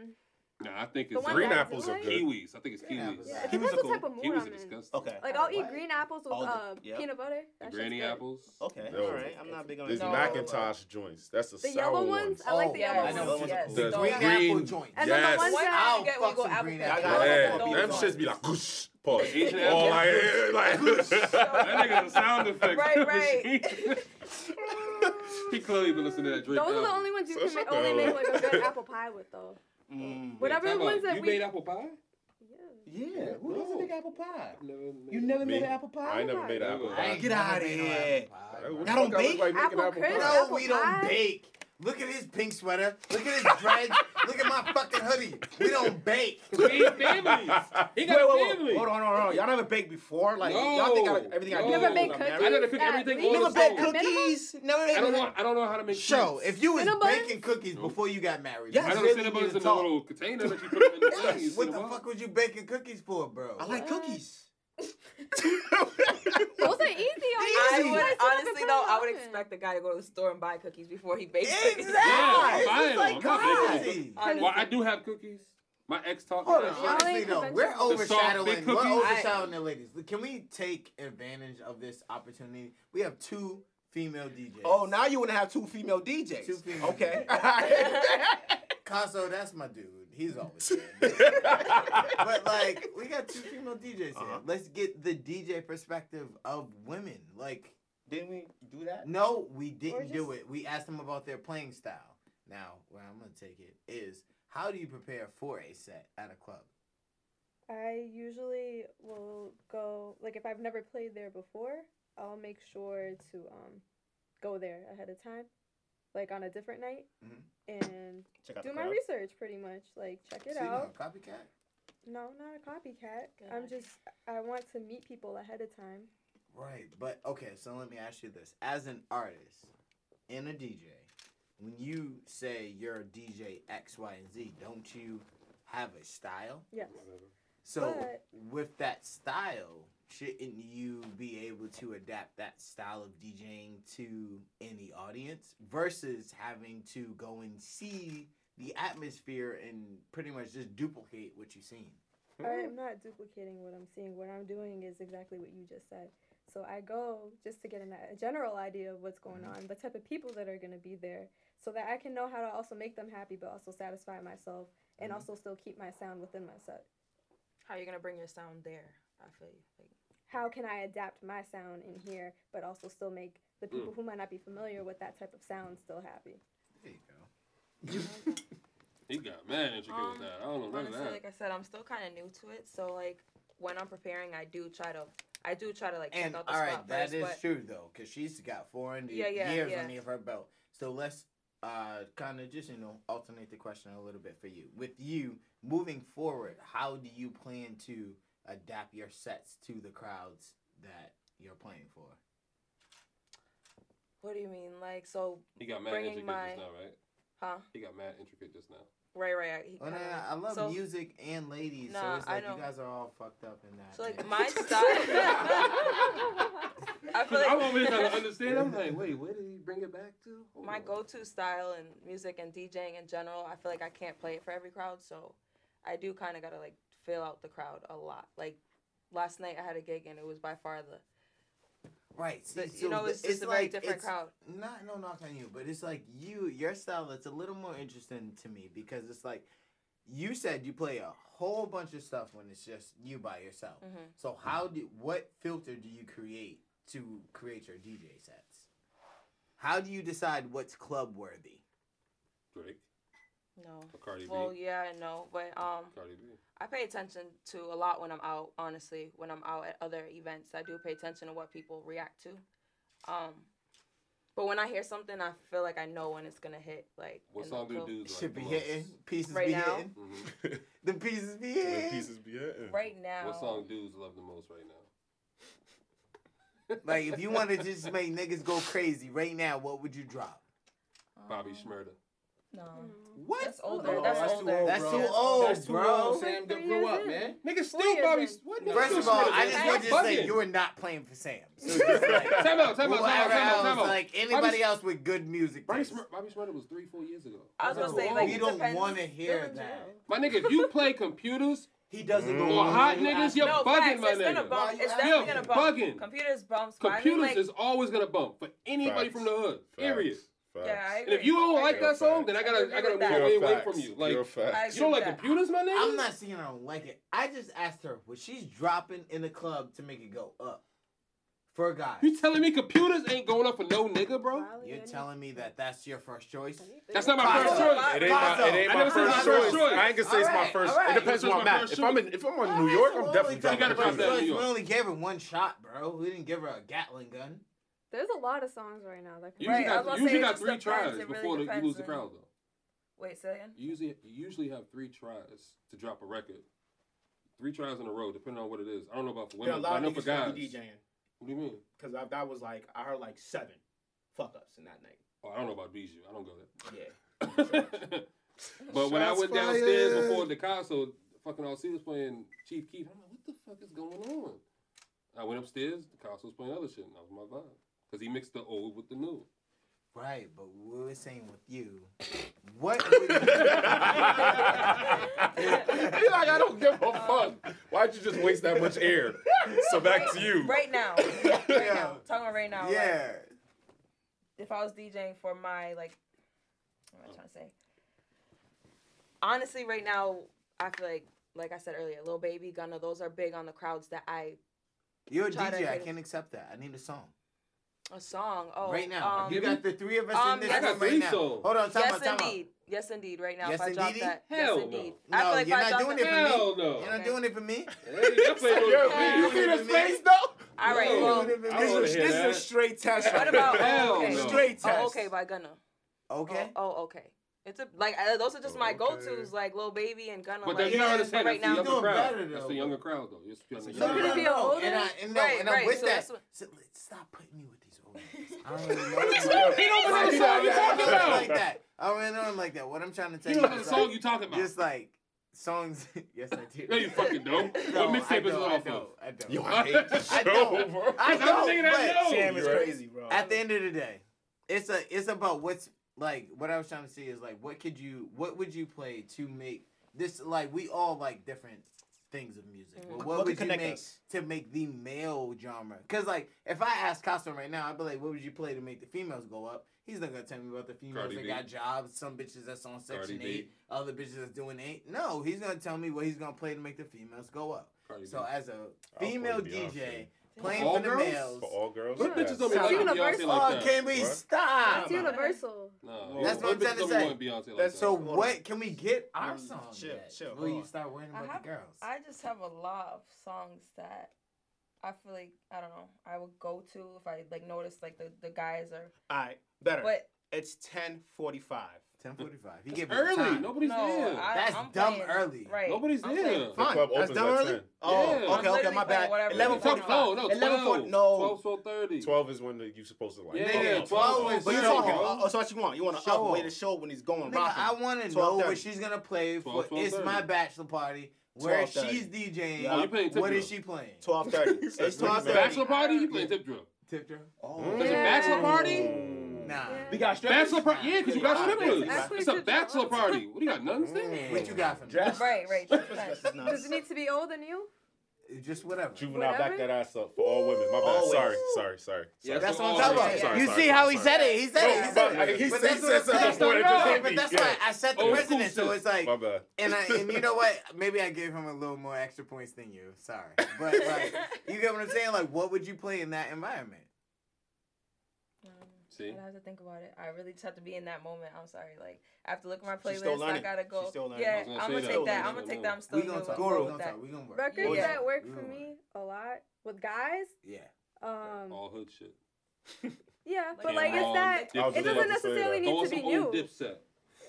Nah, I think The it's one Green that- apples are good. kiwis. I think it's Yeah, kiwis. but- Yeah, He it depends was a what cool- type of mood Kiwis are I'm in. disgusting. Okay. Like I'll Oh, eat what? green apples with All the- uh, yep. peanut butter. That shit's Granny good. Oh, apples. Okay. No. All right. I'm not big on There's No. Macintosh joints. That's a The sour yellow one. ones. I like the Oh, yellow I know ones. ones. Yes. The Those- green, apple green- joint. And then the Yes. ones Why that do I'll you get fuck we go some apple green pie? apples. Those Yeah, are the them dogs. shits be like, whoosh, pause. Asian All apples? I hear, like, That nigga's a sound effect. Right, right. he clearly been listening to that Drake. Those are the album. only ones you So can shut ma- only down. make like a good apple pie with though. Mm. Wait, Whatever time out. ones that you we- made apple pie. Yeah. Yeah. Who No. doesn't make apple pie? I've never made You never Me. made an apple pie? I ain't never made an apple I pie. ain't Get never outta made no here. apple pie, What bro. the Y'all don't fuck I look bake? like making Apple crisp? pie? No, we don't pie. bake. Look at his pink sweater. Look at his dreads. Look at my fucking hoodie. We don't bake. We ain't families. He got Wait, a wait, family. wait. Hold on, hold on, hold on. Y'all never baked before? Like, y'all No. think I, everything I do No. Never is baked I'm married? cookies? I gotta pick Yeah, everything you on never the baked phone. cookies? No, I don't know. I don't know how to make Show. cookies. If you was Cinnabon? baking cookies before you got married, Yes. I you know really the need Cinnabon's to in a talk. little container that you put them in the thing. You Yes. What the Cinnabon. fuck was you baking cookies for, bro? I like cookies. Those are easy. I I Easy. would honestly though, I would expect the guy to go to the store and buy cookies before he bakes Exactly. cookies. Yeah, It's buy just them. like, I'm not baking crazy. Honestly. Well, I do have cookies. My ex taught me Hold that on, shit. Y'all honestly ain't though, we're conventional. The soft, big overshadowing. We're cookies. overshadowing the ladies. Can we take advantage of this opportunity? We have two female DJs. Oh, now you want to have two female DJs. Two female okay. Caso, that's my dude. He's always there. but like, we got two female DJs here. Uh-huh. Let's get the DJ perspective of women. Like, Didn't we do that? no, we didn't Or do just- it. We asked them about their playing style. Now, where I'm gonna take it is, how do you prepare for a set at a club? I usually will go like if I've never played there before, I'll make sure to um go there ahead of time, like on a different night, Mhm. and Check out do the my crowd. research pretty much. Like check it So you out. know, copycat. No, not a copycat. Good I'm idea. just I want to meet people ahead of time. Right, but okay, so let me ask you this. As an artist and a DJ, when you say you're a DJ X, Y, and Z, don't you have a style? Yes. So, But- with that style, shouldn't you be able to adapt that style of DJing to any audience versus having to go and see the atmosphere and pretty much just duplicate what you've seen? I'm not duplicating what I'm seeing. What I'm doing is exactly what you just said. So I go just to get an, a general idea of what's Mm-hmm. going on, the type of people that are going to be there, so that I can know how to also make them happy, but also satisfy myself and Mm-hmm. Mhm. also still keep my sound within my set. How are you gonna bring your sound there? I feel you. Like, How can I adapt my sound in here, but also still make the Mm. people who might not be familiar with that type of sound still happy? There you go. He got mad intricate Um, with that. I don't know none of honestly, that. like I said, I'm still kind of new to it, so like when I'm preparing, I do try to, I do try to like check And all out the right, spot that first, is but true though, because she's got four hundred Yeah, yeah, years yeah. under her belt. So let's uh, kind of just you know alternate the question a little bit for you. With you moving forward, how do you plan to adapt your sets to the crowds that you're playing for? what do you mean? Like so, He got mad bringing intricate my- just now, right? huh? He got mad intricate just now. Right, right. I- He Oh, no, kinda- no, I love so- music and ladies, so Nah, it's I like you know. guys are all fucked up in that. So like man. my style, I feel Cause I'm over here trying to like understand. I'm like, wait, where did he bring it back to? Hold my on. go-to style in music and DJing in general. I feel like I can't play it for every crowd, so I do kind of gotta like fill out the crowd a lot. Like last night I had a gig and it was by far the right, see, But, you so know, the- it's just a very different it's- crowd. Not no knock on you, but it's like you your style that's a little more interesting to me because it's like you said you play a whole bunch of stuff when it's just you by yourself. Mhm. So how do what filter do you create to create your DJ sets? How do you decide what's club worthy? Drake, no. or Cardi B. Well, yeah, I know, but um, Cardi B. I pay attention to a lot when I'm out. Honestly, when I'm out at other events, I do pay attention to what people react to. Um, but when I hear something, I feel like I know when it's gonna hit. Like What in the song do club. dudes like Should the be most? hitting pieces Right be now? hitting Mhm. the pieces be The hitting pieces be hitting. Right now, What song dudes love the most right now? like if you want to just make niggas go crazy right now, what would you drop? Bobby Um, Shmurda. No. Mm-hmm. What? That's older. No, that's, that's too older. old, Oh, Oh, bro. That's That's too old, too bro. old. Sam Three grew years up, in. man. Niggas Four still years Bobby. in. What? No. niggas First still of all, Smith I is just just want you to say bugging. you were not playing for Sam. Time out, time out, time out, Whoever time out, time else, out. like anybody else with good music. Bobby, taste. Smir- Bobby Smyrna was three, four years ago. I was gonna say Oh, like we it don't depends. want to They're hear in that. jail. My nigga, if you play computers He doesn't Mm. go Well, on hot really niggas, after- you're no, bugging, facts, my it's gonna nigga. Why bump. you It's asking? definitely gonna Yo, bump. bugging. Computers bumps. but I mean, Computers like, is always gonna bump for anybody Facts. from the hood. Period. Facts. Facts. Yeah, I And if agree. you don't I like agree. that song, then I gotta I I gotta agree with walk that. away, Pure away facts. from you. Like Pure facts. you don't like that. computers, my nigga. I'm not saying I don't like it. I just asked her what she's dropping in the club to make it go up for a guy. You telling me computers ain't going up for no nigga, bro? Probably You're in- telling me that that's your first choice? That's not my Costco. first choice. It ain't my, it ain't I my never said first, it's my first choice. choice. I ain't gonna say it's my Alright, first. alright. It depends This was where I'm my at. first If I'm in, if I'm on Alright, New York, so I'm only definitely took You gotta dropping her drop first that in New computers. choice. York. We only gave her one shot, bro. We didn't give her a Gatling gun. There's a lot of songs right now that You usually Right, I was got, gonna you usually say, it got just three depends. tries It really before the- you depends lose the on- crowd, though. Wait, say again. You usually you usually have three tries to drop a record. Three tries in a row, depending on what it is. I don't know about for There women, are a but I lot know of for niggas that guys. be DJing. What do you mean? Because that was like, I heard like seven fuck ups in that night. Oh, I don't know about Bijou. I don't go there. Yeah. but when I Shots went downstairs fired. before the console, fucking Alcee was playing Chief Keef. I'm like, what the fuck is going on? I went upstairs, the console was playing other shit, and that was my vibe. Because he mixed the old with the new. Right, but we were saying with you, what would you... You're like, I don't give a fuck. Why'd you just waste that much air? So back to you. Right now. Right now. Yeah. Talking about right now. like, Yeah. if I was DJing for my like, what am I trying to say? Honestly, right now I feel like, like I said earlier, Lil Baby, Gunna, those are big on the crowds that I You're a Try to DJ. I get it. can't accept that. I need a song. a song. Oh, right now. um, you got the three of us um, in this yes, room right indeed. now. So- Hold on, time yes, out, time indeed. Yes, indeed. Right now, Yes, if I drop indeedy? that, Hell yes, indeed. no. I No, feel like you're if I not drop doing that, it for me. Hell no. out. You're not Okay. doing it for me. Hey, that play goes Yo, crazy. you see the face though? All right. No. Well, I don't wanna This is, hear this that. is a straight test. what about? Hell Oh, okay. no. Straight Oh, test. okay, by Gunna. Okay. Oh, oh, okay. It's a like uh, those are just my Oh, okay. go-to's, like Lil Baby and Gunna. But like, then you Yeah, gotta but understand, right that's now- the You're younger crowd. doing better, that's though. the younger crowd, though. It's on the No, younger gonna no, crowd. be no, older? and, I, and, no, Right, and I'm right, with so that. that's what- So, like, stop putting me with these old niggas. I don't even know them. He don't know I the don't song you even know talking them about. like that. I don't even know them like that. What I'm trying to tell He you don't know the is song like, you talking about. just like songs. yes, I do. No, you fucking don't. No, What I mixtape is it don't, I off don't, of? I don't. Yo, I hate this I show, don't. bro. I I'm the don't. nigga that but- knows. Sam is You're right. crazy, bro. at the end of the day, it's a it's about what's like what I was trying to see is like what could you what would you play to make this like we all like different things of music. But what, What could would you connect make us? to make the male genre? Cause like if I ask Costume right now, I'd be like, what would you play to make the females go up? He's not gonna tell me about the females Cardi that B. got jobs, some bitches that's on Cardi section B. eight, other bitches that's doing eight. No, he's gonna tell me what he's gonna play to make the fememales go up. Cardi B. So as a play female Beyonce. DJ For playing all for the girls? males. For all girls? What bitches don't be Sounds liking universal. Beyonce like Oh, that? can we What? stop? It's universal. No, That's what I'm Bitches trying to don't be say. wanting Beyonce like that. So Hold what on. can we get our Mm, song? chill, yet? chill, Will hold you on. start worrying I about have- the girls? I just have a lot of songs that I feel like I don't know. I would go to if I like notice like the, the guys are, All right, better. but It's 10:45. Ten forty-five. He gave me the Early. time. Nobody's no, there. I, That's I'm dumb playing- early. Right. Nobody's I'm there. playing- Fine. club That's opens done at early. 10. Oh, Yeah. okay, okay. My Literally bad. playing whatever. 11:45. No, no, 12. 11:40 No. 12, 12, 30. 12 is when you're supposed to like. Yeah, come yeah, out. 12 is- But you're Show talking. off. Oh, so what you want? You want to Show upweight the off. show when he's going Nigga, rocking. I want to know 12:30. what she's gonna play for. 12, it's my 12:30. bachelor party where 12:30. she's DJing. Yeah. Oh, you playing what is Timbuktu. she playing? 12:30. He said It's Wicked Man. 12:30. Bachelor party? You playing tip drill. Tip drill? Oh, Mm. There's Yeah. a bachelor party? Nah. Yeah. We got strippers. Bachelor party? Yeah, because you Yeah, got yeah, strippers. yeah. It's a bachelor party. What do you got, nuns there? What you got for me? Dress. Right, right. Strippers right. versus nuts. Does it need to be older than you? Just whatever. Juvenile, Whatever. back that ass up for all women. My bad. Always. Sorry, sorry, sorry. Yeah, sorry. That's So what I'm all talking right. about. Sorry, you sorry, see sorry, how he sorry. said it? He said No, it. He but said I- it. he said- but he said that's what I'm saying. something before No, everything. but that's why I set the Old school precedent. So shit. it's like My bad. And I and you know what? Maybe I gave him a little more extra points than you. Sorry, but like, you get what I'm saying? Like, what would you play in that environment? See? I have to think about it. I really just have to be in that moment. I'm sorry. Like I have to look at my She's still playlist. I learning. gotta go. She's still learning. I Yeah, was gonna I'm say gonna that. take Still that. I'm gonna learning. take that. I'm still We gonna new. talk. I'm We good gonna with that. talk. We gonna work. Records We gonna that work We for gonna me a lot with guys. Yeah. Um, All hood shit. yeah, Like but like it's Cameron, not. Dipset. I was just It about doesn't to say necessarily that. need Throw to some be old new. Dipset.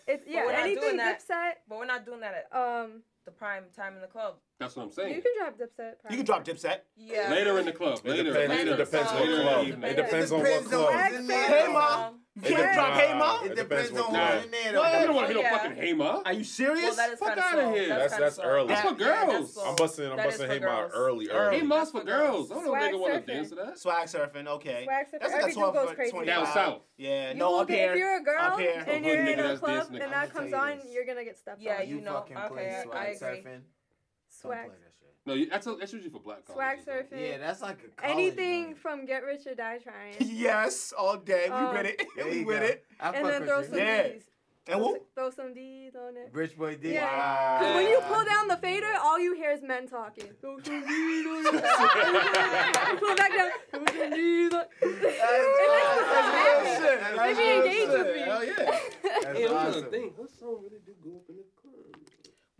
It's yeah, we're not anything doing that. Dipset. But we're not doing that. At, Um, the prime time in the club. That's what I'm You saying. can drop Dipset. You can drop Dipset. Yeah. Later in the club. It Later. depends. later. It depends later in on the club. evening. It depends on what Depends on club. who's in Hey, there. Ma. It You can't depends- drop Hey Ma. nah, It depends on club. who's in there. Nah. I though. don't want to hear Yeah. no fucking hey ma. Are you serious? Well, that is Fuck kind of outta slow. here. That's kinda that's slow. early. That's for Yeah, girls. that's slow. I'm busting. I'm That is busting for hey ma girls. early. Hey Early. ma's for girls. I don't know if Swag they want surfing. to dance to that. Swag surfing, okay. Swag surfing. That's like Every a dude 12 goes foot, crazy. 25. Down south. Yeah, You no, will up get- here. If you're a girl Up here. and Hood you're in nigga a that's club dancing at and clubs. that comes I'ma tell you on, this. you're gonna get stepped Yeah, on. you You know, fucking play okay, I- I swag agree. surfing. Don't Swag, play that shit. No, you- that's a, that's usually for black. colleges, swag though. surfing. Yeah, that's like a college Anything joint. from Get Rich or Die Trying. Yes, all day. We Um, with it. There we you with go. it. I fuck And then with throw you. some Yeah. D's. And we'll, Throw some D's on it. Rich boy dick. Yeah. Wow. 'Cause when you Uh, pull down the fader, all you hear is men talking. Throw some D's on it. pull back down. Throw some D's on That's it. awesome. Maybe That's you awesome. engage with me. Hell yeah. Hey, That's I'm trying to awesome. think. What song really do go up in the club?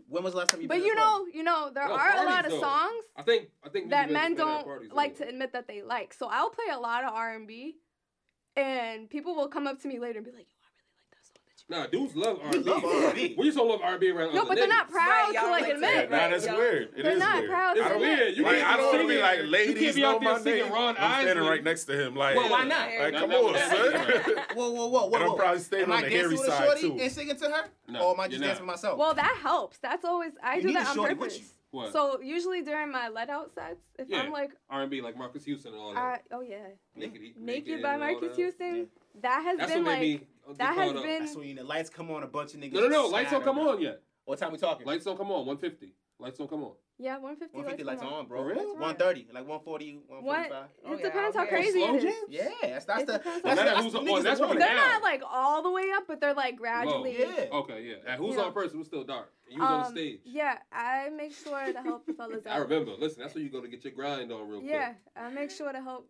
When was the last time you? But been to you the club? know, you know, there No, are a lot parties, of though. songs I think I think that niggas men play that at don't parties like anyway. to admit that they like. So I'll play a lot of R and B, and people will come up to me later and be like, "Yo, Nah, dudes love R&B. we love R&B. We just don't love R&B around. I really like that song." No, other but they're not niggas. proud Right, y'all to like like Yeah, admit. that. nah, Right? that's weird. It They're is not weird. proud It's I don't, weird. You like, can't I don't want to be sing like it. ladies. You can't be know out there my singing name. Ron I'm standing Isley. right next to him. Like, Well, why not? Like, Nah, come nah, on, nah. son. Whoa, whoa, whoa, whoa! And I'm whoa. probably staying Am on I the dancing hairy with a side, shorty too. and singing to her, No, or am I just you're not. dancing with myself? Well, that helps. That's always I You do need a that on shorty with purpose. What? So usually during my let out sets, if Yeah. I'm like, R&B like Marcus Houston and all I, that. oh yeah, Naked, Naked and by all Marcus that. Houston, that has That's been what like made me. uh, get that has caught up. been That's when you, the lights come on, a bunch of niggas. No, no, no. are Lights don't sad come right now. on yet. What time we talking? Lights don't come on. 150. Lights don't come on. yeah, 150. 150 lights on, bro. For real? That's right. 130, like 140, What? 145. Oh, it yeah, depends how okay. crazy Slow it is. jam? Yeah, that's that's It the depends on- that's, Well, that's, who's the on- niggas that's that what want we They're it. Down. not like all the way up, but they're like gradually. Yeah. Okay, yeah. And who's Yeah. on first? Who's still dark? And who's on Um, the stage? Yeah, I make sure to help the fellas out. I remember. Listen, that's where you're gonna get your grind on real Yeah, I make sure to help.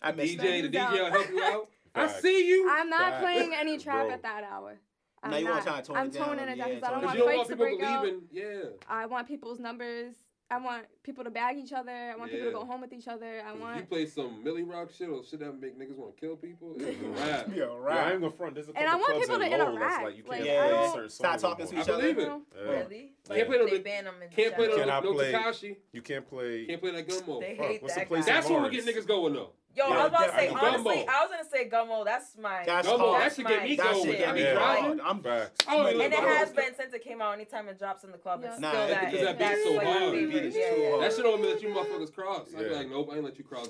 I quick. missed DJ, the Who's DJ will out? help you out. I Facts. see you. I'm not Facts. playing any trap Bro. at that hour. I'm No, you wanna not. try to tone I'm it down, toning it down yeah, because I tone don't Cause want you don't fights want to people break out. believing. Yeah. I want people's numbers. I want people to bag each other. I want people to Yeah. go home with each other. I If want. You play some Millie Rock shit or shit that make niggas want to kill people. It's a that. wrap. Yeah, Yeah, I right. ain't gonna front. There's a And I couple want clubs people in to Lowell interact, that's like you like, can't I play don't- certain songs. Stop talking to I anymore. each other. believe you it. know, Yeah. Really? Can't play no. They ban them in Can't play no, general. Cannot no play. Takashi. You can't play. Can't play that gumbo. They Fuck, hate what's the that place guy. in That's when we Mars. get niggas going though. Yo, I Yeah, was about to say, definitely. honestly, Gumbo. I was gonna say Gumbo. That's my. That's Gumbo, hard. that That's should get my- me That going. shit I be is driving. hard. I'm Facts. I don't even and it know about has that. been since it came out. Anytime it drops in the club, Yeah. it's Nah, still that- that. because that beat's that's so like hard. my Beat favorite. is Yeah, too yeah. hard. That shit don't mean that you motherfuckers cross. I be Yeah. like, nope, I ain't let you cross.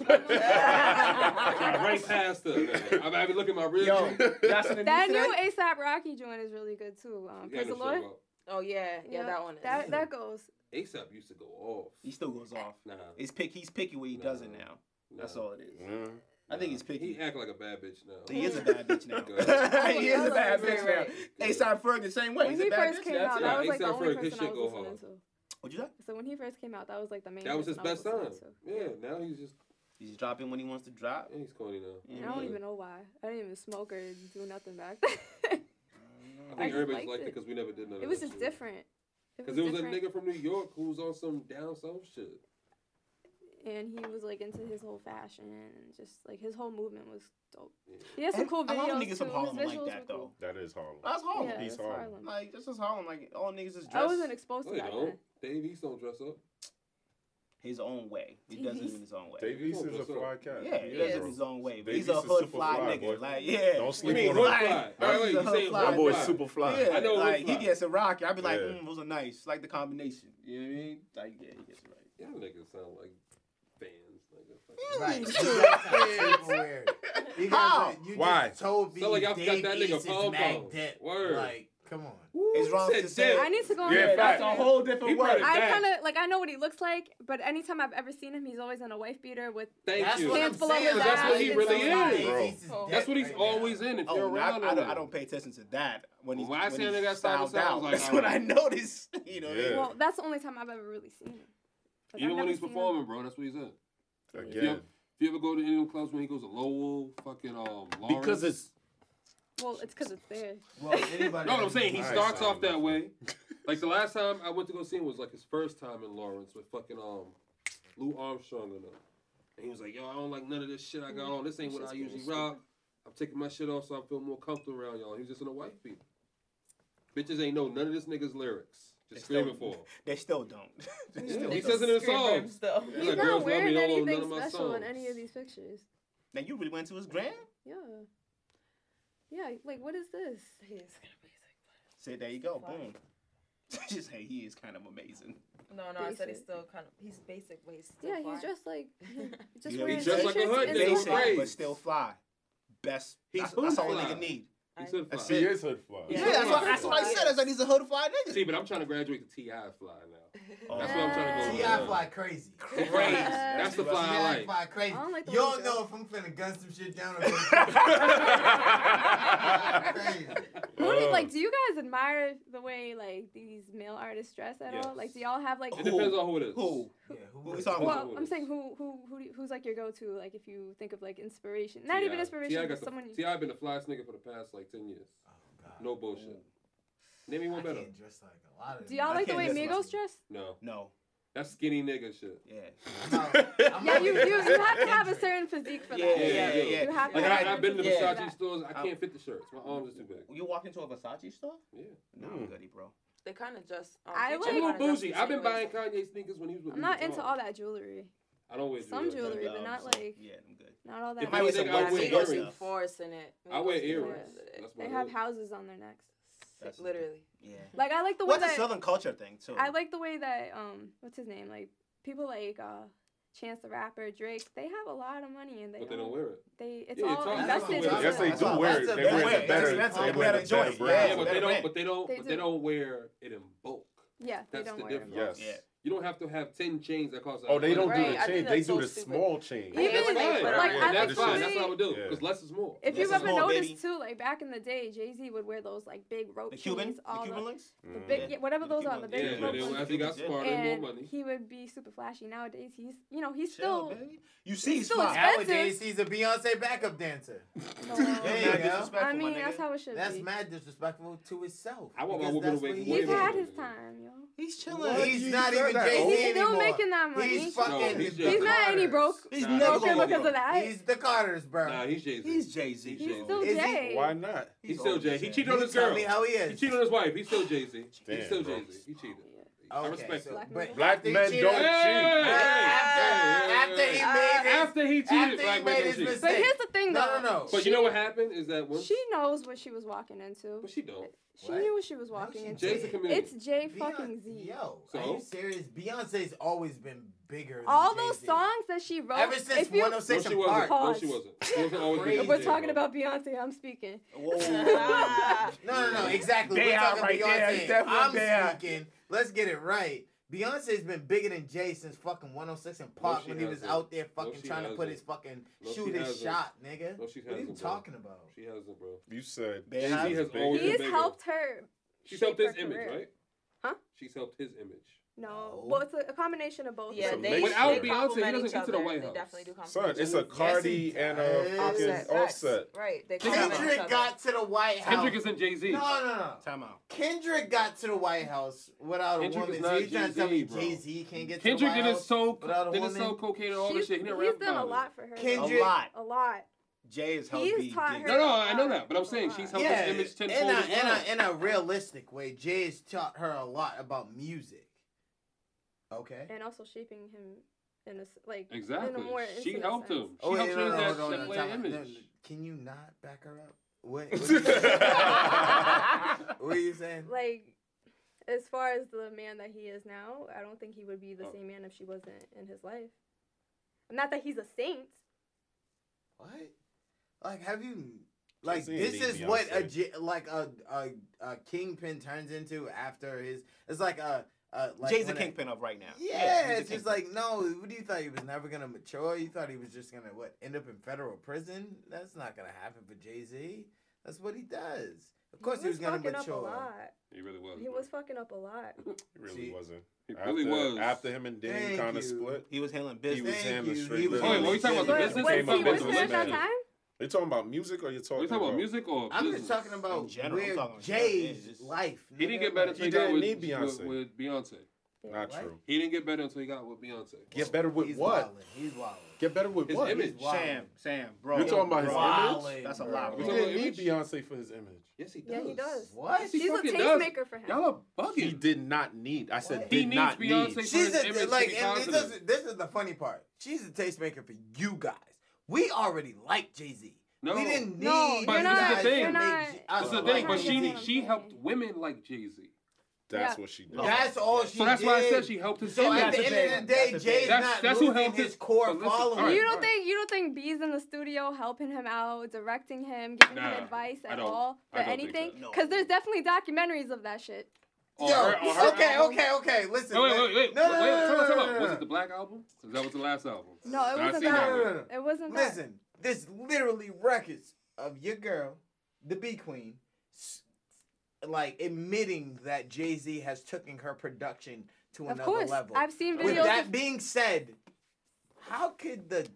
I'm right past her. nigga. I be- I be looking at my real. Yo, y'all seen the That news new today? ASAP Rocky joint is really good too. Um, Yeah, Praise no shit, the Lord. bro. Oh yeah, yeah, Yeah, that one. Is. That that goes. ASAP used to go off. He still goes off. Nah, He's pick. He's picky when he does it now. nah, That's all it is. Yeah. I think nah. he's picky. He act like a bad bitch now. He is a bad bitch Yeah. now. he is a bad bitch now. ASAP Ferg the same way. When He's a he bad first bitch came now. out, too. Yeah, that was like the A$AP only Ferg, his person I shit was go listening hard. to. What'd you say? So when he first came out, that was like the main. That was his person I best listening time. to. Yeah, now he's just He's dropping when he wants to drop. he's corny now. And I don't Yeah. even know why. I didn't even smoke or do nothing back then. I I think just everybody's liked liked it it. because we never did none of it was that just shit. different. Cause it was a nigga from New York who was on some down south shit. and he was like into his whole fashion and just like his whole movement was dope. Yeah. He has some And cool a videos. lot of niggas too. from Harlem his like visuals that, were cool. That is Harlem. That's Harlem. Yeah, He's that's Harlem. Harlem. Like just as Harlem, like all niggas is dressed I wasn't exposed No, to they that. don't. Then. Dave East oh, don't dress up. his own way. He does it in his own way. Dave East is a fly cat. Yeah, he He does it is. in his own way. But Dave he's a East is hood super fly, fly, nigga. boy. Like yeah. Don't You sleep mean on hood him. fly? Like, All right, you he's a saying hood That hood fly. boy's fly. super fly. Yeah, I know like it's he fly. gets a rock. I'd be like, Yeah. mm, those are nice. Like the combination. You know what I mean? Like yeah, he gets it right. Y'all niggas sound like fans. Like Right. You guys are super weird. You guys How? are- you Why? just told me Sound like y'all forgot Dave that nigga East is Pom Pom. Mac Dip. Word. Like, come on. It's wrong to say. I need to go. on Yeah, a fact. that's a diet. whole He different brought word. it I back. kind of like I know what he looks like, but anytime I've ever seen him, he's always in a wife beater with. Thank that's you. what I'm Hands below saying. his That's what he eyes. really is. Dave Bro. East That's That's dead what he's right now. always in. If Oh, you're no, I, around, I, him. don't, I don't pay attention to that when he's When I when see a he's nigga that styled styled out, I out. was like, That's all what right. I notice. You know, what I mean? Yeah. Well, that's the only time I've ever really seen him. Like, Even I've when never he's seen him. performing, bro, that's what he's in. If Again. you ever go to any of them clubs when he goes to Lowell, fucking um, Lawrence. Because it's Well, it's because it's there. Well, anybody No, what I'm saying he Alright, starts sorry, off that man. way. Like the last time I went to go see him was like his first time in Lawrence with fucking um Lou Armstrong and them. And he was like, "Yo, I don't like none of this shit I got on. This ain't what I usually rock. I'm taking my shit off so I feel more comfortable around y'all." He was just in a white beat. Bitches ain't know none of this nigga's lyrics. Just screaming for him. They still don't. they still He don't. says it in his Scream songs. verbs, though. He's He's like, not "Girls love me, don't wearing love none anything of my special in songs." any of these pictures. Now you really went to his gram? Yeah. Yeah, like what is this? He is kind of basic. Say there you go, Wow. boom. Just hey, he is kind of amazing. No, no, I said he's Basic. still kind of. He's basic, but he's still Yeah, fly. he's just like he- just Yeah, wearing he's just like a t-shirts hood and nigga. sunglasses. Basic, fly. but still fly. Best. He's that's that's hood all a fly. nigga need. He said That's fly. He it. is hood fly. Yeah. Yeah, that's, what, that's what I Fly. said. I said he's a hood fly nigga. See, but I'm trying to graduate to Ti fly now. Oh. That's what I'm trying to go. T.I. with. fly crazy. Crazy. That's the fly I T.I. like. fly crazy. I don't like the you way all he know goes. if I'm finna gun some shit down. or crazy. Who do you- Uh, like, do you guys admire the way like these male artists dress at all? Like, Yes. do y'all have like? It depends on who it is. Who? Yeah, who What we was- talking about? Well, I'm saying who who who do you- who's like your go-to? Like, if you think of like inspiration, not even T.I. inspiration, T.I. got but the- someone you. T.I. been the flyest nigga for the past like 10 years. Oh, God. No bullshit. Name me I one better. can't dress like a lot of Do y'all I like the can't way dress like Migos him. dress? No. No. That's skinny nigga shit. Yeah. No, I'm Yeah, not you, gonna you, dress you like have to have a Kendrick. certain physique for that. Yeah, yeah, yeah. You have to Like, have I, a I've been to certain physique for Versace that. stores. I Um, can't fit the shirts. My arms are too big. You walk into a Versace store? Yeah. Hmm. No, Mm. goody, bro. They kind of just. Um, I I'm a Future like- Yeah. kinda little dress the bougie. I've been same way. buying Kanye sneakers when he was with I'm Louis not into Vuitton. all that jewelry. I don't wear Some jewelry. jewelry, Yeah, but I'm not so- like Yeah, I'm good. not all If that. I wear much. some anything, I Yeah, black wear Migos do earrings. force in it. I wear Migos do earrings. force in it. That's what They it have is. houses on their necks. That's- Literally. Yeah. Like I like the way What's a that Southern culture thing too? I like the way that um what's his name like people like uh Chance the Rapper Drake they have a lot of money and they But they don't- don't wear it. they it's Yeah, it's all all- invested. that's into what I guess they them. do wear it. That's a They wear better- the better. that's a They wear better the better joint. brand. Yeah, but they Better don't. brand. But they don't. They But do. they don't wear it in bulk. Yeah, they That's don't the wear it. difference. Yes. Yeah. You don't have to have ten chains that cost. Oh, they don't Right, do I the think chain. They that's do so the stupid. small chain. Even That's if they fine. put like, yeah, I that's like the fine. way- That's what I would do. Yeah. Because less is more. If Yes, you've ever small noticed baby. too, like back in the day, Jay Z would wear those like big rope the Cuban, chains, the all Cuban the, links. the Mm. big Yeah. yeah, whatever The those Cuban are, the ones. big Yeah, Yeah, rope they, yeah. I ones. think I smarter and And more money. he would be super flashy. Nowadays, he's you know he's Chill, still baby. You see, he's still fly. expensive. Nowadays, he's a Beyonce backup dancer. Yeah, There you Not go. disrespectful, my I mean nigga. that's how it should That's be. mad disrespectful to itself. I want my because woman that's to what wake he way He's more is. had than his me. time, yo. He's chilling. What? He's You not said even that. Jay Z He's still anymore. making that money. He's fucking. No, he's the just- He's not any Carters. broke He's Nah, never he's broken gonna be because of broke. that. He's the Carters, bro. Nah, he's Jay Z. He's Jay Z. He's Jay-Z. still Is he? Jay. Why not? He's still Jay. He cheated on You his tell girl. me how he He is. cheated on his wife. He's still Jay Z. He's Damn, still bro. Jay Z. He cheated. I Okay, respect so- him. Black but men Black after he men cheated- don't Hey, cheat. hey, hey, hey. After- after Uh, after he after he cheated, black made man his don't cheat. But mistake. here's the thing, No, though. no, no. But she, you know what happened is that once She knows what she was walking into. but she don't. She What? knew what she was No, walking she into. Jay's a didn't. comedian. It's Jay Beyonce- fucking Z. Yo, are So? you serious? Beyonce's always been bigger. Than All those Jay-Z. songs that she wrote. Ever since if you, 106 no, and she wasn't. Park. No, she wasn't. She wasn't always Crazy. if Jay-Z, we're talking bro. about Beyonce, I'm speaking. Whoa. No, no, no, exactly. They We're are talking right there. Beyonce. It's definitely I'm they are. speaking. Let's get it right. Beyonce's been bigger than Jay since fucking 106 and Park she when he was hasn't. out there No, fucking she trying to put hasn't. his fucking No, she shoot his hasn't. shot, nigga. No, she what are you hasn't, bro. talking about? She hasn't, bro. You said They Jay Z have- has been- always He's been bigger. helped her. She's helped shape his her image, career. right? Huh? She's helped his image. No. No. Well, it's a, a combination of both. It's Yeah, a they, Without they Beyonce, he complement doesn't each get to the other. White They House. definitely do complement Son, each it's other. a Cardi Yes, he and does. a fucking Offset, facts. offset. Right. They complement each Kendrick other. got to the White House. Kendrick is in Jay Z. no, no, no. Time out. Kendrick got to the White House without Kendrick a is woman. not so you trying to tell me Jay-Z, bro. Jay Z can't Kendrick get to the did White his House? so without a did his woman? so cocaine and all She's, this shit. He didn't he's rap done about a it. lot for her. A though. Kendrick- lot. A lot. Jay is helped He's be taught big. her- No, no, I know that, but I'm saying she's helped yeah, his image in a, tenfold. in as well. a in a realistic way, Jay has taught her a lot about music. Okay. And also shaping him in a s like in a Exactly. more She intimate helped sense. him. She helped change that hold on, that Oh, no, player time out. image. No, no, Can you not back her up? What? What, you what are you saying? Like, as far as the man that he is now, I don't think he would be the Oh. same man if she wasn't in his life. Not that he's a saint. What? Like, have you? Like, Jay-Z this ain't is beat what a Beyonce. J- like a, a a kingpin turns into after his. It's like a, a like Jay's a when kingpin of right now. Yeah, he's a it's just kingpin. like no. What do you thought he was never gonna mature? You thought he was just gonna what end up in federal prison? That's not gonna happen for Jay Z. That's what he does. Of course, he was, gonna fucking up a mature. lot. He really was. He bro. was fucking up a lot. It really See, wasn't. He After, really was. After him and Dame Thank kind you. of split. he was handling He was business. Thank handling you. straight He was business. Wait, what you talking about? The But business was ain't he about with business. her at that Listen. time? You talking about music or you talking? Are you talking about about- music or I'm business? just talking about In general, I'm where talking in general. Jay's Yeah, just- life. He didn't nigga. get better He until he got didn't with, need Beyonce. with, with Beyonce. Not What? true. He didn't get better until he got with Beyonce. Get better with He's what? wildin'. He's wildin'. Get better with His what? image. He's wildin'. Sam, Sam, bro. You're talking about his Bro. image? That's a Wildin', We lot, bro. bro. didn't need image? Beyonce for his image. Yes, he does. Yeah, he does. What? He She's a fucking does. tastemaker for him. Y'all are He bugging. did not need. I said What? He did needs not Beyonce need. for his She's image to a, like, be and this positive. is, this is the funny part. She's a tastemaker for you guys. We already like Jay Z. No. we didn't need. No, but this you is the guys to thing. make You're J- not- That's the Uh, thing. I But she get what I'm she helped saying. women like Jay Z. That's Yeah. what she did. That's all she So that's did. why I said she helped his So at image. the That's a end of the day, big- Jay's that's- not that's who losing helped his his- core so listen, following. alright. you don't Right. think you don't think B's in the studio helping him out, directing him, giving Nah, him advice I at don't- all for I don't think anything? that. No. Because there's definitely documentaries of that shit. Or Yo, her- or her okay, album. okay, okay. Listen. No, wait, let- wait, wait. No, wait, no, no, wait, no, tell no, me, tell no, me. Was no. it the black album? 'Cause that was the last album. No, it Did I wasn't see that. one? No, no, no, no. It wasn't that. Listen, there's literally records of your girl, the B Queen, s- like admitting that Jay Z has taken her production to Of another course, level. I've seen With videos. that of- being said, how could the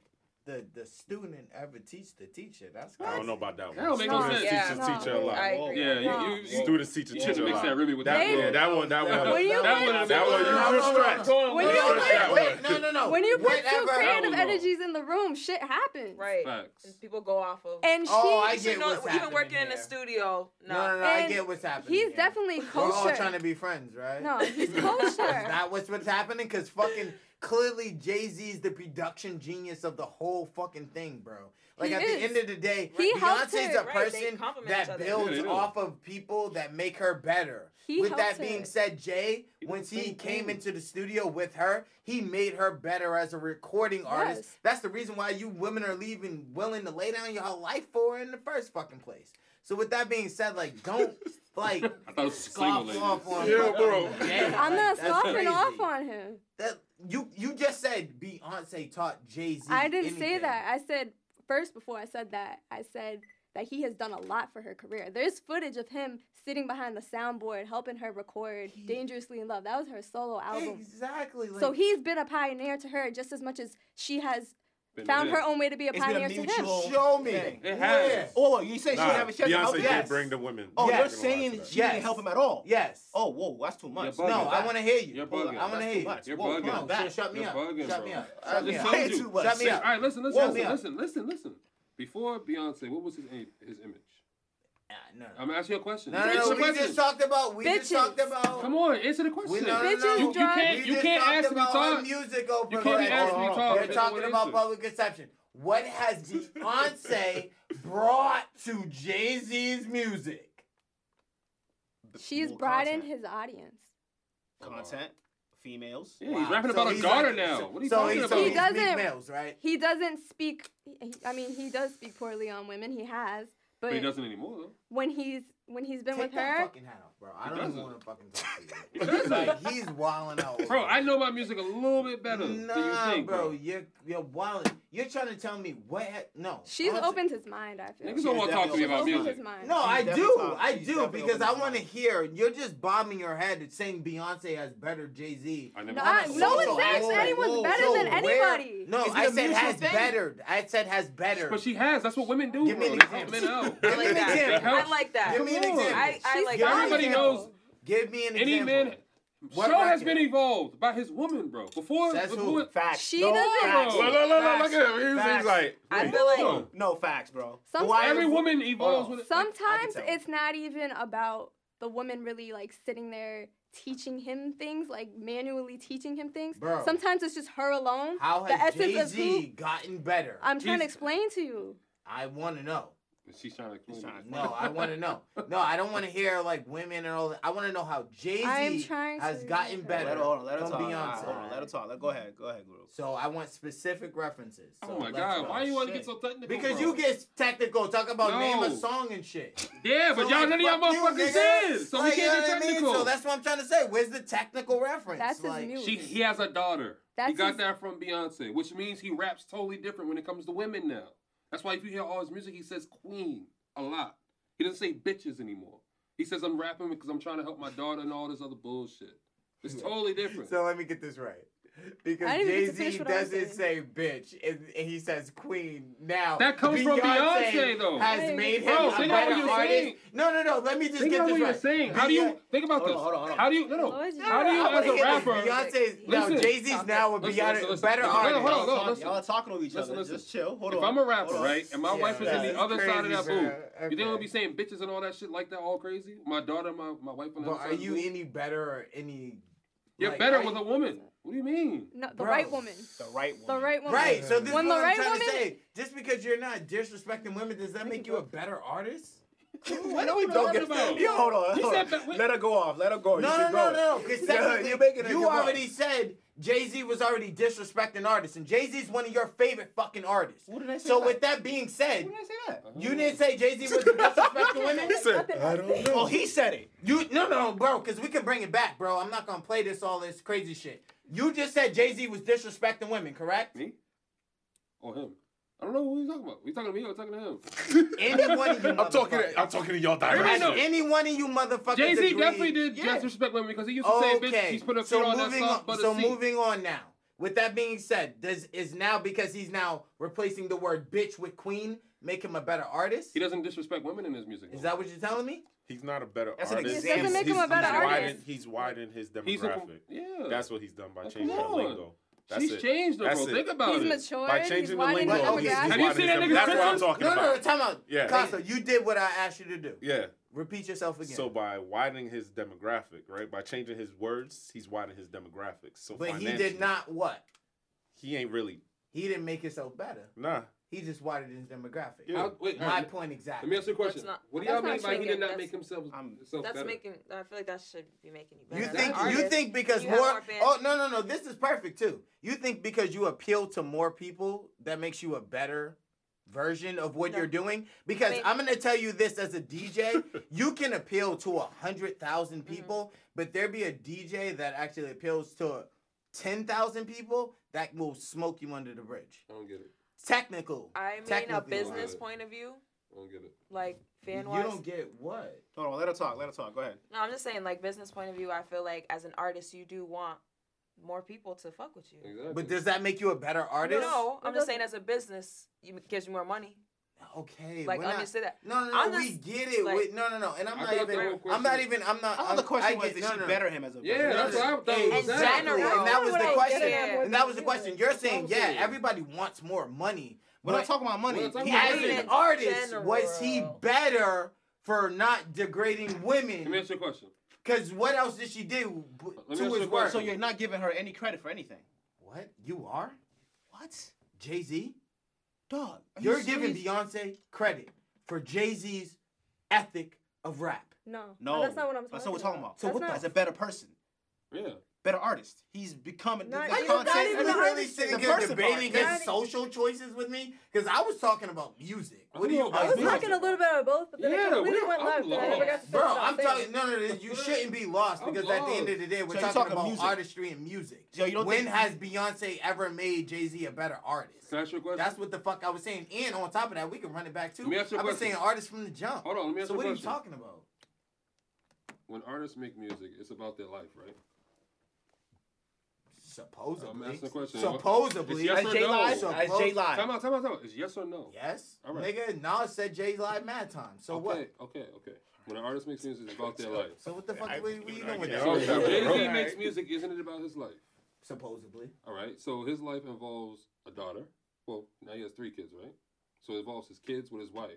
the, the student ever teach the teacher? That's I don't know about that one. That don't make no Students sense. teach Yeah. the teacher a No. lot. I Whoa. agree. Yeah, No. you, you, you Students teach the should teacher a mix lot. that really with That, that. yeah, that one, that When one. that you went- one, that one, No, you no, just no, stretched. When you Stretched went- that wait, one. no, no, no. when you put two Whatever. creative That was energies in the room, shit happens. Right. Facts. And people go off of. And she, Oh, I You get know, what's even happening working in the here. studio. No. No, no, no, I And get what's happening. he's here. definitely We're kosher. all trying to be friends, right? No, he's Is kosher. that what's what's happening? Cause fucking clearly Jay Z is the production genius of the whole fucking thing, bro. Like He at is. the end of the day, He helped Beyonce's her. a Right, they person complement each that other. builds Yeah, they do. off of people that make her better. He with that helped being her. said, Jay, He did once the he same came thing. into the studio with her, he made her better as a recording artist. Yes. That's the reason why you women are leaving willing to lay down your life for her in the first fucking place. So with that being said, like don't like I thought it was single scoff ladies. off on Yeah, fucking bro. Jay. I'm not That's scoffing crazy. off on him. That you you just said Beyonce taught Jay Z. I didn't say that. I said first before I said that. I said that he has done a lot for her career. There's footage of him sitting behind the soundboard helping her record He- "Dangerously in Love." That was her solo album. Exactly. Like, So he's been a pioneer to her just as much as she has Been found there. her own way to be a It's been a pioneer to him. mutual- show me. It where. has. Oh, you saying she Nah, didn't have a chance to help Beyonce him? Yes. did bring the women. Not Oh, Yes. you're gonna lie saying to she that. Yes. didn't help him at all? Yes. Oh, whoa, that's too You're much. bugging. no, I want to hear you. You're Hold on, bugging. I want to That's hear too you. much. You're Whoa, bugging. come No, on, back. shut, shut me You're up. bugging, shut bro. me up. I Shut me just up. told you. Shut me All up. right, listen, Shut listen, me listen, up. listen, listen, listen. Before Beyonce, what was his aim, his image? Nah, No, I'm asking you a question. no, no. Answer no, the We question. just talked about. We just Bitches. talked about. Come on, answer the question. We, no, no, no, Bitches, no. You, you can't, We you just can't talked ask me about talk. her musical You can't be perfection. asking me Hold on, talk. hold Uh-huh. We're on. That's not talking what it about is. public conception. What has Beyonce brought to Jay Z's music? She's More broadened content. his audience. content, females. Yeah, he's Wow. rapping So about a he's daughter like- now. so- What are you so talking he's, about? So He he's doesn't- Meek Mills, right? He doesn't speak. he- I mean, he does speak poorly on women. He has, but, But he doesn't anymore. though. when he's when he's been Take with that her, fucking hat off, bro. I He don't even doesn't. want to fucking talk He to you. doesn't. like he's wilding out. over Bro, I you. know my music a little bit better than you Nah, think, bro, bro. you're you're wilding. You're trying to tell me what? ha- No, she's honestly. opened his mind. I feel. Niggas don't want to talk to me She's about opened music. his mind. No, She's I definitely do. top- I she's do definitely because open I to want to top. hear. You're just bombing your head saying Beyonce has better Jay Z. I never. No, I- a no social one says aspect. anyone's Whoa, better So than where- anybody. No, Is it I a said mutual has thing? better. I said has better. But she has. That's what women do, Give me bro. an They help men example. out. I like Give me an that. example. I like that. Give me Come an on. example. I, I like She's Give me an that. Everybody example. knows Give me an Any example. man. What Show has record? been evolved by his woman, bro. Before, Says who? before Facts. She No, doesn't. bro. Look, look, look, look, Facts. look at him. He's, he's Facts. like, I wait, feel like- hold on. No facts, bro. Sometimes- Why every woman. woman evolves on. with it. Sometimes tell. it's not even about the woman really like sitting there teaching him things, like manually teaching him things. Bro. Sometimes it's just her alone. How the has essence Jay of Z who gotten better? I'm trying to He's- explain to you. I want to know. She's trying to explain. trying to- No, I want to know. No, I don't want to hear like women and all. that. I want to know how Jay I'm Z trying has to- gotten Let better her, hold on, let her from talk. All right, Beyonce. Hold on, let her talk. Let- Go ahead, go ahead, Guru. So I want specific references. So oh my let's god, go. why you want to Shit. get so technical? bro? Because you get technical. Talk about No. name a song and shit. yeah, but So, y'all like, none of y'all fuck you, motherfuckers nigga. did, so Like, we you can't know be what I mean? technical. So that's what I'm trying to say. Where's the technical reference? That's his like, music. she he has a daughter. he That's got his- that from Beyonce, which means he raps totally different when it comes to women now. That's why if you hear all his music, he says queen a lot. He doesn't say bitches anymore. He says I'm rapping because I'm trying to help my daughter and all this other bullshit. It's totally different. So let me get this right. I because didn't even Jay get to Z finish what I was doesn't say bitch, and, and he says queen. Now That comes from Beyonce, though. Has Hey, made him bro, a think about better what you're artist. saying. No, no, no. Let me just Think get about this what you're right. saying. How do you Beyonce- think about Hold this? on, hold on, hold on. How do you no no? Lord, you How do know, you I wanna as hear a this. rapper? Beyonce's now Listen. Jay Z's now a Listen, Beyonce, listen, listen. better Hold on, hold artist. on, Y'all no, talk- listen. Y'all are talking over each Listen, other. listen. Just chill. Hold If on. I'm a rapper, Hold on. right, and my Yeah, wife was in that's the other side of crazy, that bro. booth, you think Okay. I'm gonna be saying bitches and all that shit like that all crazy? My daughter, my, my wife on the But other side are of the you booth? any better or any? You're like, better are with you- a woman. What do you mean? No, the Bro. right woman. The right one. The right woman. Right. So this When is the what right I'm trying woman- to say. Just because you're not disrespecting women, does that make you a better artist? What are we don't talking get- about? Yo, hold on. He Hold said on. that- Let her go off. Let her go. No, Oh, you no, keep no, going. no. Because Yeah, technically, you're making it you your fault. already said Jay Z was already disrespecting artists, and Jay Z is one of your favorite fucking artists. What did I say? So that? with that being said, What did I say that? you didn't say Jay Z was disrespecting women. He said, I don't know. Oh, he said it. You no, no, bro. Because we can bring it back, bro. I'm not gonna play this all this crazy shit. You just said Jay Z was disrespecting women, correct? Me? Or him? I don't know who you talking about. We talking to me or talking to him? Any one of you I'm talking. motherfuckers. To, I'm talking to y'all Everybody Has know. directly. any one of you motherfuckers? Jay Z agreed- definitely did Yeah. disrespect women because he used to say bitch. Okay. He's put up so so all that moving stuff, on. but So a seat. moving on now. With that being said, does is now because he's now replacing the word bitch with queen make him a better artist? He doesn't disrespect women in his music. Is that what you're telling me? He's not a better That's an artist. example. It doesn't make him a better he's artist. Widened, he's widened his demographic. He's a, yeah. That's what he's done by Oh, changing come the on. lingo. That's She's it. changed though, That's bro. it. Think about He's it. matured. By he's changing the widened lingo, his Well, okay, he's, he's demographic. Have you widened seen his that dem- nigga That's what I'm Christmas? talking no, no, no. about. Time out. Yeah. Casa, you did what I asked you to do. Yeah. Repeat yourself again. So by widening his demographic, right? By changing his words, he's widening his demographics. So but he financially, did not what? He ain't really. He didn't make himself better. Nah. He just widened his demographic. Yeah. How- wait, My alright, point Let me exactly. ask you a question. That's not- what do y'all that's not mean by he shrinking, did not that's- make himself, I'm- himself That's better? making. I feel like that should be making you better. You As an think you artist, think because you have more, more fans. Oh no no no, this is perfect too. You think because you appeal to more people that makes you a better version of what No. you're doing? Because Wait. I'm gonna tell you this as a DJ, you can appeal to a hundred thousand Mhm. people, but there be a DJ that actually appeals to ten thousand people that will smoke you under the bridge. I don't get it. Technical. I mean, a technically business wise. point of view, I don't get it. like fan you wise. don't get what? Hold on. Let her talk. Let her talk. Go ahead. No, I'm just saying, like business point of view, I feel like as an artist, you do want more people to fuck with you. Exactly. But does that make you a better artist? No, It I'm just doesn't. saying as a business, you- it gives you more money. Okay. Like we're not- understand that. No, no, I'm no. We just, get it. like- we, no, no, no. And I'm I not thought even. the whole I'm not question- even. I'm not. I thought the I'm- question I was, get- did no, she no, no. better him as a Yeah, person? that's what I thought. Exactly. was that. general. And that was What the I question. get at. And that was the question. You're saying, That's what yeah, I'm saying. everybody wants more money. We're not But talking about money. We're not talking He about has as money. it. an in artist, was he general. better for not degrading Let me women? ask you a question. Because what else did she do b- me to ask you his a work? question. So you're not giving her any credit for anything. What? You are? What? Jay Z? Dog. are you You're giving serious? Beyonce credit for Jay Z's ethic of rap. No. No. Oh, That's not what I'm talking about. That's not what we're talking about. So That's what the not- As a better person, Yeah. better artist. He's becoming the, Not even- the Are you content. guys even everything. literally artist sitting is here the person part. debating his Not- social choices with me? Because I was talking about music. What do you I I guys was That's doing? talking a little bit about both, but then Yeah, I we- completely went I'm left. and I never lost. got to Bro, finish what I I'm was saying. talking. No, no, no, you shouldn't be lost I'm because at the end of the day, we're So you're talking, talking about music. artistry and music. So you don't when think- has Beyonce ever made Jay Z a better artist? Can I ask you a question? That's what the fuck I was saying. And on top of that, we can run it back too. Let me ask you a I've been question. saying artists from the jump. Hold on, let me ask so you a what are you question. talking about? when artists make music, it's about their life, right? I'm Supposedly. asking a question. Supposedly. It's yes As or Jay no? live. So As close- Jay live. Time out, time out, time out. It's yes or no. Yes. All right. Nigga, Nas said Jay live mad time. So okay, what? okay, okay. When an artist makes music, it's about their life. So what the fuck? Where where you going with So Okay. that? Jay Z Okay. makes music, isn't it about his life? Supposedly. All right. So his life involves a daughter. Well, now he has three kids, right? So it involves his kids with his wife.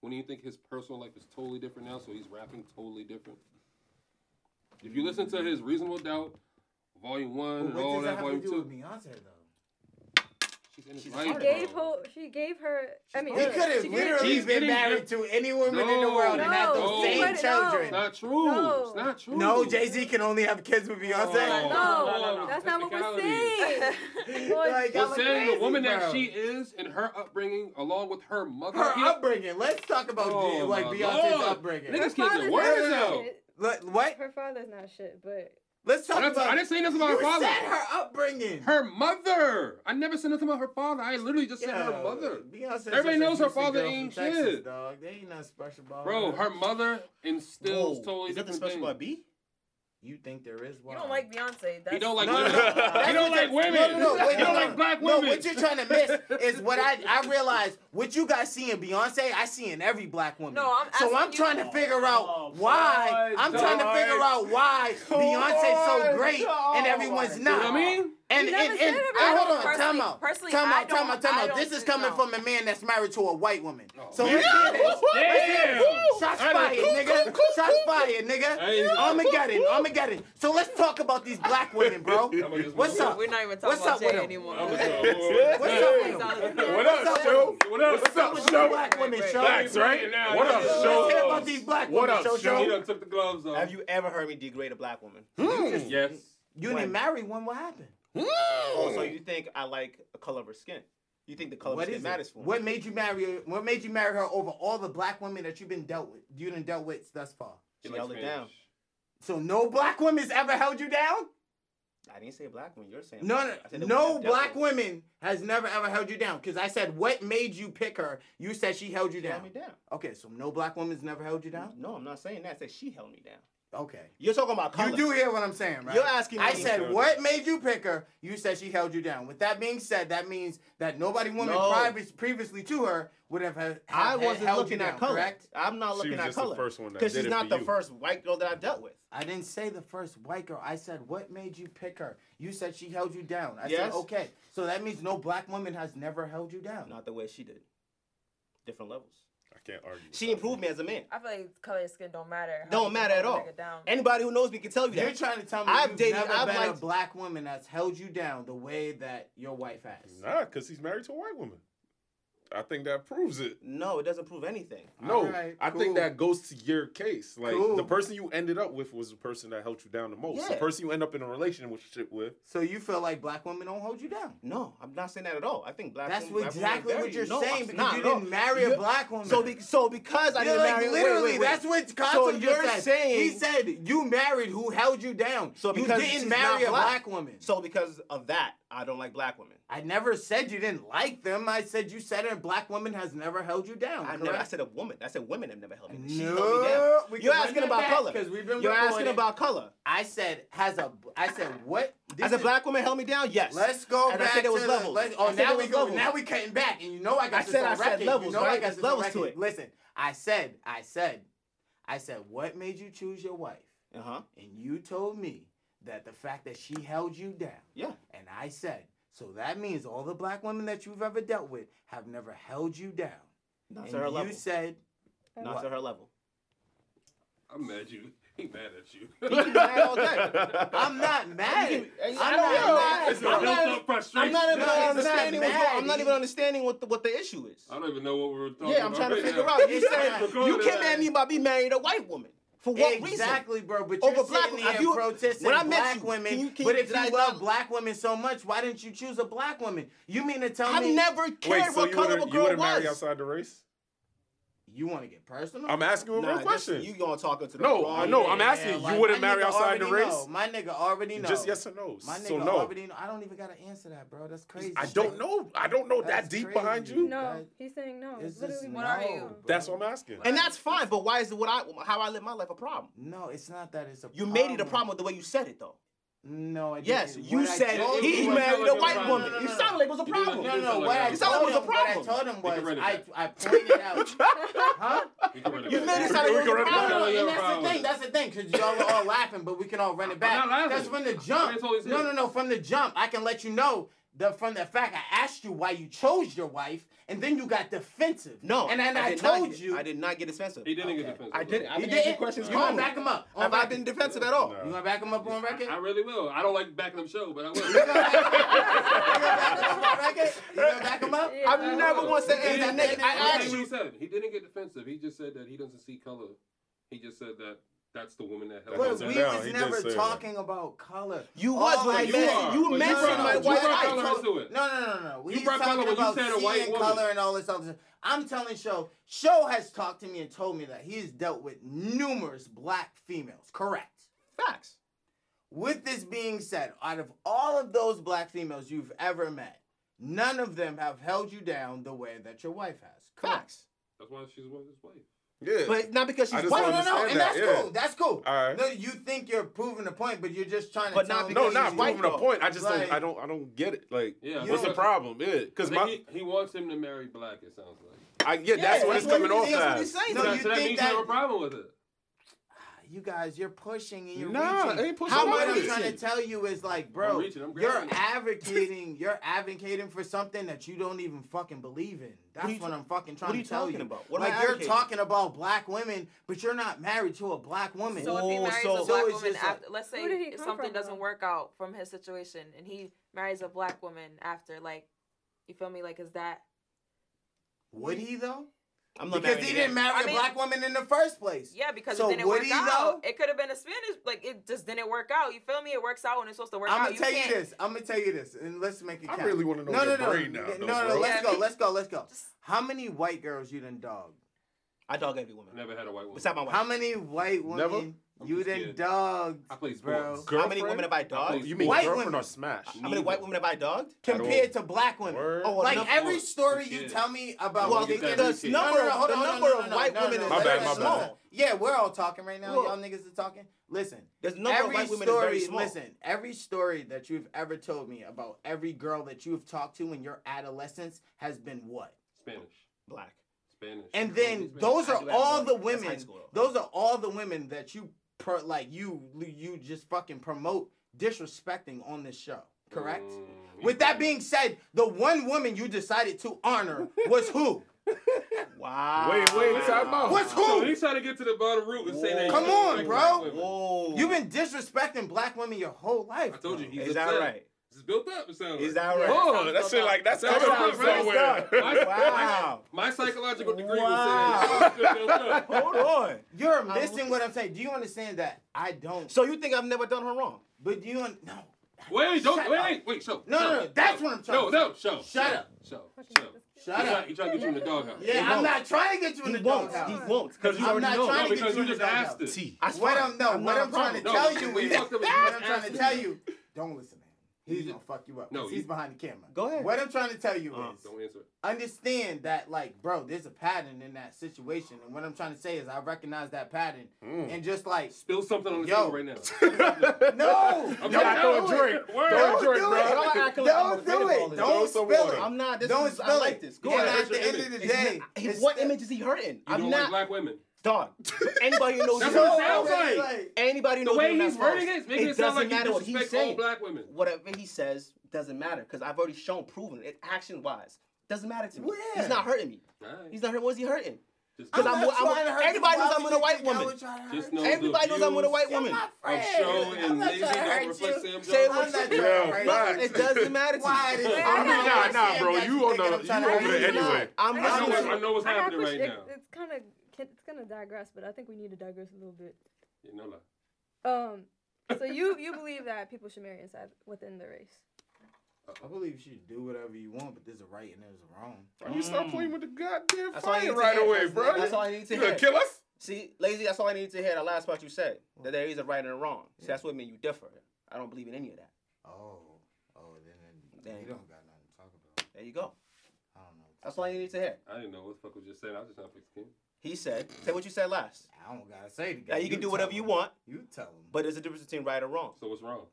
When do you think his personal life is totally different now? So he's rapping totally different. If you listen to his Reasonable Doubt, Volume One, But and what all does that that, have to Volume do with Two, Beyonce though? she's in his She life. Gave bro. her, she gave her. I mean, He could have she gave- literally She's been getting married to any woman in the No. world and had those No. same But no. It's children. not true. No. It's not true. No, Jay Z can only have kids with Beyonce. No, that's not what we're saying. Lord, Like, We're I'm saying crazy, the woman that bro. she is and her upbringing, along with her mother. her Yeah. upbringing. Let's talk about Oh, Jay- like my Beyonce's Lord. upbringing. Niggas her Let's get the father's words not out. shit. Look, what? Her father's not shit, but Let's I talk didn't- about. I didn't say nothing about you her father. said her upbringing. Her mother. I never said nothing about her father. I literally just said her Yo, mother. Beyonce's Everybody just a knows her Houston father girl from ain't Texas, shit. Dog, they ain't nothing special about Bro, her mother instills Whoa. totally Is that the different special things. about B? You think there is one? You don't like Beyonce. That's, He don't like No, no, women. no. That's He don't what like I'm- women. No, no, no. Wait, He no, don't no. like black No, women. what you're trying to miss is what I I realize. What you guys see in Beyonce, I see in every black woman. No, I'm so I'm asking trying you- to figure out Oh, why. boy, I'm trying to boy. figure out why Beyonce's so great and everyone's Oh, You know not. what I mean? And, You and, never and, said it and about hold it. on, time Personally- out. personally, Time I out, time don't- out, time I out. don't This is do- coming no. from a man that's married to a white woman. Oh, so man. let's hear this. Damn. Shots I fired, done- nigga. Shots fired, Hey. nigga. Armageddon, Armageddon. So let's talk about these black women, bro. What's up? We're not even talking What's about up with Jay him? anymore. I'm a- What's up with them? What up, show? What up? What's What's up, up with these show? black women, Right, show? right. Facts, right? Nah, What nah, up, nah. Let's hear about show? these black What women, up, show, He show? show. done took the gloves off. Hmm. Have you ever heard me degrade a black woman? Yes. You didn't marry one. What happened? Oh, so you think I like the color of her skin? You think the color What of her is skin matters it? for me? What made you marry? her- What made you marry her over all the black women that you've been dealt with? You done dealt with thus far. He She likes held it Spanish. down. So no black woman's ever held you down. I didn't say black woman. You're saying No, black. I said no, that no we have black definitely- women has never ever held you down. Because I said, what made you pick her? You said she held you She held down. me down. Okay, so no black woman's never held you down. No, I'm not saying that. I said she held me down. Okay. You're talking about color. You do hear what I'm saying, right? You're asking I me- said, what made you pick her? You said she held you down. With that being said, that means that nobody woman No. privi- previously to her would have, have I have wasn't held looking you at down, color. correct? I'm not She looking was at just the color. first one that Because did she's it not for the you. first white girl that I've dealt with. I didn't say the first white girl. I said, what made you pick her? You said she held you down. I said, Yes. okay. So that means no black woman has never held you down. Not the way she did. Different levels. I can't argue. with She that. improved me as a man. I feel like color of skin don't matter. How Don't you matter at hold a all. nigga Down. Anybody who knows me can tell you that. You're trying to tell me I've you've dated- never I've been a liked- black woman that's held you down the way that your wife has. Nah, because he's married to a white woman. I think that proves it. no, it doesn't prove anything. No, Alright, I cool. think that goes to your case. Like Cool. the person you ended up with was the person that held you down the most. The Yeah. person you end up in a relationship with. So you feel like black women don't hold you down. No, I'm not saying that at all. I think black. That's women- black women are exactly very- what you're No, saying I'm because not you at all. didn't marry a You're- black woman. So, be, so because I You're didn't like marry. wait, literally, wait, wait. that's what So Consul just you're said. saying. He said you married who held you down. So you because didn't she's marry not a black black. woman. So because of that, I don't like black women. I never said you didn't like them. I said you said a black woman has never held you down. I never. I correct? said a woman. I said women have never held me. down. She held me down. no, You're asking about color. because we've been You're asking recording. about color. I said has a. I said what? As a black woman held me down, yes. Let's go And I back said there was to levels. The, let- oh, I said there now we was go. levels. Now we cutting back, and you know I got I this said- on I said record. you levels, know I right? got There's this levels on to record. it. Listen, I said, I said, I said, what made you choose your wife? Uh huh. And you told me that the fact that she held you down. Yeah. And I said, so that means all the black women that you've ever dealt with have never held you down. Not and to her you level. said, Not what? to her level. I'm mad at you. He mad at you. He can be mad all day. I'm not mad. You can- I'm I not know, yo, mad. It's a I'm built not- up frustration. I'm not even No, I'm not understanding. what's mad. going- I'm not even understanding what the, what the issue is. I don't even know what we're talking about. Yeah, I'm trying to right figure now. out. You Yeah. said you can't mad me about being married to a white woman. For what reason? Exactly, bro. But Over you're black sitting women. If here you- protesting when I met black you, women. can you- can but you- if did I you love not- black women so much, why didn't you choose a black woman? You mean to tell I've me never Wait, cared so what you color would a have you girl would married was. outside the race? you want to get personal? I'm asking a real this- question. You gonna talk into the No, wrong I know, man. I'm asking, you wouldn't my marry nigga outside the already race? know. My nigga already know. Just yes or no. My nigga so no. already know. I don't even gotta answer that, bro. That's crazy. I don't know. I don't know That's that deep crazy. behind you. No, That- he's saying no. It's It's just literally no, Oh, what are you? bro. That's what I'm asking. And that's fine, but why is it what I how I live my life a problem? No, it's not that. It's a. You made it a problem with the way you said it though. No, I didn't. Yes, you What I said told he you was- married a white No, no, no, woman. no, You no. sounded like it was a You did problem. look No, no. What I You sound like it told was a him, what I problem. told him Get was, rid of I, that. I pointed out, huh? We can run it You back. made it sound like We it was can a run it back. No, no, No, problem. you're and that's wrong. the thing. That's the thing, because y'all were all laughing, but we can all run it back. I'm not laughing. That's from the I jump. told you No, so. no, no. From the jump, I can let you know that from the fact I asked you why you chose your wife, and then you got defensive. No, and then I, did not told get- you. I did not get defensive. He didn't get defensive. I didn't. I've You been asking did. questions You gonna calmly. back him up? on Have I record. been defensive at all? No. You gonna back him up on record? I really will. I don't like backing up show, but I will. You gonna back him up on record? You gonna back him up? Yeah. I've never once said, hey, that nigga, I That's asked what he you. said. He didn't get defensive. He just said that he doesn't see color. He just said that that's the woman that That held But goes him we down. down. was He did never say that. talking about color. You All was I when said- you mentioned, But you you mentioned brought- my you white brought wife. color into it. No, no, no, no. We You brought talking color when you about said a seeing white woman. color and all this other stuff. I'm telling Show. Show has talked to me and told me that he has dealt with numerous black females. Correct. Facts. With this being said, out of all of those black females you've ever met, none of them have held you down the way that your wife has. Correct. Facts. That's why she's with his wife. Yeah. But not because I she's just Well, don't no, no, white. no, understand and that, that's yeah. cool. That's cool. All right. No, you think you're proving a point, but you're just trying to. But not tell me No, because not he's white, proving a though. point. I just Like- don't. I don't. I don't get it. Like, Yeah, what's yeah. the problem? Yeah, because I my. think he, he wants him to marry black. It sounds like. I, yeah, that's what it's that's what coming he- off that's what as. So, saying. No, that- you so that think means that- you have a problem with it. You guys, you're pushing and you're Nah, reaching. I ain't pushing, How I'm much I'm reaching. trying to tell you is like, bro, I'm reaching, I'm you're grabbing. advocating, you're advocating for something that you don't even fucking believe in. That's you what, ta- I'm fucking trying are you to tell talking you. about? What am like I you're advocating? talking about black women, but you're not married to a black woman. So if he Oh, marries so- a black So it's woman just like- after, let's say Who did he if come something from, doesn't though? work out from his situation, and he marries a black woman after, like, you feel me? Like, is that would he though? I'm not Because married he to didn't that. marry I a mean- black woman in the first place. yeah? Because So it didn't would work he, out. though? It could have been a Spanish, like it just didn't work out. You feel me? It works out when it's supposed to work I'm out. gonna tell you can't- this. I'm gonna tell you this, and let's make it I count. really wanna know No, your no, no, brain now, no, though, no, bro. Let's Yeah. go. Let's go. Let's go. Just- How many white girls you done dog? I dog every I woman. never had a white woman. Besides my wife. How many white women Never. I'm you just done scared. dogged? I play bro. sports. How many women have I dogged? Oh, You mean White girlfriend women. or smash? How many white women have I dogged? compared to black women. Word. Oh, well, like number- every one. story Yeah. you tell me about Well, Get thinking- that the receipt. number No, no, of- hold the on, no, number no, no, of no, white no, no, women no, is My no, bad, no, my no. bad. Yeah, we're all talking right now. Look. Y'all niggas are talking. Listen, There's number of every white women is story. very small. Listen, every story that you've ever told me about every girl that you've talked to in your adolescence has been what? Spanish. Black. Spanish. And Only then Spanish. those I are do have all one. the That's high women. school, though. Those are all the women that you per, like you you just fucking promote disrespecting on this show. Correct. Mm, With that being said, the one woman you decided to honor was who? Wow. Wait, wait, time out. What's who? So he's trying to get to the bottom root and say that. Come you on, like bro. black women. Whoa. You've been disrespecting black women your whole life. I told you bro. he's Is that upset. right? This is built up. It sounds Is like. that right? Oh, that shit like that's That's coming how from it breaks somewhere. down. Wow. My psychological degree Wow. was saying. built up. Hold on. You're missing what I'm saying. Do you understand that I don't? So you think I've never done her wrong? But you un- no. Wait, Shut don't wait, up. wait, wait, show. No, show, no, no, that's show. what I'm trying No, to no, show. Shut show, up. Show, show. Shut He up. try- He trying to get you in the doghouse. Yeah, I'm won't. not trying to get you in He the won't. He doghouse. won't. Because you I'm already not know. No, trying to get because you you in the just doghouse. asked it. That's What fine. I'm no, I'm what not I'm a trying to problem. No, tell because you when is you fucked up, you what I'm just trying asked to him. tell you. Don't listen to him. He's You gonna fuck you up. No, 'cause you- he's behind the camera. Go ahead. What I'm trying to tell you Uh, is Don't answer it. understand that like bro there's a pattern in that situation and what i'm trying to say is i recognize that pattern Hmm. and just like Spill something on the Yo. table right now. no I'm not don't do gonna it. drink. Word. don't Don't drink, bro. do Y'all it are acting like I'm don't afraid of do all it this. Throw don't some spill water. it I'm not. This don't is, I spill like it this. Go and ahead. at Hurt the your end image. of the It's day not- he- it's what still- image is he hurting? You I'm don't like not black women. dog. Anybody who knows That's him- what it sounds Okay, like. Anybody who The knows way him, he's that's wording false. it, making it sound doesn't like he matter what he's disrespects all saying. black women. Whatever he says doesn't matter because I've already shown, proven it action wise. Doesn't matter to me. Yeah. He's not hurting me. Alright. He's not hurting. What is he hurting? Just- Because I'm I'm, not with- I'm, trying to hurt with- you. everybody Why knows I'm would with a you white think I woman. would try to hurt Just you? know Everybody the knows I'm with a views white woman. Of show and lazy don't reflect Sam Say Jones. what I'm not trying Yeah, to hurt you. facts. It doesn't matter to Why me. did- I mean, not nah, nah, saying bro, that you on think the- I'm trying you to over it hurt you. anyway. I'm I know, not. what- I know what's I got a happening right question. now. It- It's kind of it's gonna digress, but I think we need to digress a little bit. Yeah, no lie. Um, so you you believe that people should marry inside within the race? I believe you should do whatever you want, but there's a right and there's a wrong. Why you stop playing with the goddamn That's all you fire need to right hear. away, That's- bro? That's all I need to You gonna hear. kill us? See, lazy, that's all I needed to hear. The last part you said that there is a right and a wrong. See, that's what I mean. You differ. I don't believe in any of that. Oh, oh, then, then Dang. you don't got nothing to talk about. There you go. I don't know. That's all I needed to hear. I didn't know what the fuck was just said. I was just trying to fix Kim. He said, say what you said last. I don't gotta say the guy. Now you can do tell whatever you him. want, You tell him. but there's a difference between right or wrong. So what's wrong?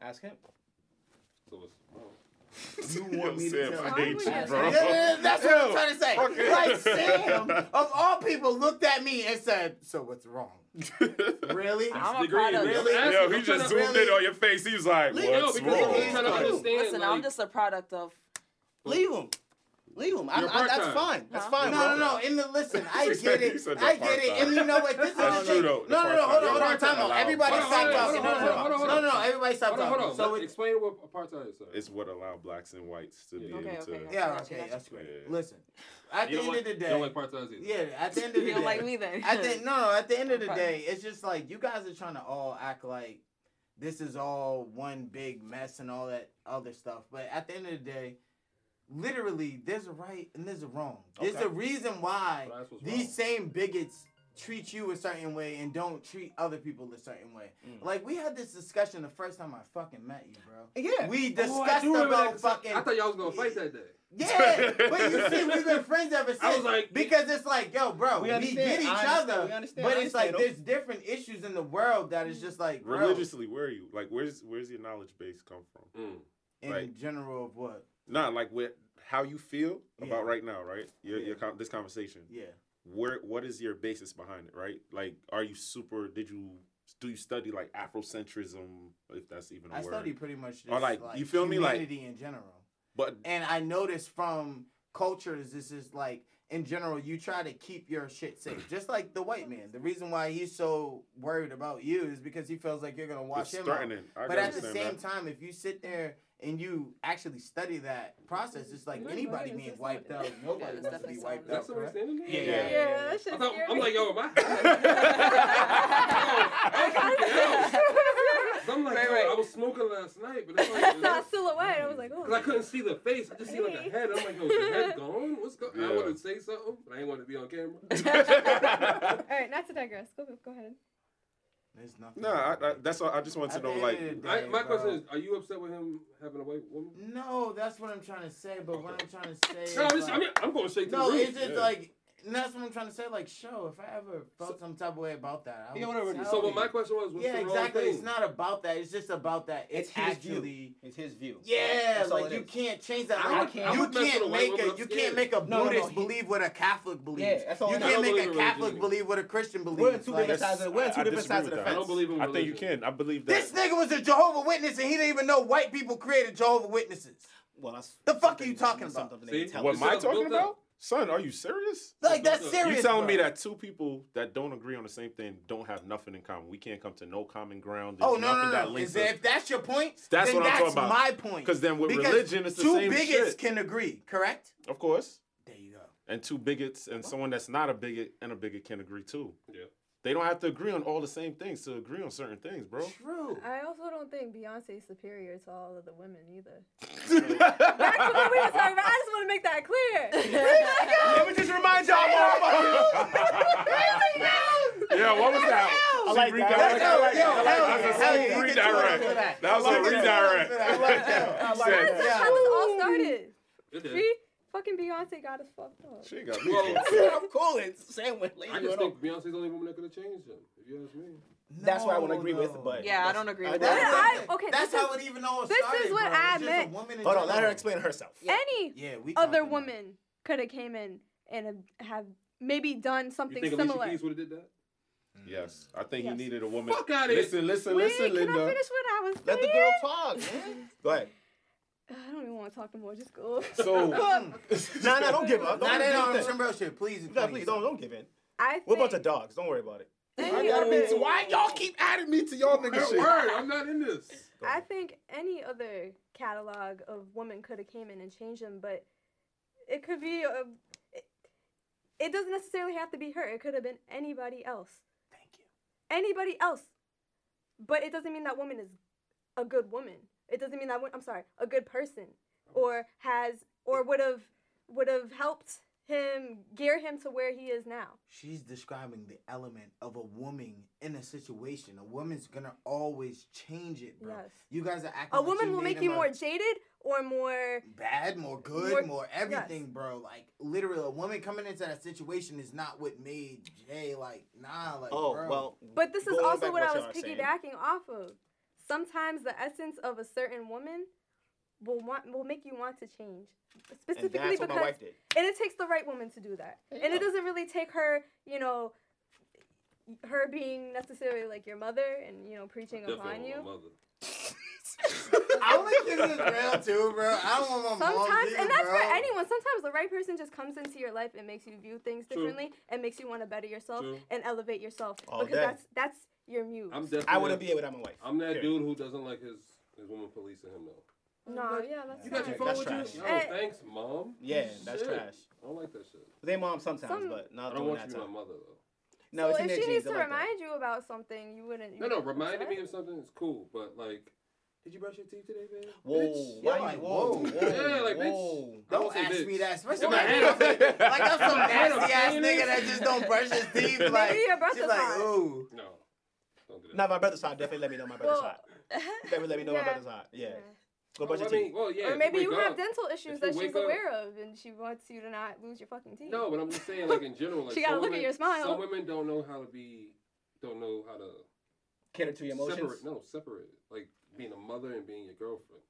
Ask him. So what's wrong? You want me to Yo, tell Sam, him. I hate you, Yeah, bro. Yeah, that's what I'm Yo, trying to say. fuck it. Like Sam, of all people, looked at me and said, "So what's wrong? Really? I'm a Degree, product. really? Listen, Ask Yo, him, he I'm just tryna- zoomed really- in on your face. He was like, Leave- yo, "What's because I'm trying to wrong?" understand. I'm like- just a product of. Leave him. Leave him. I, You're I, that's part-time. fine. That's Huh? No, fine, bro. no, no. In the listen, I You get said- you it. said I the get it. part-time. And you know what? This is the That's thing. true, No, though. The no, no. part-time. You're Hold on, hold on. part-time. Time out. Allow- Everybody, Hold on, stop hold on, talking. No, hold on, no, hold on, no. hold No, on. no, no. Everybody, stop Hold on, hold talking. on. So Like, it- explain what apartheid is. Sorry. It's what allow blacks and whites to be Yeah. able Okay, to. okay, okay. yeah, Gotcha, okay, gotcha. that's great. Yeah. Listen, at You don't the end like- of the you don't day, like apartheid either. yeah, at the end of You the day, don't like me then. I think no, no. At the end of the Okay. day, it's just like you guys are trying to all act like this is all one big mess and all that other stuff. But at the end of the day, literally, there's a right and there's a wrong. There's Okay. a reason why But that's what's these wrong. same bigots treat you a certain way and don't treat other people a certain way. Mm. Like we had this discussion the first time I fucking met you, bro. Yeah. We Oh, I discussed do remember about that 'cause I- fucking I thought y'all was gonna fight that day. yeah, but you see, we've been friends ever since. I was like- because it's like, yo, bro, We we, understand. get each I understand. other, We understand. but I understand, it's like though. there's different issues in the world that is just like bro, Religiously, where are you? Like, where's where's your knowledge base come from? in right. general of what? Nah, like what how you feel Yeah. about right now, right? Your, Yeah. your con- this conversation. Yeah, Where what is your basis behind it, right? Like, are you super? Did you do you study like Afrocentrism, if that's even a I word? study pretty much. Just, Or, like, you feel me? Like- humanity in general. but and I noticed from cultures, this is like in general, you try to keep your shit safe. Just like the white man, the reason why he's so worried about you is because he feels like you're gonna watch it's him. out. threatening. I But can at the understand same that. time, if you sit there and you actually study that process, it's like Oh my anybody goodness, being it's wiped not- out. Nobody it's wants to definitely be wiped That's out. what correct? standing. Yeah. Yeah. Yeah, that I shit thought, scary. I'm like, yo, am I? I was I'm like, Right, yo, right. I was smoking last night, but it's I like, saw a silhouette. I was like, because I oh. couldn't see the face. I just see like a head. I'm like, yo, is the head gone? What's going? I Yeah. want to say something, but I didn't want to be on camera. All right, not to digress. Go, go ahead. There's nothing. No, I, I, that's all. I just want to At know, the like, end of the I, day, my bro. question is, are you upset with him having a white woman? No, that's what I'm trying to say. But what Okay. I'm trying to say. is No, I'm, just, like- I mean, I'm going straight to No, the it's root. just Yeah. like and that's what I'm trying to say. Like, show if I ever felt some type of way about that. I Yeah, would whatever it tell is. So, you. what my question was, what's yeah, the wrong exactly. thing? It's not about that. It's just about that. It's It's, his view. actually It's his view. yeah. That's all like it you is. can't change that. I Like, would- I you would mess with a can't white make woman, a I'm you scared. can't make a No, no, no, Buddhist he- believe what a Catholic believes. Yeah, that's all you I'm can't saying. I make a don't believe in Catholic religion. believe what a Christian believes. We're on two Like, different sides of the, we're on I- I two different disagree sides of with the that. fence. I don't believe in I think you religion. can. I believe that. this nigga was a Jehovah Witness and he didn't even know white people created Jehovah Witnesses. Well, that's The fuck are something- you talking something about? that they See? tell What us. am I Instead of talking built up. about? Son, are you serious? Like That's that's up. serious. you telling bro. me that two people that don't agree on the same thing don't have nothing in common. We can't come to no common ground. There's Oh no nothing no that no! links Is that- us. if that's your point, That's then what I'm that's talking about. my point. 'Cause then with Because religion, it's the two same bigots shit. can agree, correct? Of course. There you go. And two bigots and someone that's not a bigot and a bigot can agree too. Yeah. They don't have to agree on all the same things to agree on certain things, bro. True. I also don't think Beyonce is superior to all of the women either. Back to what we were talking Let about. I just want to make that clear. me just remind y'all Yeah, what was that? I like that. redirected. I like Yo, That that. hell was a yeah, hell sweet yeah, you can redirect. tell them for that. That was a You can tell them redirect. for that. I like that. I like That's that. how this all started. It is. See? Fucking Beyonce got us fucked up. She ain't got Well, me. I'm cool. It's same with I just think Beyonce's the only woman that could have changed him, if you ask me. That's what I wouldn't No, agree with, no. but Yeah, I that's- don't agree I- with that's- that. That's- I- okay, That's this how is- it even all this is started. what bro. It's I just a meant. woman in Hold on, let her general. explain herself. Any Yeah, we other talking. woman could have came in and have, have maybe done You something think similar. Alicia Keys would have did that? Yes, I think Yes. he needed a woman. Fuck outta here. listen, listen, Wait, listen, can I Linda. finish what I was Let the saying? girl talk, man. Go ahead. I don't even want to talk no more. Just go. Mm. So, Nah, nah, don't give up. Don't Not give at all. in. Some real shit. Please, Nah, please don't don't give in. I think We're a bunch of dogs. Don't worry about it. any gotta be other- too- why y'all keep adding me to y'all nigga shit? Word, I'm not in this. I think any other catalog of women could have came in and changed them, but it could be a. It, it doesn't necessarily have to be her. It could have been anybody else. Thank you. Anybody else. But it doesn't mean that woman is a good woman. It doesn't mean that wo- I'm sorry, a good person, or has or would have would have helped him gear him to where he is now. She's describing the element of a woman in a situation. A woman's gonna always change it, bro. Yes. You guys are acting. A like woman will made make you him a more jaded or more bad, more good, More- more, everything, yes. bro. Like literally, a woman coming into that situation is not what made Jay like nah, like Oh bro. well. But this is going also back what I y'all was are saying. piggybacking off of. Sometimes the essence of a certain woman will want will make you want to change, And specifically that's what because my wife did. and it takes the right woman to do that, and it doesn't really take her, you know, her being necessarily like your mother and you know preaching upon Definitely you. my mother. I don't think this is real too, bro. I don't want my mom. Sometimes, to, and that's bro. for anyone. Sometimes the right person just comes into your life and makes you view things True. differently, and makes you want to better yourself True. and elevate yourself All because day. that's that's your muse. I'm definitely. I wouldn't be able to have my wife. I'm that Period. dude who doesn't like his his woman policing him though. no, yeah, that's You got your fine. phone That's with trash. you? Yo, Eh. thanks, mom. Yeah, that's Shit. trash. I don't like that shit. They mom sometimes, Some- but I not don't during want you that to be my time. mother though. No, it's so in their if she genes. needs They to like that. remind you about something, you wouldn't. You No, no, wouldn't be reminding upset? me of something is cool, but like Did you brush your teeth today, man? Whoa, Bitch, why you're you, like, whoa, whoa. whoa, Yeah, like, bitch. whoa. I won't Don't say ask bitch. me that. Especially Well, my my head up. like I'm some My head up, nasty ass ain't it? nigga that just don't brush his teeth. Like Maybe your breath she's is like, hot. ooh. No. Don't do that. Not my brother's side. Definitely let me know my brother's Well, side. Definitely let me know my yeah. brother's side. Yeah. Yeah. Go brush well, your I mean, teeth. well, yeah. or if maybe wake you have up- dental you issues that she's wake up- aware of, and she wants you to not lose your fucking teeth. No, but I'm just saying, like in general, like She gotta some look at women, your smile. Some women don't know how to be, don't know how to Cater to your emotions. separate. No, separate. Like being a mother and being your girlfriend.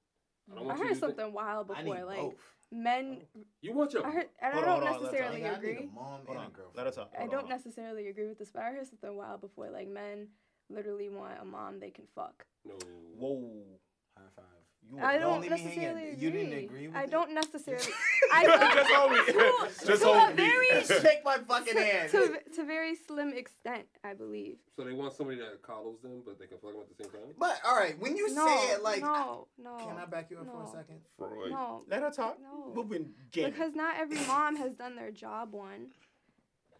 I don't I want you heard to think- something wild I before, need like both. men. you want your. I heard, and Hold I on, don't hold on, let's- necessarily Nigga, I need agree. a mom Hold and on. a Let girlfriend. her talk. I Hold don't on. necessarily agree with this, but I heard something wild before, like men literally want a mom they can fuck. no. Whoa. High five. You I are don't don't leave me hanging. necessarily agree. You didn't agree with I it? don't necessarily. I don't, Just hold me. To, Just to hold a me. very Shake my fucking to, hand. to, to very slim extent, I believe. So they want somebody that coddles them, but they can fuck them at the same time. But all right, when you no, say it like, no, no, can I back you up for a No. second? Freud. no, Let her talk. No. We've been gay. because not every mom has done their job. One,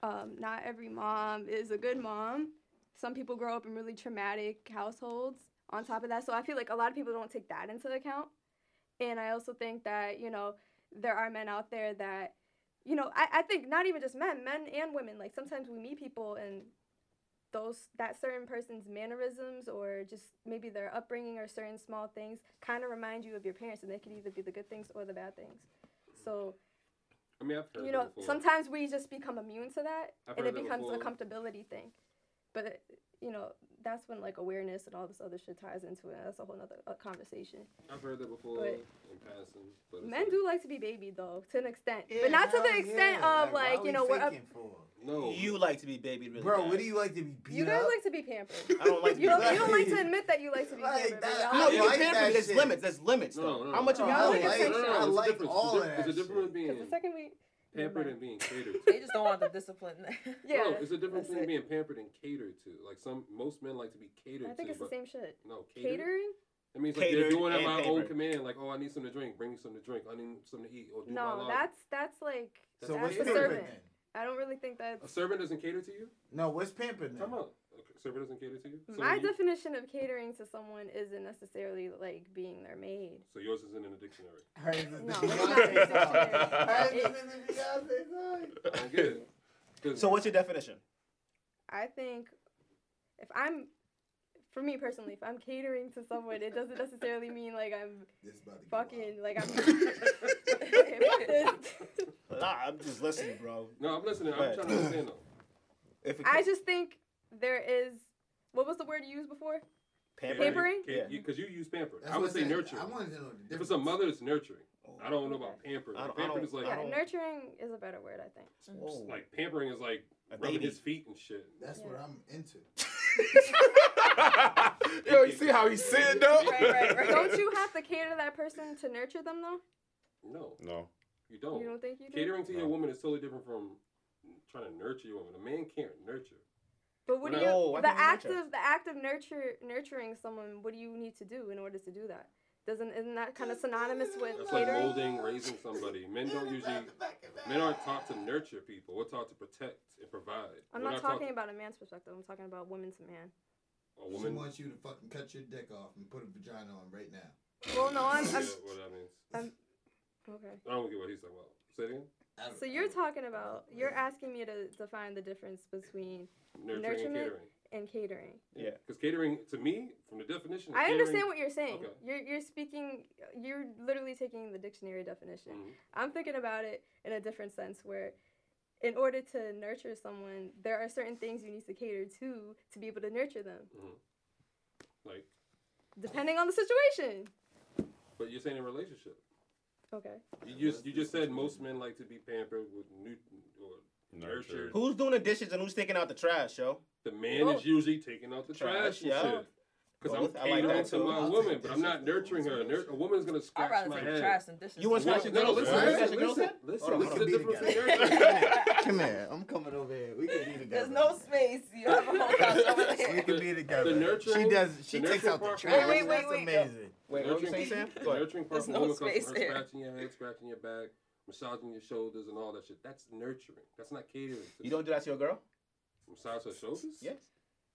um, not every mom is a good mom. Some people grow up in really traumatic households. On top of that, so I feel like a lot of people don't take that into account. And I also think that you know there are men out there that you know I, I think not even just men men and women like sometimes we meet people and those that certain person's mannerisms or just maybe their upbringing or certain small things kind of remind you of your parents and they could either be the good things or the bad things so I mean, I've heard you that know before. sometimes we just become immune to that I've and heard it that becomes a before. comfortability thing but you know that's when like awareness and all this other shit ties into it that's a whole nother uh, conversation I've heard that before But- in passing. But it's men like, do like to be babied though to an extent Yeah, but not to the hell extent yeah. of why like are you we know uh, we're up faking for? No. You like to be babied really Bro, bad. what do you like to be beat You guys up? like to be pampered. I don't like to You be don't, you don't like Right. to admit that you like to be Like pampered. but that- No, y'all I like you it. can't like that pamper me. There's shit. limits. There's limits, No, though. no, How much no. of you Y'all I like doing? to like, say no, no, no, I it's a like difference. all it's a, of di- that. It's a difference shit. being Because the second we, pampered and being catered. to. They just don't want the discipline. yeah, No, Oh, it's a difference that's between it. being pampered and catered to. Like some, most men like to be catered I think to. it's the but same shit. No, catered. Catering? That means like they're Catered doing it at and my own pampered. command. Like, oh, I need something to drink. Bring me something to drink. I need something to eat. Or do my No, laundry. that's that's like So So that's what's a different pampered servant. then? I don't really think a that's servant doesn't cater to you. No, what's pampered then? Come on, a servant doesn't cater to you. So my you- definition of catering to someone isn't necessarily like being their maid. So yours isn't in the dictionary. Hers is the No, Beyonce it's not the song. dictionary. Hers It- is the Beyonce song. I don't get it. 'Cause- So what's your definition? I think if I'm for me personally, if I'm catering to someone, it doesn't necessarily mean like I'm This about to get fucking like I'm Nah, I'm just listening, bro. no, I'm listening. I'm Right. trying to understand though. If it I just think there is what was the word you used before? pamper, Pamper? Pampering? Because Yeah. you, 'cause you use pampered. That's I what would say said. nurturing. I wanted to know the if it's a mother, it's nurturing. I don't know about Okay. pampered. I don't- I Pampered don't- is like I Yeah, don't- nurturing is a better word, I think. Whoa. like pampering is like A rubbing baby. his feet and shit. That's what I'm into. Yo, you see how he's sitting though? Right, right, right. Don't you have to cater to that person to nurture them though? No, No. you don't. You don't think you do? Catering to your No. woman is totally different from trying to nurture your woman. A man can't nurture. But what do you No, I the think you act nurture. of the act of nurture nurturing someone, what do you need to do in order to do that? Doesn't isn't that kind of synonymous with That's like catering? molding, raising somebody. Men don't usually. Men aren't taught to nurture people. We're taught to protect and provide. I'm We're not taught talking about a man's perspective. I'm talking about women to man. a She woman. wants you to fucking cut your dick off and put a vagina on right now. Well, no, I'm, Yeah, I'm what that means. okay. I don't get what he's talking about. Say it again. I don't- So I you're don't- talking about you're asking me to define the difference between Nurturing and Nurturement? catering. and catering. Yeah. Because catering, to me, from the definition, of I catering, understand what you're saying. Okay. You're you're speaking. You're literally taking the dictionary definition. Mhm. I'm thinking about it in a different sense, where in order to nurture someone, there are certain things you need to cater to to be able to nurture them, Like, depending on the situation. but you're saying in a relationship. Okay. You just you just said most men like to be pampered with new or nurtured. Who's doing the dishes and who's taking out the trash, yo? The man Both. is usually taking out the trash, Trash, and yeah. shit. Because I'm Both. I like catering that to too. my I'll woman, take but I'm not dishes. nurturing her. A, nur- a woman's gonna I'd scratch rather my take head. trash than dishes. You want No, smash your no, girl? listen, You wanna Right? listen, smash your girl's listen, head? listen. Hold on, What's hold the Be difference in together. nurturing? Come here. I'm coming over here. We can be together. There's no space. You have a whole couch over We there. can be together. The nurturing- She does. She the takes nurturing out the part- trash. Wait, wait, wait, That's wait. amazing. Wait, what were you saying, Sam? The Go ahead. nurturing part There's of no a woman comes space from her there. scratching your head, scratching your back, massaging your shoulders, and all that shit. That's nurturing. That's not catering. To You don't do that to your girl? massage her shoulders? Yes.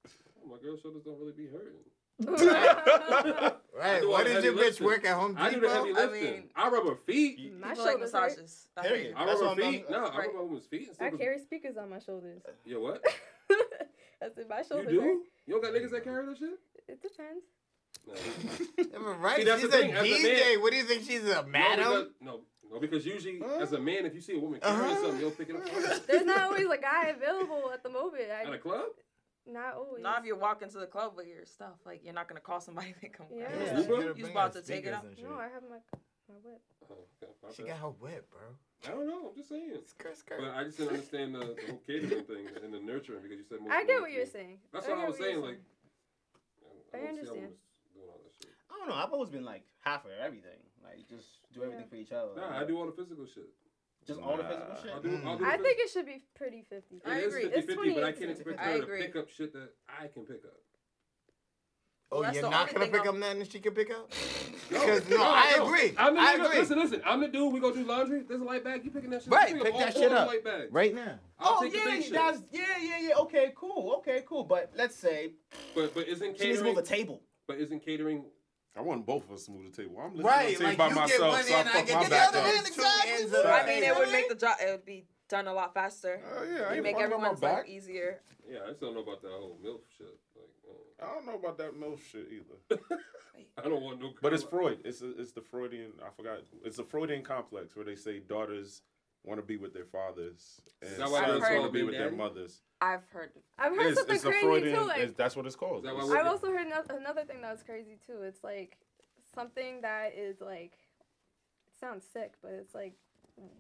Oh, my girl's shoulders don't really be hurting. I Right. do all What the did heavy your bitch lifting. work at Home I do the heavy Depot? I lifting. I, mean- rub her feet. You- My People like shoulders hurt. massages. That's Period. it. I That's rub her what I'm- feet. No, I Right. rub a woman's feet. I carry speakers on my shoulders. Yo, what? That's it. My You shoulders. do? hurt. You don't got niggas that carry that shit? It depends. No. Am I right? See, that's she's the a thing, as a DJ. man- What do you think she's a No, madam? because, no, no, because usually as a man, if you see a woman carrying Uh-huh. something, you'll pick it up There's not always a guy available at the moment. at a I, club. not always. Now if you walk into the club with your stuff, like you're not gonna call somebody to come. Yeah. grab Yeah. it. You gotta was bring about her to take it speakers out. and shit. no, I have my my whip. Oh, okay. My She bad. got her whip, bro. I don't know. I'm just saying. Skirt, skirt. But I just didn't understand the, the whole catering thing and the nurturing because you said more. I get what you're saying. That's I what I get was you're saying. Like, I don't see how understand. women's doing all that shit. I don't know. I've always been like half of everything. Like just do everything Yeah. for each other. Nah, I do all the physical shit. Just all the physical Nah. shit. Mm. I'll do, I'll do I the think it should be pretty 50. I It is agree. It's 50-50, but I can't 2018. expect I her to agree. pick up shit that I can pick up. Oh, that's you're the not only gonna thing pick I'm- up nothing that she can pick up? Because no, I agree. I'm the nigga- I agree. Listen, listen. I'm the dude. We go do laundry. There's a light bag. You picking that shit Right, up? You pick all that four shit of the up. light bags. Right now. I'll oh take the yeah, big shit. that's yeah, yeah, yeah. Okay, cool. Okay, cool. But let's say But but isn't she needs to move a catering? table. But isn't catering? I want both of us to move the table. I'm listening Right, to the table like, by you get myself, one so I end, I fuck get my the back other up. end, Two exactly. ends So of I the mean, table. it would make the job. It would be done a lot faster. Oh yeah, I You ain't make fucking on my everyone's life back. easier. Yeah, I just don't know about that whole milk shit. Like, uh, I don't know about that milk shit either. I don't want no. But it's Freud. It's it's the Freudian. I forgot. It's the Freudian complex where they say daughters want to be with their fathers and Is that sons why they're want to called be being with their daddy? mothers. I've heard. I've heard It's, something it's a crazy Freudian. too. Like, it's- that's what it's called. Is that why It's- we're- I've also heard ano- another thing that was crazy too. It's like something that is like it sounds sick, but it's like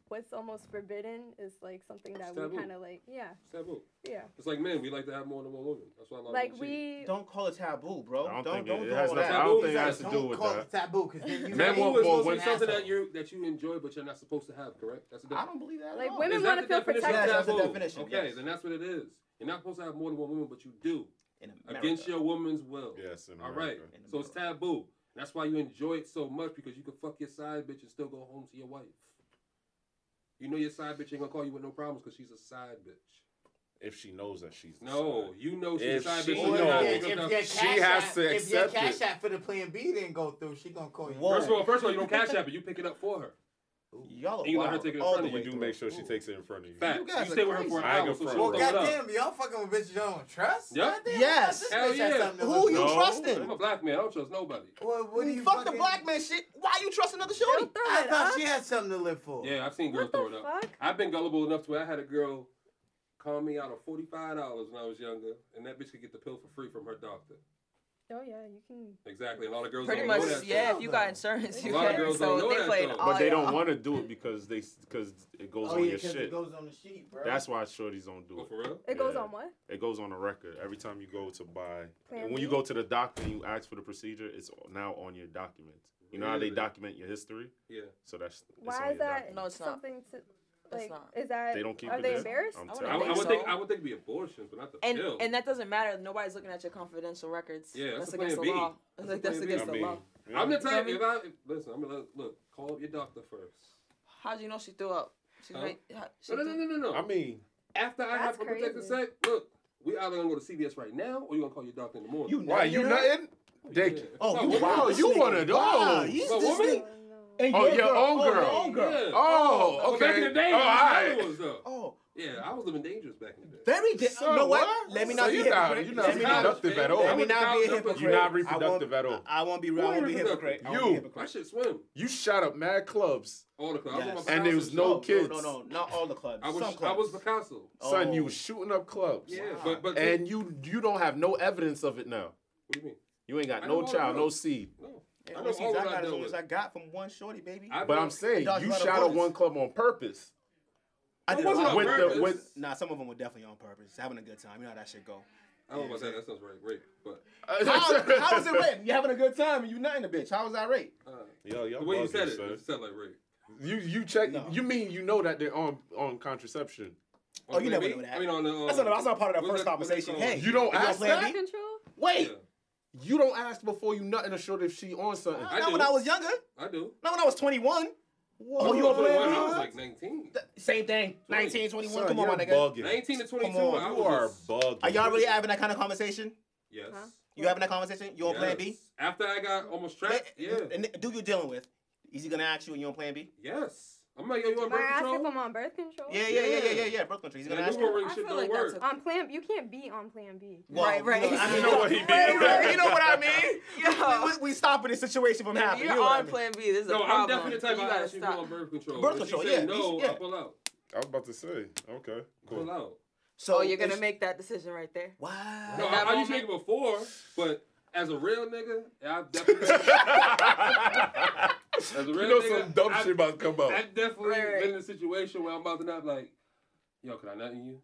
what's almost forbidden is like something that we Taboo. kind of like yeah It's taboo. yeah It's like men. We like to have more than one woman. That's why a lot like of men cheat. we Don't call it taboo, bro. I don't, don't think don't it, do it has all nothing. that. I don't think it Taboo has to do Don't with call that. it taboo, because then you Men Taboo won't is go supposed to with be something asshole. that you that you enjoy, but you're not supposed to have. Correct? That's the I definition. don't believe that. at Like all. women Is that wanna the feel definition of protected. Yes, that's the taboo? definition, Okay, yes. then that's what it is. You're not supposed to have more than one woman, but you do in America. against your woman's will. Yes, in All America. right. In So it's taboo. That's why you enjoy it so much because you can fuck your side bitch and still go home to your wife. You know your side bitch ain't gonna call you with no problems because she's a side bitch. If she knows that she's the No, son. you know she's a If side she bitch. so knows- you're not Yeah, picking up- your She Cash has App- to if your accept If your Cash cash app for the plan B didn't go through, she gonna call you. Whoa. First of all, first of all, you don't cash app it. You pick it up for her. Y'all are You let her wild take it in all front the of you, way You do through. make sure she takes it in front of you. Fact. you guys are stay with her for an crazy. I ain't hour, gonna so front she'll Well, row. throw it up. goddamn, y'all fucking with bitches you don't trust. Yep. Goddamn, Yes. this Hell bitch has yeah. something to Who live you with. No. trusting? I'm a black man. I don't trust nobody. Well, what do you Fuck the fucking- black man shit. Why you trusting other don't shorty? throw I it thought up. she had something to live for. Yeah, I've seen girls What the throw it up. fuck? I've been gullible enough to where I had a girl call me out of forty five dollars when I was younger, and that bitch could get the pill for free from her doctor. Oh yeah, you can. Exactly, and all the girls Pretty don't much, know that. shit. yeah. though. If you got insurance, A you lot of can. girls don't So know they that, played though. all But But they y'all. don't want to do it because they because it goes Oh on yeah, your 'cause it shit. goes on the sheet, bro. That's why shorties don't do Oh, it. for real? It goes Yeah. on what? It goes on the record every time you go to buy. Plan and when you B? go to the doctor and you ask for the procedure, it's now on your documents. You know how they Really? document your history, Yeah. so that's it's on Why your is that document. No, it's not. something to like? not. Is that They don't keep are it they in. embarrassed? I'm I wouldn't I, would- telling I you. think would think so. I would think it'd be abortions, but not the And pill. and that doesn't matter. Nobody's looking at your confidential records. Yeah, that's that's a against the plan B. law. That's like that's Plan B. I against the mean, law. you know, I'm the type. Yeah. If I if- listen, I'm gonna look, look, Call up your doctor first. How'd you know she threw up? She Huh? made- how- she No, no, threw- no, no, no. no. I mean, After I have That's unprotected crazy. sex, look, we either gonna go to CVS right now, or you gonna call your doctor in the morning. You why nutting you her? nothing? Dick. Yeah. Oh, What's you up, wild. Wow, woman? you one of Wow, those? you- What, this woman? Oh, no. And Oh, your own girl. Oh, your own girl. Yeah. Oh, Well, okay. Back in the day, it oh, was all the right. other ones, though. Oh, Yeah, I was living dangerous back in the day. very. Di- So you know what? Let me So not be you're hypocrite. not- you're not Let me being not. productive at all. Let me not be a hypocrite. You're not I won't- reproductive at all. I won't be. I won't be a hypocrite. I won't be You. a hypocrite. I should swim. You shot up mad clubs, All the clubs. I was Yes. on And there was Picasso no show. kid- kids. No, no, no, not all the clubs. I was Some I clubs. was Picasso. son. You Oh. was shooting up clubs, Yeah, but but Ah. and you you don't have no evidence of it what now. do you mean? You ain't got I no know all child, about no it. seed. No, I Yeah, all know the all seeds I that I got as dealt long with. as I got from one shorty, baby. I- But I'm saying Dodge you a lot of shot at bullets. one club on purpose. I It did a wasn't lot. on With the- purpose. with- Nah, some of them were definitely on purpose, having a good time. You know how that shit go. I don't know about that. That sounds right, rape. But How, how is it rape? You having a good time and you nothing a bitch. How is that rape? uh, Yo, y'all the way you bugging, said it, son. it sounded like rape. You you check. No. You mean you know that they're on on contraception? On Oh, you never Plan B? know that. I mean, on the um, That's not, that's not part of that what first is that- what is that conversation. called? Hey, You don't you on ask Plan that. Birth control? wait. Yeah, You don't ask before you nothing to show if she on something. I not do. when I was younger. I do. Not when I was 21. I Oh, you was on only Plan when B? I was like 19. Th- Same thing. 19, 21. Come on, my nigga. Bugging. 19 to 22. Come on, I You was are just- bugging. Are y'all really having that kind of conversation? Yes. Huh? You having that conversation? You on Plan B? Yes. After I got almost trapped, yeah. And the dude you're dealing with, is he gonna ask you and you on Plan B? Yes. I'm like, yo, you want Am I birth asking if control? I'm on birth control? Yeah, yeah, yeah, yeah, Yeah. yeah, yeah. Birth control. He's Yeah, gonna ask new you. one ring I shit feel don't like work. that's On plan, you can't be on plan B. Well, Right, right. You know, I mean, You know what he mean? you know what I mean? Yo. We, we, we stopping this situation from If happening. you're you know what I on mean. Plan B, this is a No, I'm problem. definitely the type you of gotta ask you stop. on birth control. Birth If she control, say yeah, No, you should- I yeah. pull out. I was about to say. Okay. Pull Cool. out. So oh, you're gonna it's- make that decision right there. Wow. No, that I, I used moment- to make it before, but as a real nigga, I definitely. as a real You know nigga, some dumb I, shit about to come out. I've definitely Right, right. been in a situation where I'm about to not like, yo, can I nut in you?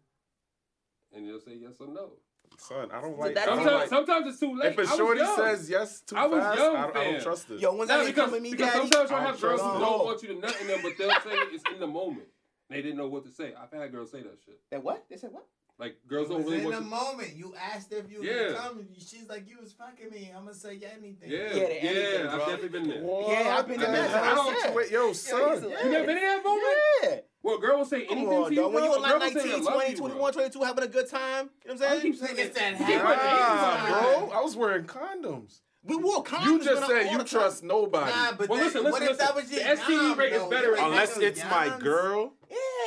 And they'll say yes or no. Son, I don't So like. that's I don't Sometimes, like sometimes it's too late. if a I was shorty young. says yes too I was fast, young, I, don't- I fam. don't trust it. Yo, when's Nah, that because, coming me, because daddy? sometimes I I'm have girls who drunk. don't want you to nut in them, but they'll say it's in the moment. They didn't know what to say. I've had girls say that shit. That what? They said what? Like girls don't It was really in want a you. moment, you asked if you Yeah. would come. She's like, "You was fucking me. I'm gonna say yeah, anything." Yeah, Yeah, yeah, they anything, I've bro. definitely been there. Yeah, I've in been I that. mean, how I said. to it- Yo, son. You never been in that moment? Yeah. Well, a girl will say Come anything on, to you. dog. When bro. you were A girl like will say 19, I love 20, you, 21, 22, having a good time, you know what bro. I'm I saying? keep saying Niggas said, Yeah, but nah, "Have a bro. good time." Bro, I was wearing condoms. We wore condoms. You just when I- said all you the time. trust nobody. Nah, but Well, that- listen, what listen, if that was listen. your The STD yam, rate is though? better Like in- Unless those it's my yams? girl,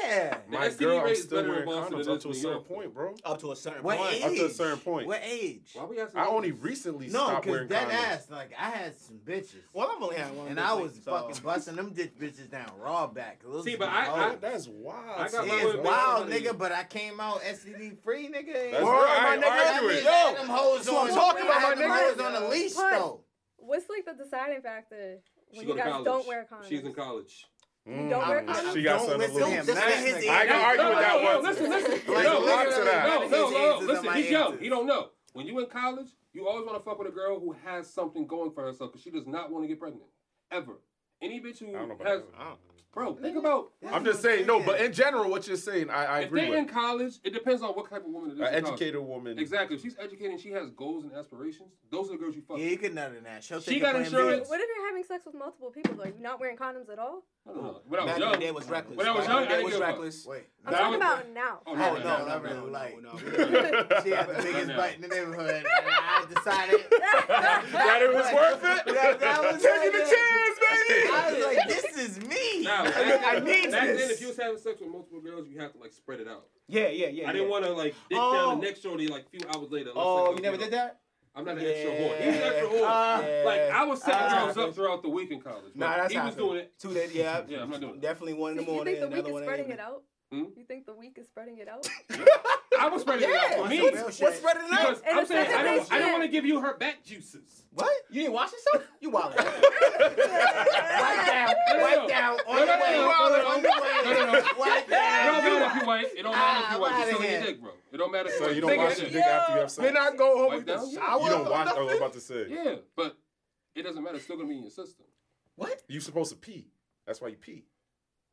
Yeah. The my STD girl, I'm rate is still better in wearing Boston than it condoms up is to a in New certain York. point, bro. Up to a certain What point. age? Up to a certain point. What age? Why we asking I all only this? recently No, stopped because wearing that condoms. ass, like, I had some bitches. Well, I've only had one. And I bitch, was so- fucking busting them ditch bitches down raw back. Those See, was but my I- Oh, hoes. that's wild. I got son. my Yeah, it's women- wild, Somebody- nigga, but I came out STD free, nigga. That's Word, right, my I ain't nigga. arguing. I had them hoes That's what on. I'm talking about, I had my them nigga. hoes on a leash, But- though. What's like the deciding factor She when go you to guys college. don't wear condoms? She's in college. Mm. Don't wear I condoms? She got don't something to listen to lose. him. Just Not listen his to ears. him. I can argue no, with that no, one. no, listen, listen. Like, no, lock to no, that. no, His no, no, answers are Listen, my he's young. answers. He don't know. When you in college, you always want to fuck with a girl who has something going for herself because she does not want to get pregnant. Ever. Any bitch who I don't know about has... that. I don't- Bro, think about... I'm just saying, no, but in general, what you're saying, I, I If they agree in with. college, it depends on what type of woman it is. An in college. educated woman. Exactly. If she's educated and she has goals and aspirations, those are the girls you fuck Yeah, you with. can nut in that. She'll She take got a plan insurance. B. What if you're having sex with multiple people? Are you not wearing condoms at all? I don't know. When I was Back in young... the day was reckless. When I was Back young, in I the day didn't was give a fuck. reckless. Wait. I'm That talking was- about now. Oh, I no, no, don't know. I no, really no, like. no. She had the biggest now. butt in the neighborhood, and I decided that That it was worth it. That- that was Taking like- I was the chance, baby. like, "This is me." Nah, I, back- I need back this. then, if you was having sex with multiple girls, you have to like spread it out. Yeah, yeah, yeah. I didn't yeah. want to like dick down Oh. the next shorty like a few hours later. Oh, you never did that? I'm not an Yeah. extra whore. He's an extra whore. Ah. like I was setting Ah. girls up throughout the week in college. Nah, but that's he was happened. doing it. Two days, yeah. Yeah, I'm not doing it. Definitely one in the So you morning, think the week another is one in spreading the it out? Hmm? You think the week is spreading it out? I was spreading it out for me What's- what's spreading it because out? And I'm the saying I second don't, day I don't she- want to give you her back juices. What? You didn't wash yourself? You wild. Wipe down, No, no, no. wipe down, on No, the no, no, way, no, on no, the- on the no, no, no. way, wipe It don't matter if down. you white. It don't matter if Ah, you white. I'm You're outta still your here. dick, bro. It don't matter. if So you you don't think wash it your is. dick after you have sex. Then I go home Wipe with the down? shower. You don't or wash. I was nothing? about to say. Yeah, but it doesn't matter. It's still gonna be in your system, What? You supposed to pee. That's why you pee.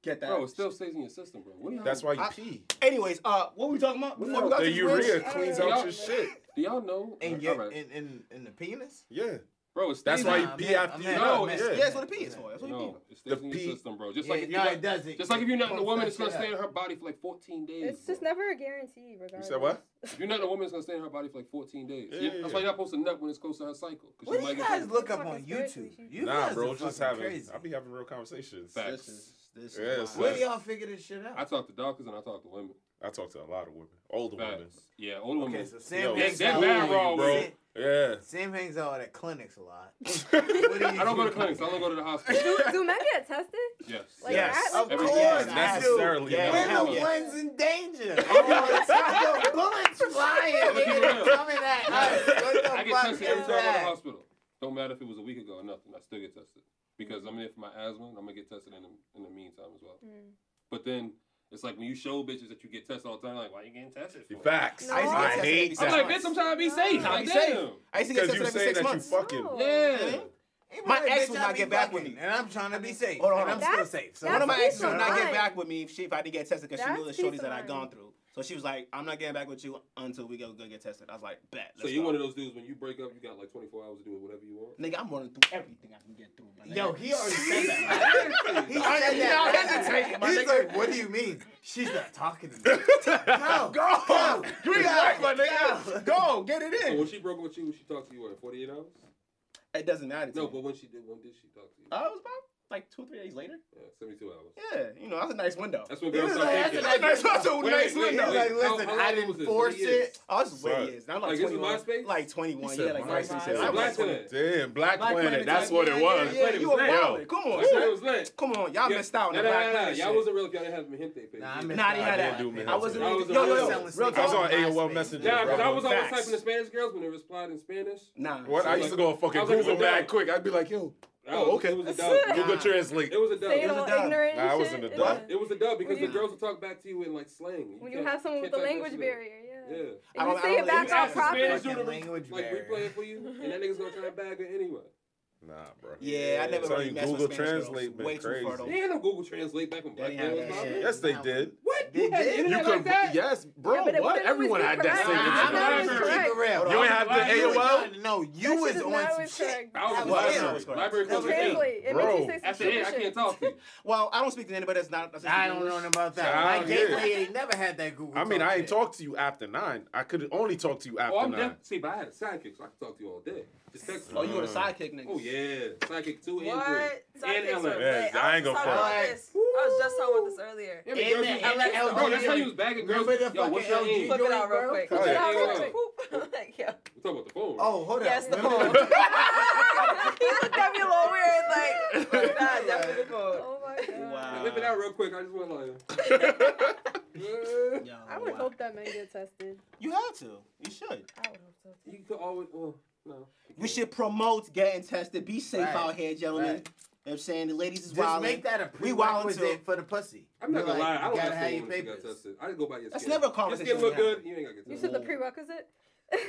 Get that. bro. It still stays in your system, bro. What do y'all? That's why you I- pee. Anyways, uh, what were we talking about? Before we got The to this bridge? urea cleans out your shit. Do y'all know? And all your, right. in, in, in the penis? Yeah. bro. It stays That's why in- you Nah, pee man, after I'm you. not- No, No, it's- yeah. Yeah, that's what the pee is for. That's what you No, pee. it stays The in your pee- system, bro. Just Yeah, like if you no, not- it doesn't. Just like if you're not in a Pumps woman, that it's gonna shit stay in up. her body for like 14 days. It's just bro. never a guarantee, regardless. said what? If you're not in a woman, it's gonna stay in her body for like 14 days. Yeah, You- yeah, That's yeah. why you're not supposed to nut when it's close to her cycle. 'cause What you do might you get guys pregnant. look up on Fucking spiritually, YouTube? she- You Nah, guys bro. are Just fucking having. crazy. I be having real conversations. Facts. This is this Yes, is. Where wild. do y'all figure this shit I out? talk to doctors and I talk to women. I talk to a lot of women, older women. Facts. Yeah, older Okay, women. so Yo, Sam They- hangs they out. bad raw, bro. Sam- Yeah. Sam hangs out at clinics a lot. What do you I don't go to do? clinics. I don't go to the Do, hospital. do men get tested? yes. Like Yes. that? Of Like, Every- course, yes, dude. necessarily. Yeah. We're Hell the yeah. ones in danger. Oh, it's like the bullets flying. nigga, real. coming at us. What the I get fuck tested is every time I go to the that? hospital. Don't matter if it was a week ago or nothing. I still get tested because I'm in it for my asthma. and I'm gonna get tested in the, in the meantime as well. Mm. But then it's like when you show bitches that you get tested all the time, like why you getting tested? For? Facts. No. I, I hate used to I'm that. like, bitch, I'm trying to be safe. Nah, Like, be safe. damn. I used to get because you tested every saying six that you months. fucking. No. Yeah. Ain't My worried, ex bitch, will I not be get back with fucking, me. And I'm trying to be safe. Hold on, and I'm hold on. still safe. So That's- One of my that's exes would peace of not get mind. back with me if she if I didn't get tested because she That's knew the peace shorties of that I mind. gone through. So she was like, I'm not getting back with you until we go go get tested. I was like, bet. So you're one of those dudes when you break up, you got like 24 hours to do whatever you want. Nigga, I'm running through everything I can get through. My nigga. Yo, he already said that. he said y'all that. hesitating, my He's nigga. like, what do you mean? She's not talking to me. No. go, Go. green light, my nigga. Go, get it So when in. she broke up with you, she talked to you what, 48 hours? It doesn't matter. To No, no, but when she did, when did she talk to you? uh, it was about like two, three days later. Yeah, 72 hours. Yeah, you know, that's a nice window. That's what He girls was start like, thinking. that's a nice- that's a Wait, wait, nice window. wait, He's like, wait. How- listen, how I long didn't was this? force Three years? it. I was just Sorry. Oh, way years. Now I'm like, Like, this is 21. MySpace? Like He 21. said Oh, Yeah, like MySpace. MySpace. I Black was Planet. 20. Damn, Black, Black Planet, Planet, That's yeah, what it yeah, was. yeah, yeah. You a Yo, wild. Come That shit on. was lit. Come on. Y'all Yeah. missed out Nah, on the nah, Black nah, nah. Planet Y'all shit. wasn't real if y'all didn't have Mejente page. Nah, I missed Nah, they had out on that. Black I Panther. I wasn't I really. was Yo, yo, on yo. MySpace. Real I was on talk. AOL MySpace. Messenger. Nah, because I was always Facts. typing in Spanish girls when they replied in Spanish. Nah. What I used to go on fucking I was like, Google it's a dub. mad quick. I'd be like, yo, That was- Oh, okay. It was a dub. Google Nah. Translate. It was a Say dub. it was a all dub. ignorant. Nah, and I shit. wasn't a It's dub. It was a dub because the you- girls would talk back to you in like slang. When you can't- have someone with can't type a that language shit barrier, in. yeah. Yeah. If you say it back You out ask the properly. Spanish Fucking dude to re- language like barrier. replay it for you, and that nigga's gonna try and bag it anyway. Nah, bro. Yeah, I never Telling really you, messed with Google Spanish Translate girls. been Way too crazy. They fertile. ain't no Google Translate back when black Yeah, girls yeah, was yeah. popping. Yes, they Nah, did. What? They You had did. internet You like could, that? yes, Yeah, bro. but it what? wasn't always Everyone had that correct. same. Nah, shit. nah, nah, nah. Keep it real. Hold You on. ain't have You the AOL. was not- No, That you shit was is on not some always shit. correct. I was That in was library. terrible. correct. Library That closed was at eight. terrible. Translate. It Bro. makes you say some After eight, I shit. can't talk to you. Well, I don't speak to anybody that's not. That's not I don't know English. nothing about Nah, that. My yeah. gateway ain't never had that Google. I mean, Talk I ain't shit. talked to you after nine. I could only talk to you Oh, after I'm nine. def- see, but I had a sidekick, so I could talk to you all day. Just text me. Oh, you were the sidekick nigga. Oh yeah, sidekick two and What? three and Sidekicks LM. were Yeah, lit. I was just ain't gonna talking about front. this. I was just talking about this earlier. but In girls the use- Bro, that's how you was bagging girls. Remember the Yo, what's fucking your LG? name? You Flip it doing out it, bro? real quick. Oh, Flip it yeah. out real Yeah. quick. Boop. Like, yeah. We're talking about the phone. Oh, hold up. Yes, the Remember phone. he looked at me a little weird, like, like nah, definitely the phone. Oh my god. Now, Wow. Whip it out real quick. I just want like. Yo, I would wow. hope that men get tested. You had to. You should. I would hope so. too. You could always. Oh no. We should promote getting tested. Be safe Right. out here, gentlemen. Right. You know what I'm saying? The ladies is Just wild. make that a We wildin' too. prerequisite for the pussy. I'm not Be gonna like, lie. I don't you have gotta to have have your you got papers. tested. I just go by your skin. That's never a Your conversation. skin look we have. good. You ain't gotta get You tested. said the prerequisite?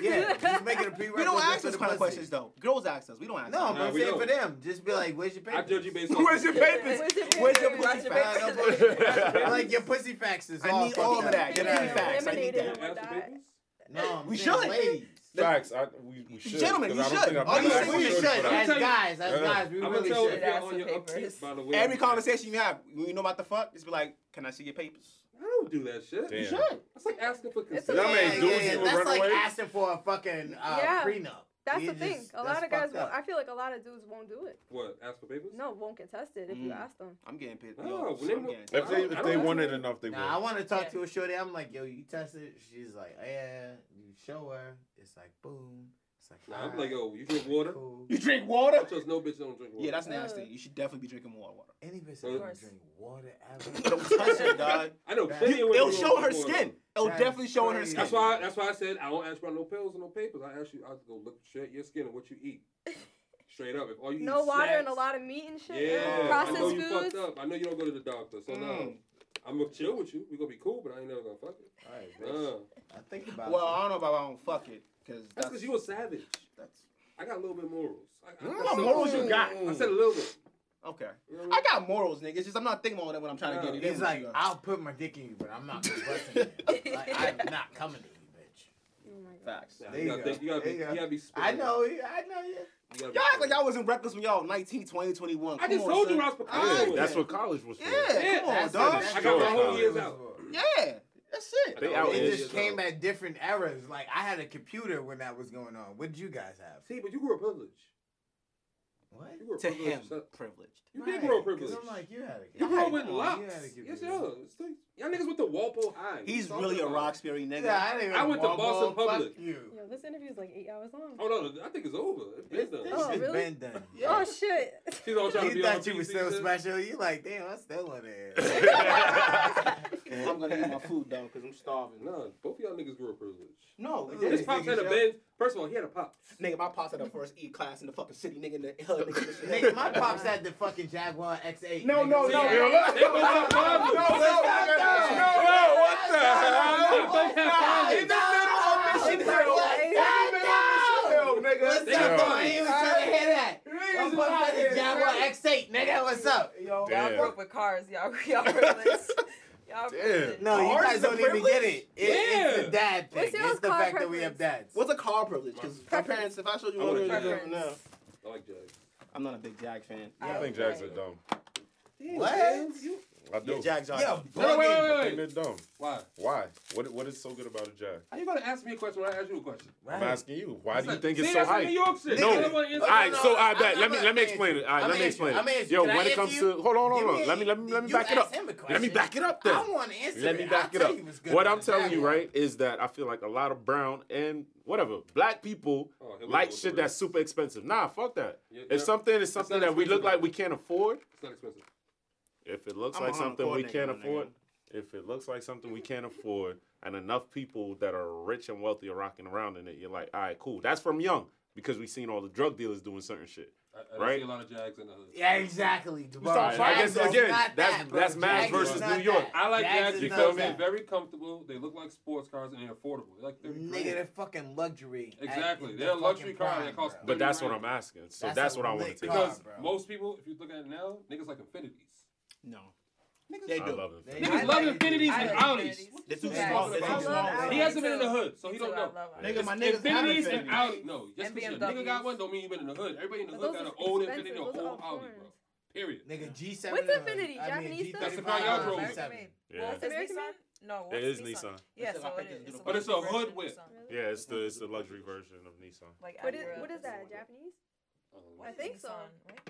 Yeah, just make it a prerequisite. We don't ask for those the kind of pussy. questions though. Girls ask us. We don't ask. No, them. but I'm we saying don't. for them, just be like, "Where's your papers?" I judge you based on. Where's your papers? Where's your Where's your papers? black Like, I don't pussy- like your pussy facts is I all need all fucked of that. up. Give me Yeah. the facts. I need Eliminated that. it. After babies? No, I'm We saying should. ladies. Facts. I, we, we should. Gentlemen, 'cause we I don't should. think I've All Oh, you ever say asked we we a should. shorty for As that. tell you- guys, as Yeah. guys, we I'm gonna really tell if should. you're Ask on for your papers. upkeep, by the way. Every conversation you have, you know about the fuck, just be like, "Can I see your papers?" I don't do that shit. Damn. That's like asking for It's consent. okay. Y'all ain't Yeah, dudes yeah, who yeah. run That's like away. asking for a fucking uh, Yeah. prenup. That's You the thing. just- A that's lot of guys, fucked will, up. I feel like a lot of dudes won't do it. What? Ask for papers? No, won't get tested if you Mm. ask them. I'm getting pissed. No, Yo, when they I'm wa- getting If they if I they don't- wanted enough, they would. Nah, I want to talk Yeah. to a shorty. I'm like, yo, you tested? it? She's like, yeah. You show her. It's like, boom. It's like, Nah, I'm alright, like, yo, you drink water? Cool. You drink I water? trust no bitch don't drink water. Yeah, that's Uh. nasty. You should definitely be drinking more water. Any bitch Of that don't course. drink water Don't ever. touch it, dog. I know. That- plenty of You- women It'll who don't show drink her water. skin. It'll That's definitely show in her crazy. skin. That's why. That's why I said I don't ask for no pills and no papers. I ask you. I go look straight at your skin and what you eat. Straight up. If all you No eat water and a snacks- lot of meat and shit. Yeah. uh, I know Processed you foods. fucked up. I know you don't go to the doctor. So no, Mm. I'm gonna chill with you. We gonna be cool, but I ain't never gonna fuck you. Alright, bitch. Nah. I think about Well, it. I don't know about I don't fuck it, cause That's because you a savage. that's I got a little bit of morals. I, I, Mm, I what said- morals you got? I said a little bit. okay. You know what I got morals, nigga. It's just I'm not thinking about it when I'm trying to Yeah. get it. in He's with like, you. I'll put my dick in you, but I'm not busting you. Like, I'm not coming to you, bitch. Oh my god. facts. Nah, There you, you gotta go. think, you gotta be. There you You go. gotta be. I spoiled. know you. I know you. You gotta be Y'all act like spoiled. y'all wasn't reckless when y'all 19, 20, 21. I just Come on, told you son. I was Yeah, prepared. That's what college was for. Yeah, come on, That's the dog. best I got my shortcut. whole years out. Yeah, that's it. They I got out my whole here. It years just out. came at different eras. Like I had a computer when that was going on. What did you guys have? See, but you grew up privileged. What? You grew up To privileged. him, son. privileged. You Right, did grow up 'cause privileged. I'm like, you had a computer. You grew up with Come on, locks. You had a computer. Yes, yeah. It's the- Y'all niggas with the Walpole High. He's Talking really a about- Roxbury nigga. Yeah, I, didn't I even went to want Boston more. Public. Fuck you. Yo, this interview is like eight hours long. Oh no, I think it's over. It's been done. This Oh, shit really? been done. Oh shit. She's all trying to You be on thought you were PC so shit. special. You like, damn, I'm still on there. I'm gonna eat my food though, cause I'm starving. No, Nah, both of y'all niggas grew up privileged. no, This it This is pops had a Benz. First of all, he had a pop. Nigga, my pops had the first E class in the fucking city, nigga. In the hood, nigga. Nigga, my pops had the fucking Jaguar X8. No, nigga. no, They both had no. No, no, problems. no, no, no. what the They hell? both had In the problems. middle of Mission Hill. In the middle of Mission Hill, nigga. What's up, boy? You was trying to hear that. My Niggas is out pops had the here. Jaguar X8, nigga. What's up? Yo, Y'all Damn. broke with cars. Y'all, y'all privileged. Y'all our Damn. privilege. No, you Ours guys is a don't even get it. it It's Yeah. the dad thing. What's your It's the car fact that we have dads. What's a car privilege? Because my Preference. parents, if I showed you I one, would've you done don't it. know. I like Jags. I'm not a big Jag fan. I think Jags are dumb. What? I do. Yeah, Jags are. Yeah, No, no, wait, bugging. I wait, wait, think they're wait. dumb. Why? Why? What What is so good about a Jag? How you gonna ask me a question when I ask you a question? I'm Right. asking you. Why do you Like, think see, it's so that's some hype? New York shit. No. I don't wanna answer All right, that. so I I'm bet. Let not me gonna let me answer explain you. it. All right, I'm let me answer- explain I'm it. answer- Yo, can I when it answer comes you? to hold on, hold on. Give me- Let me let me let me you back it ask up. him a Let me question. back it up I then. don't want to answer Let it. me back I'll it up. tell you what's good What about I'm a telling you, Jaguar. right, is that I feel like a lot of brown and whatever black people Oh, here we go like with shit the that's super expensive. Nah, fuck that. Yeah, yeah. If something is something not that we look expensive, though. like we can't afford, It's not expensive. if it looks I'm like a Honda something we Accord can't nigga, my nigga. afford, if it looks like something we can't afford, and enough people that are rich and wealthy are rocking around in it, you're like, all right, cool. That's from young because we've seen all the drug dealers doing certain shit. I, I Right? see a lot of Jags in the hood. Yeah, exactly. Dubai. All right, I guess Jags is again, not that's- that, bro. that's Mavs Jags is versus not New York. that. I like Jags is you not because me? they're that. very comfortable. They look like sports cars and they're affordable. They're like 30 grand. Nigga, they're fucking luxury. at Exactly. the They're a luxury fucking car prime, that Oh, costs bro. But Thirty that's what grand. I'm asking. So That's that's, a what I want to lit take. car. Because bro. most people, if you look at it now, niggas like Infinities. No. Niggas, They I do. love it. They- niggas I love like- Infinities I and like Audis. Infinities. They're too Facts. small. I They're too love small. Audi. He Me hasn't been in too. the hood, so he Me don't too, I know. love Nigga, Nigga, my Audi. niggas have Infinities and Infiniti. Audi. No, just because a nigga NBMWs. got one don't mean you've been in the hood. Everybody in the But hood those got an are old expensive. Infinity or Those are old all Audi, bro. foreigns. Period. Nigga, G7. What's Infinity? I mean, Japanese G stuff? That's the thirty-five, car y'all drove. G7. Well, Yeah. it's Nissan. American No, well, It it's is Nissan. Nissan. Yeah, It's a so it lot bigger. is. But it's a luxury hood version of whip. Nissan. Really? Yeah, it's the it's the luxury version of Nissan. Like What is, Acura, what is it's that? a- Japanese? Oh, I think so. Nissan, right?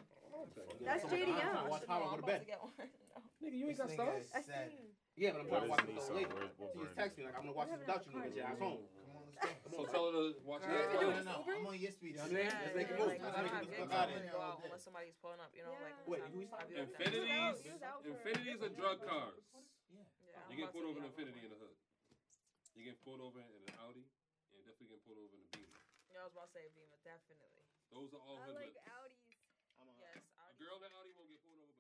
That's Nigga, JDM. I'm Watch about Power Go to to Bed. get one. No. you ain't This got nigga stars? is I sad. seen. Yeah, but I'm What trying is Nissan? to watch it though later. What- what brand She just is text it? me like I'm gonna watch it without you when I get at home. Come on, let's go. So tell her to watch Girl, it. What if you no, do no, it no, Uber? I'm on your speed. You know what I'm saying? Let's make a Yeah, move. like, Let's I don't have good make a move. Fuck time out when I here. go out unless somebody's pulling up, you know, like. sometimes who Wait, we- I'll be like that. Infinities, He was out for- Infinities are drug cars. Yeah, You I'm get about to pulled be over in out with Infinity in one. the hood. You get pulled over in an Audi, and definitely get pulled over in a Beamer. Yeah, I was about to say Beamer, definitely. Those are all I hood like whips. Audis. Yes, A Audi. girl in Audi won't get pulled over.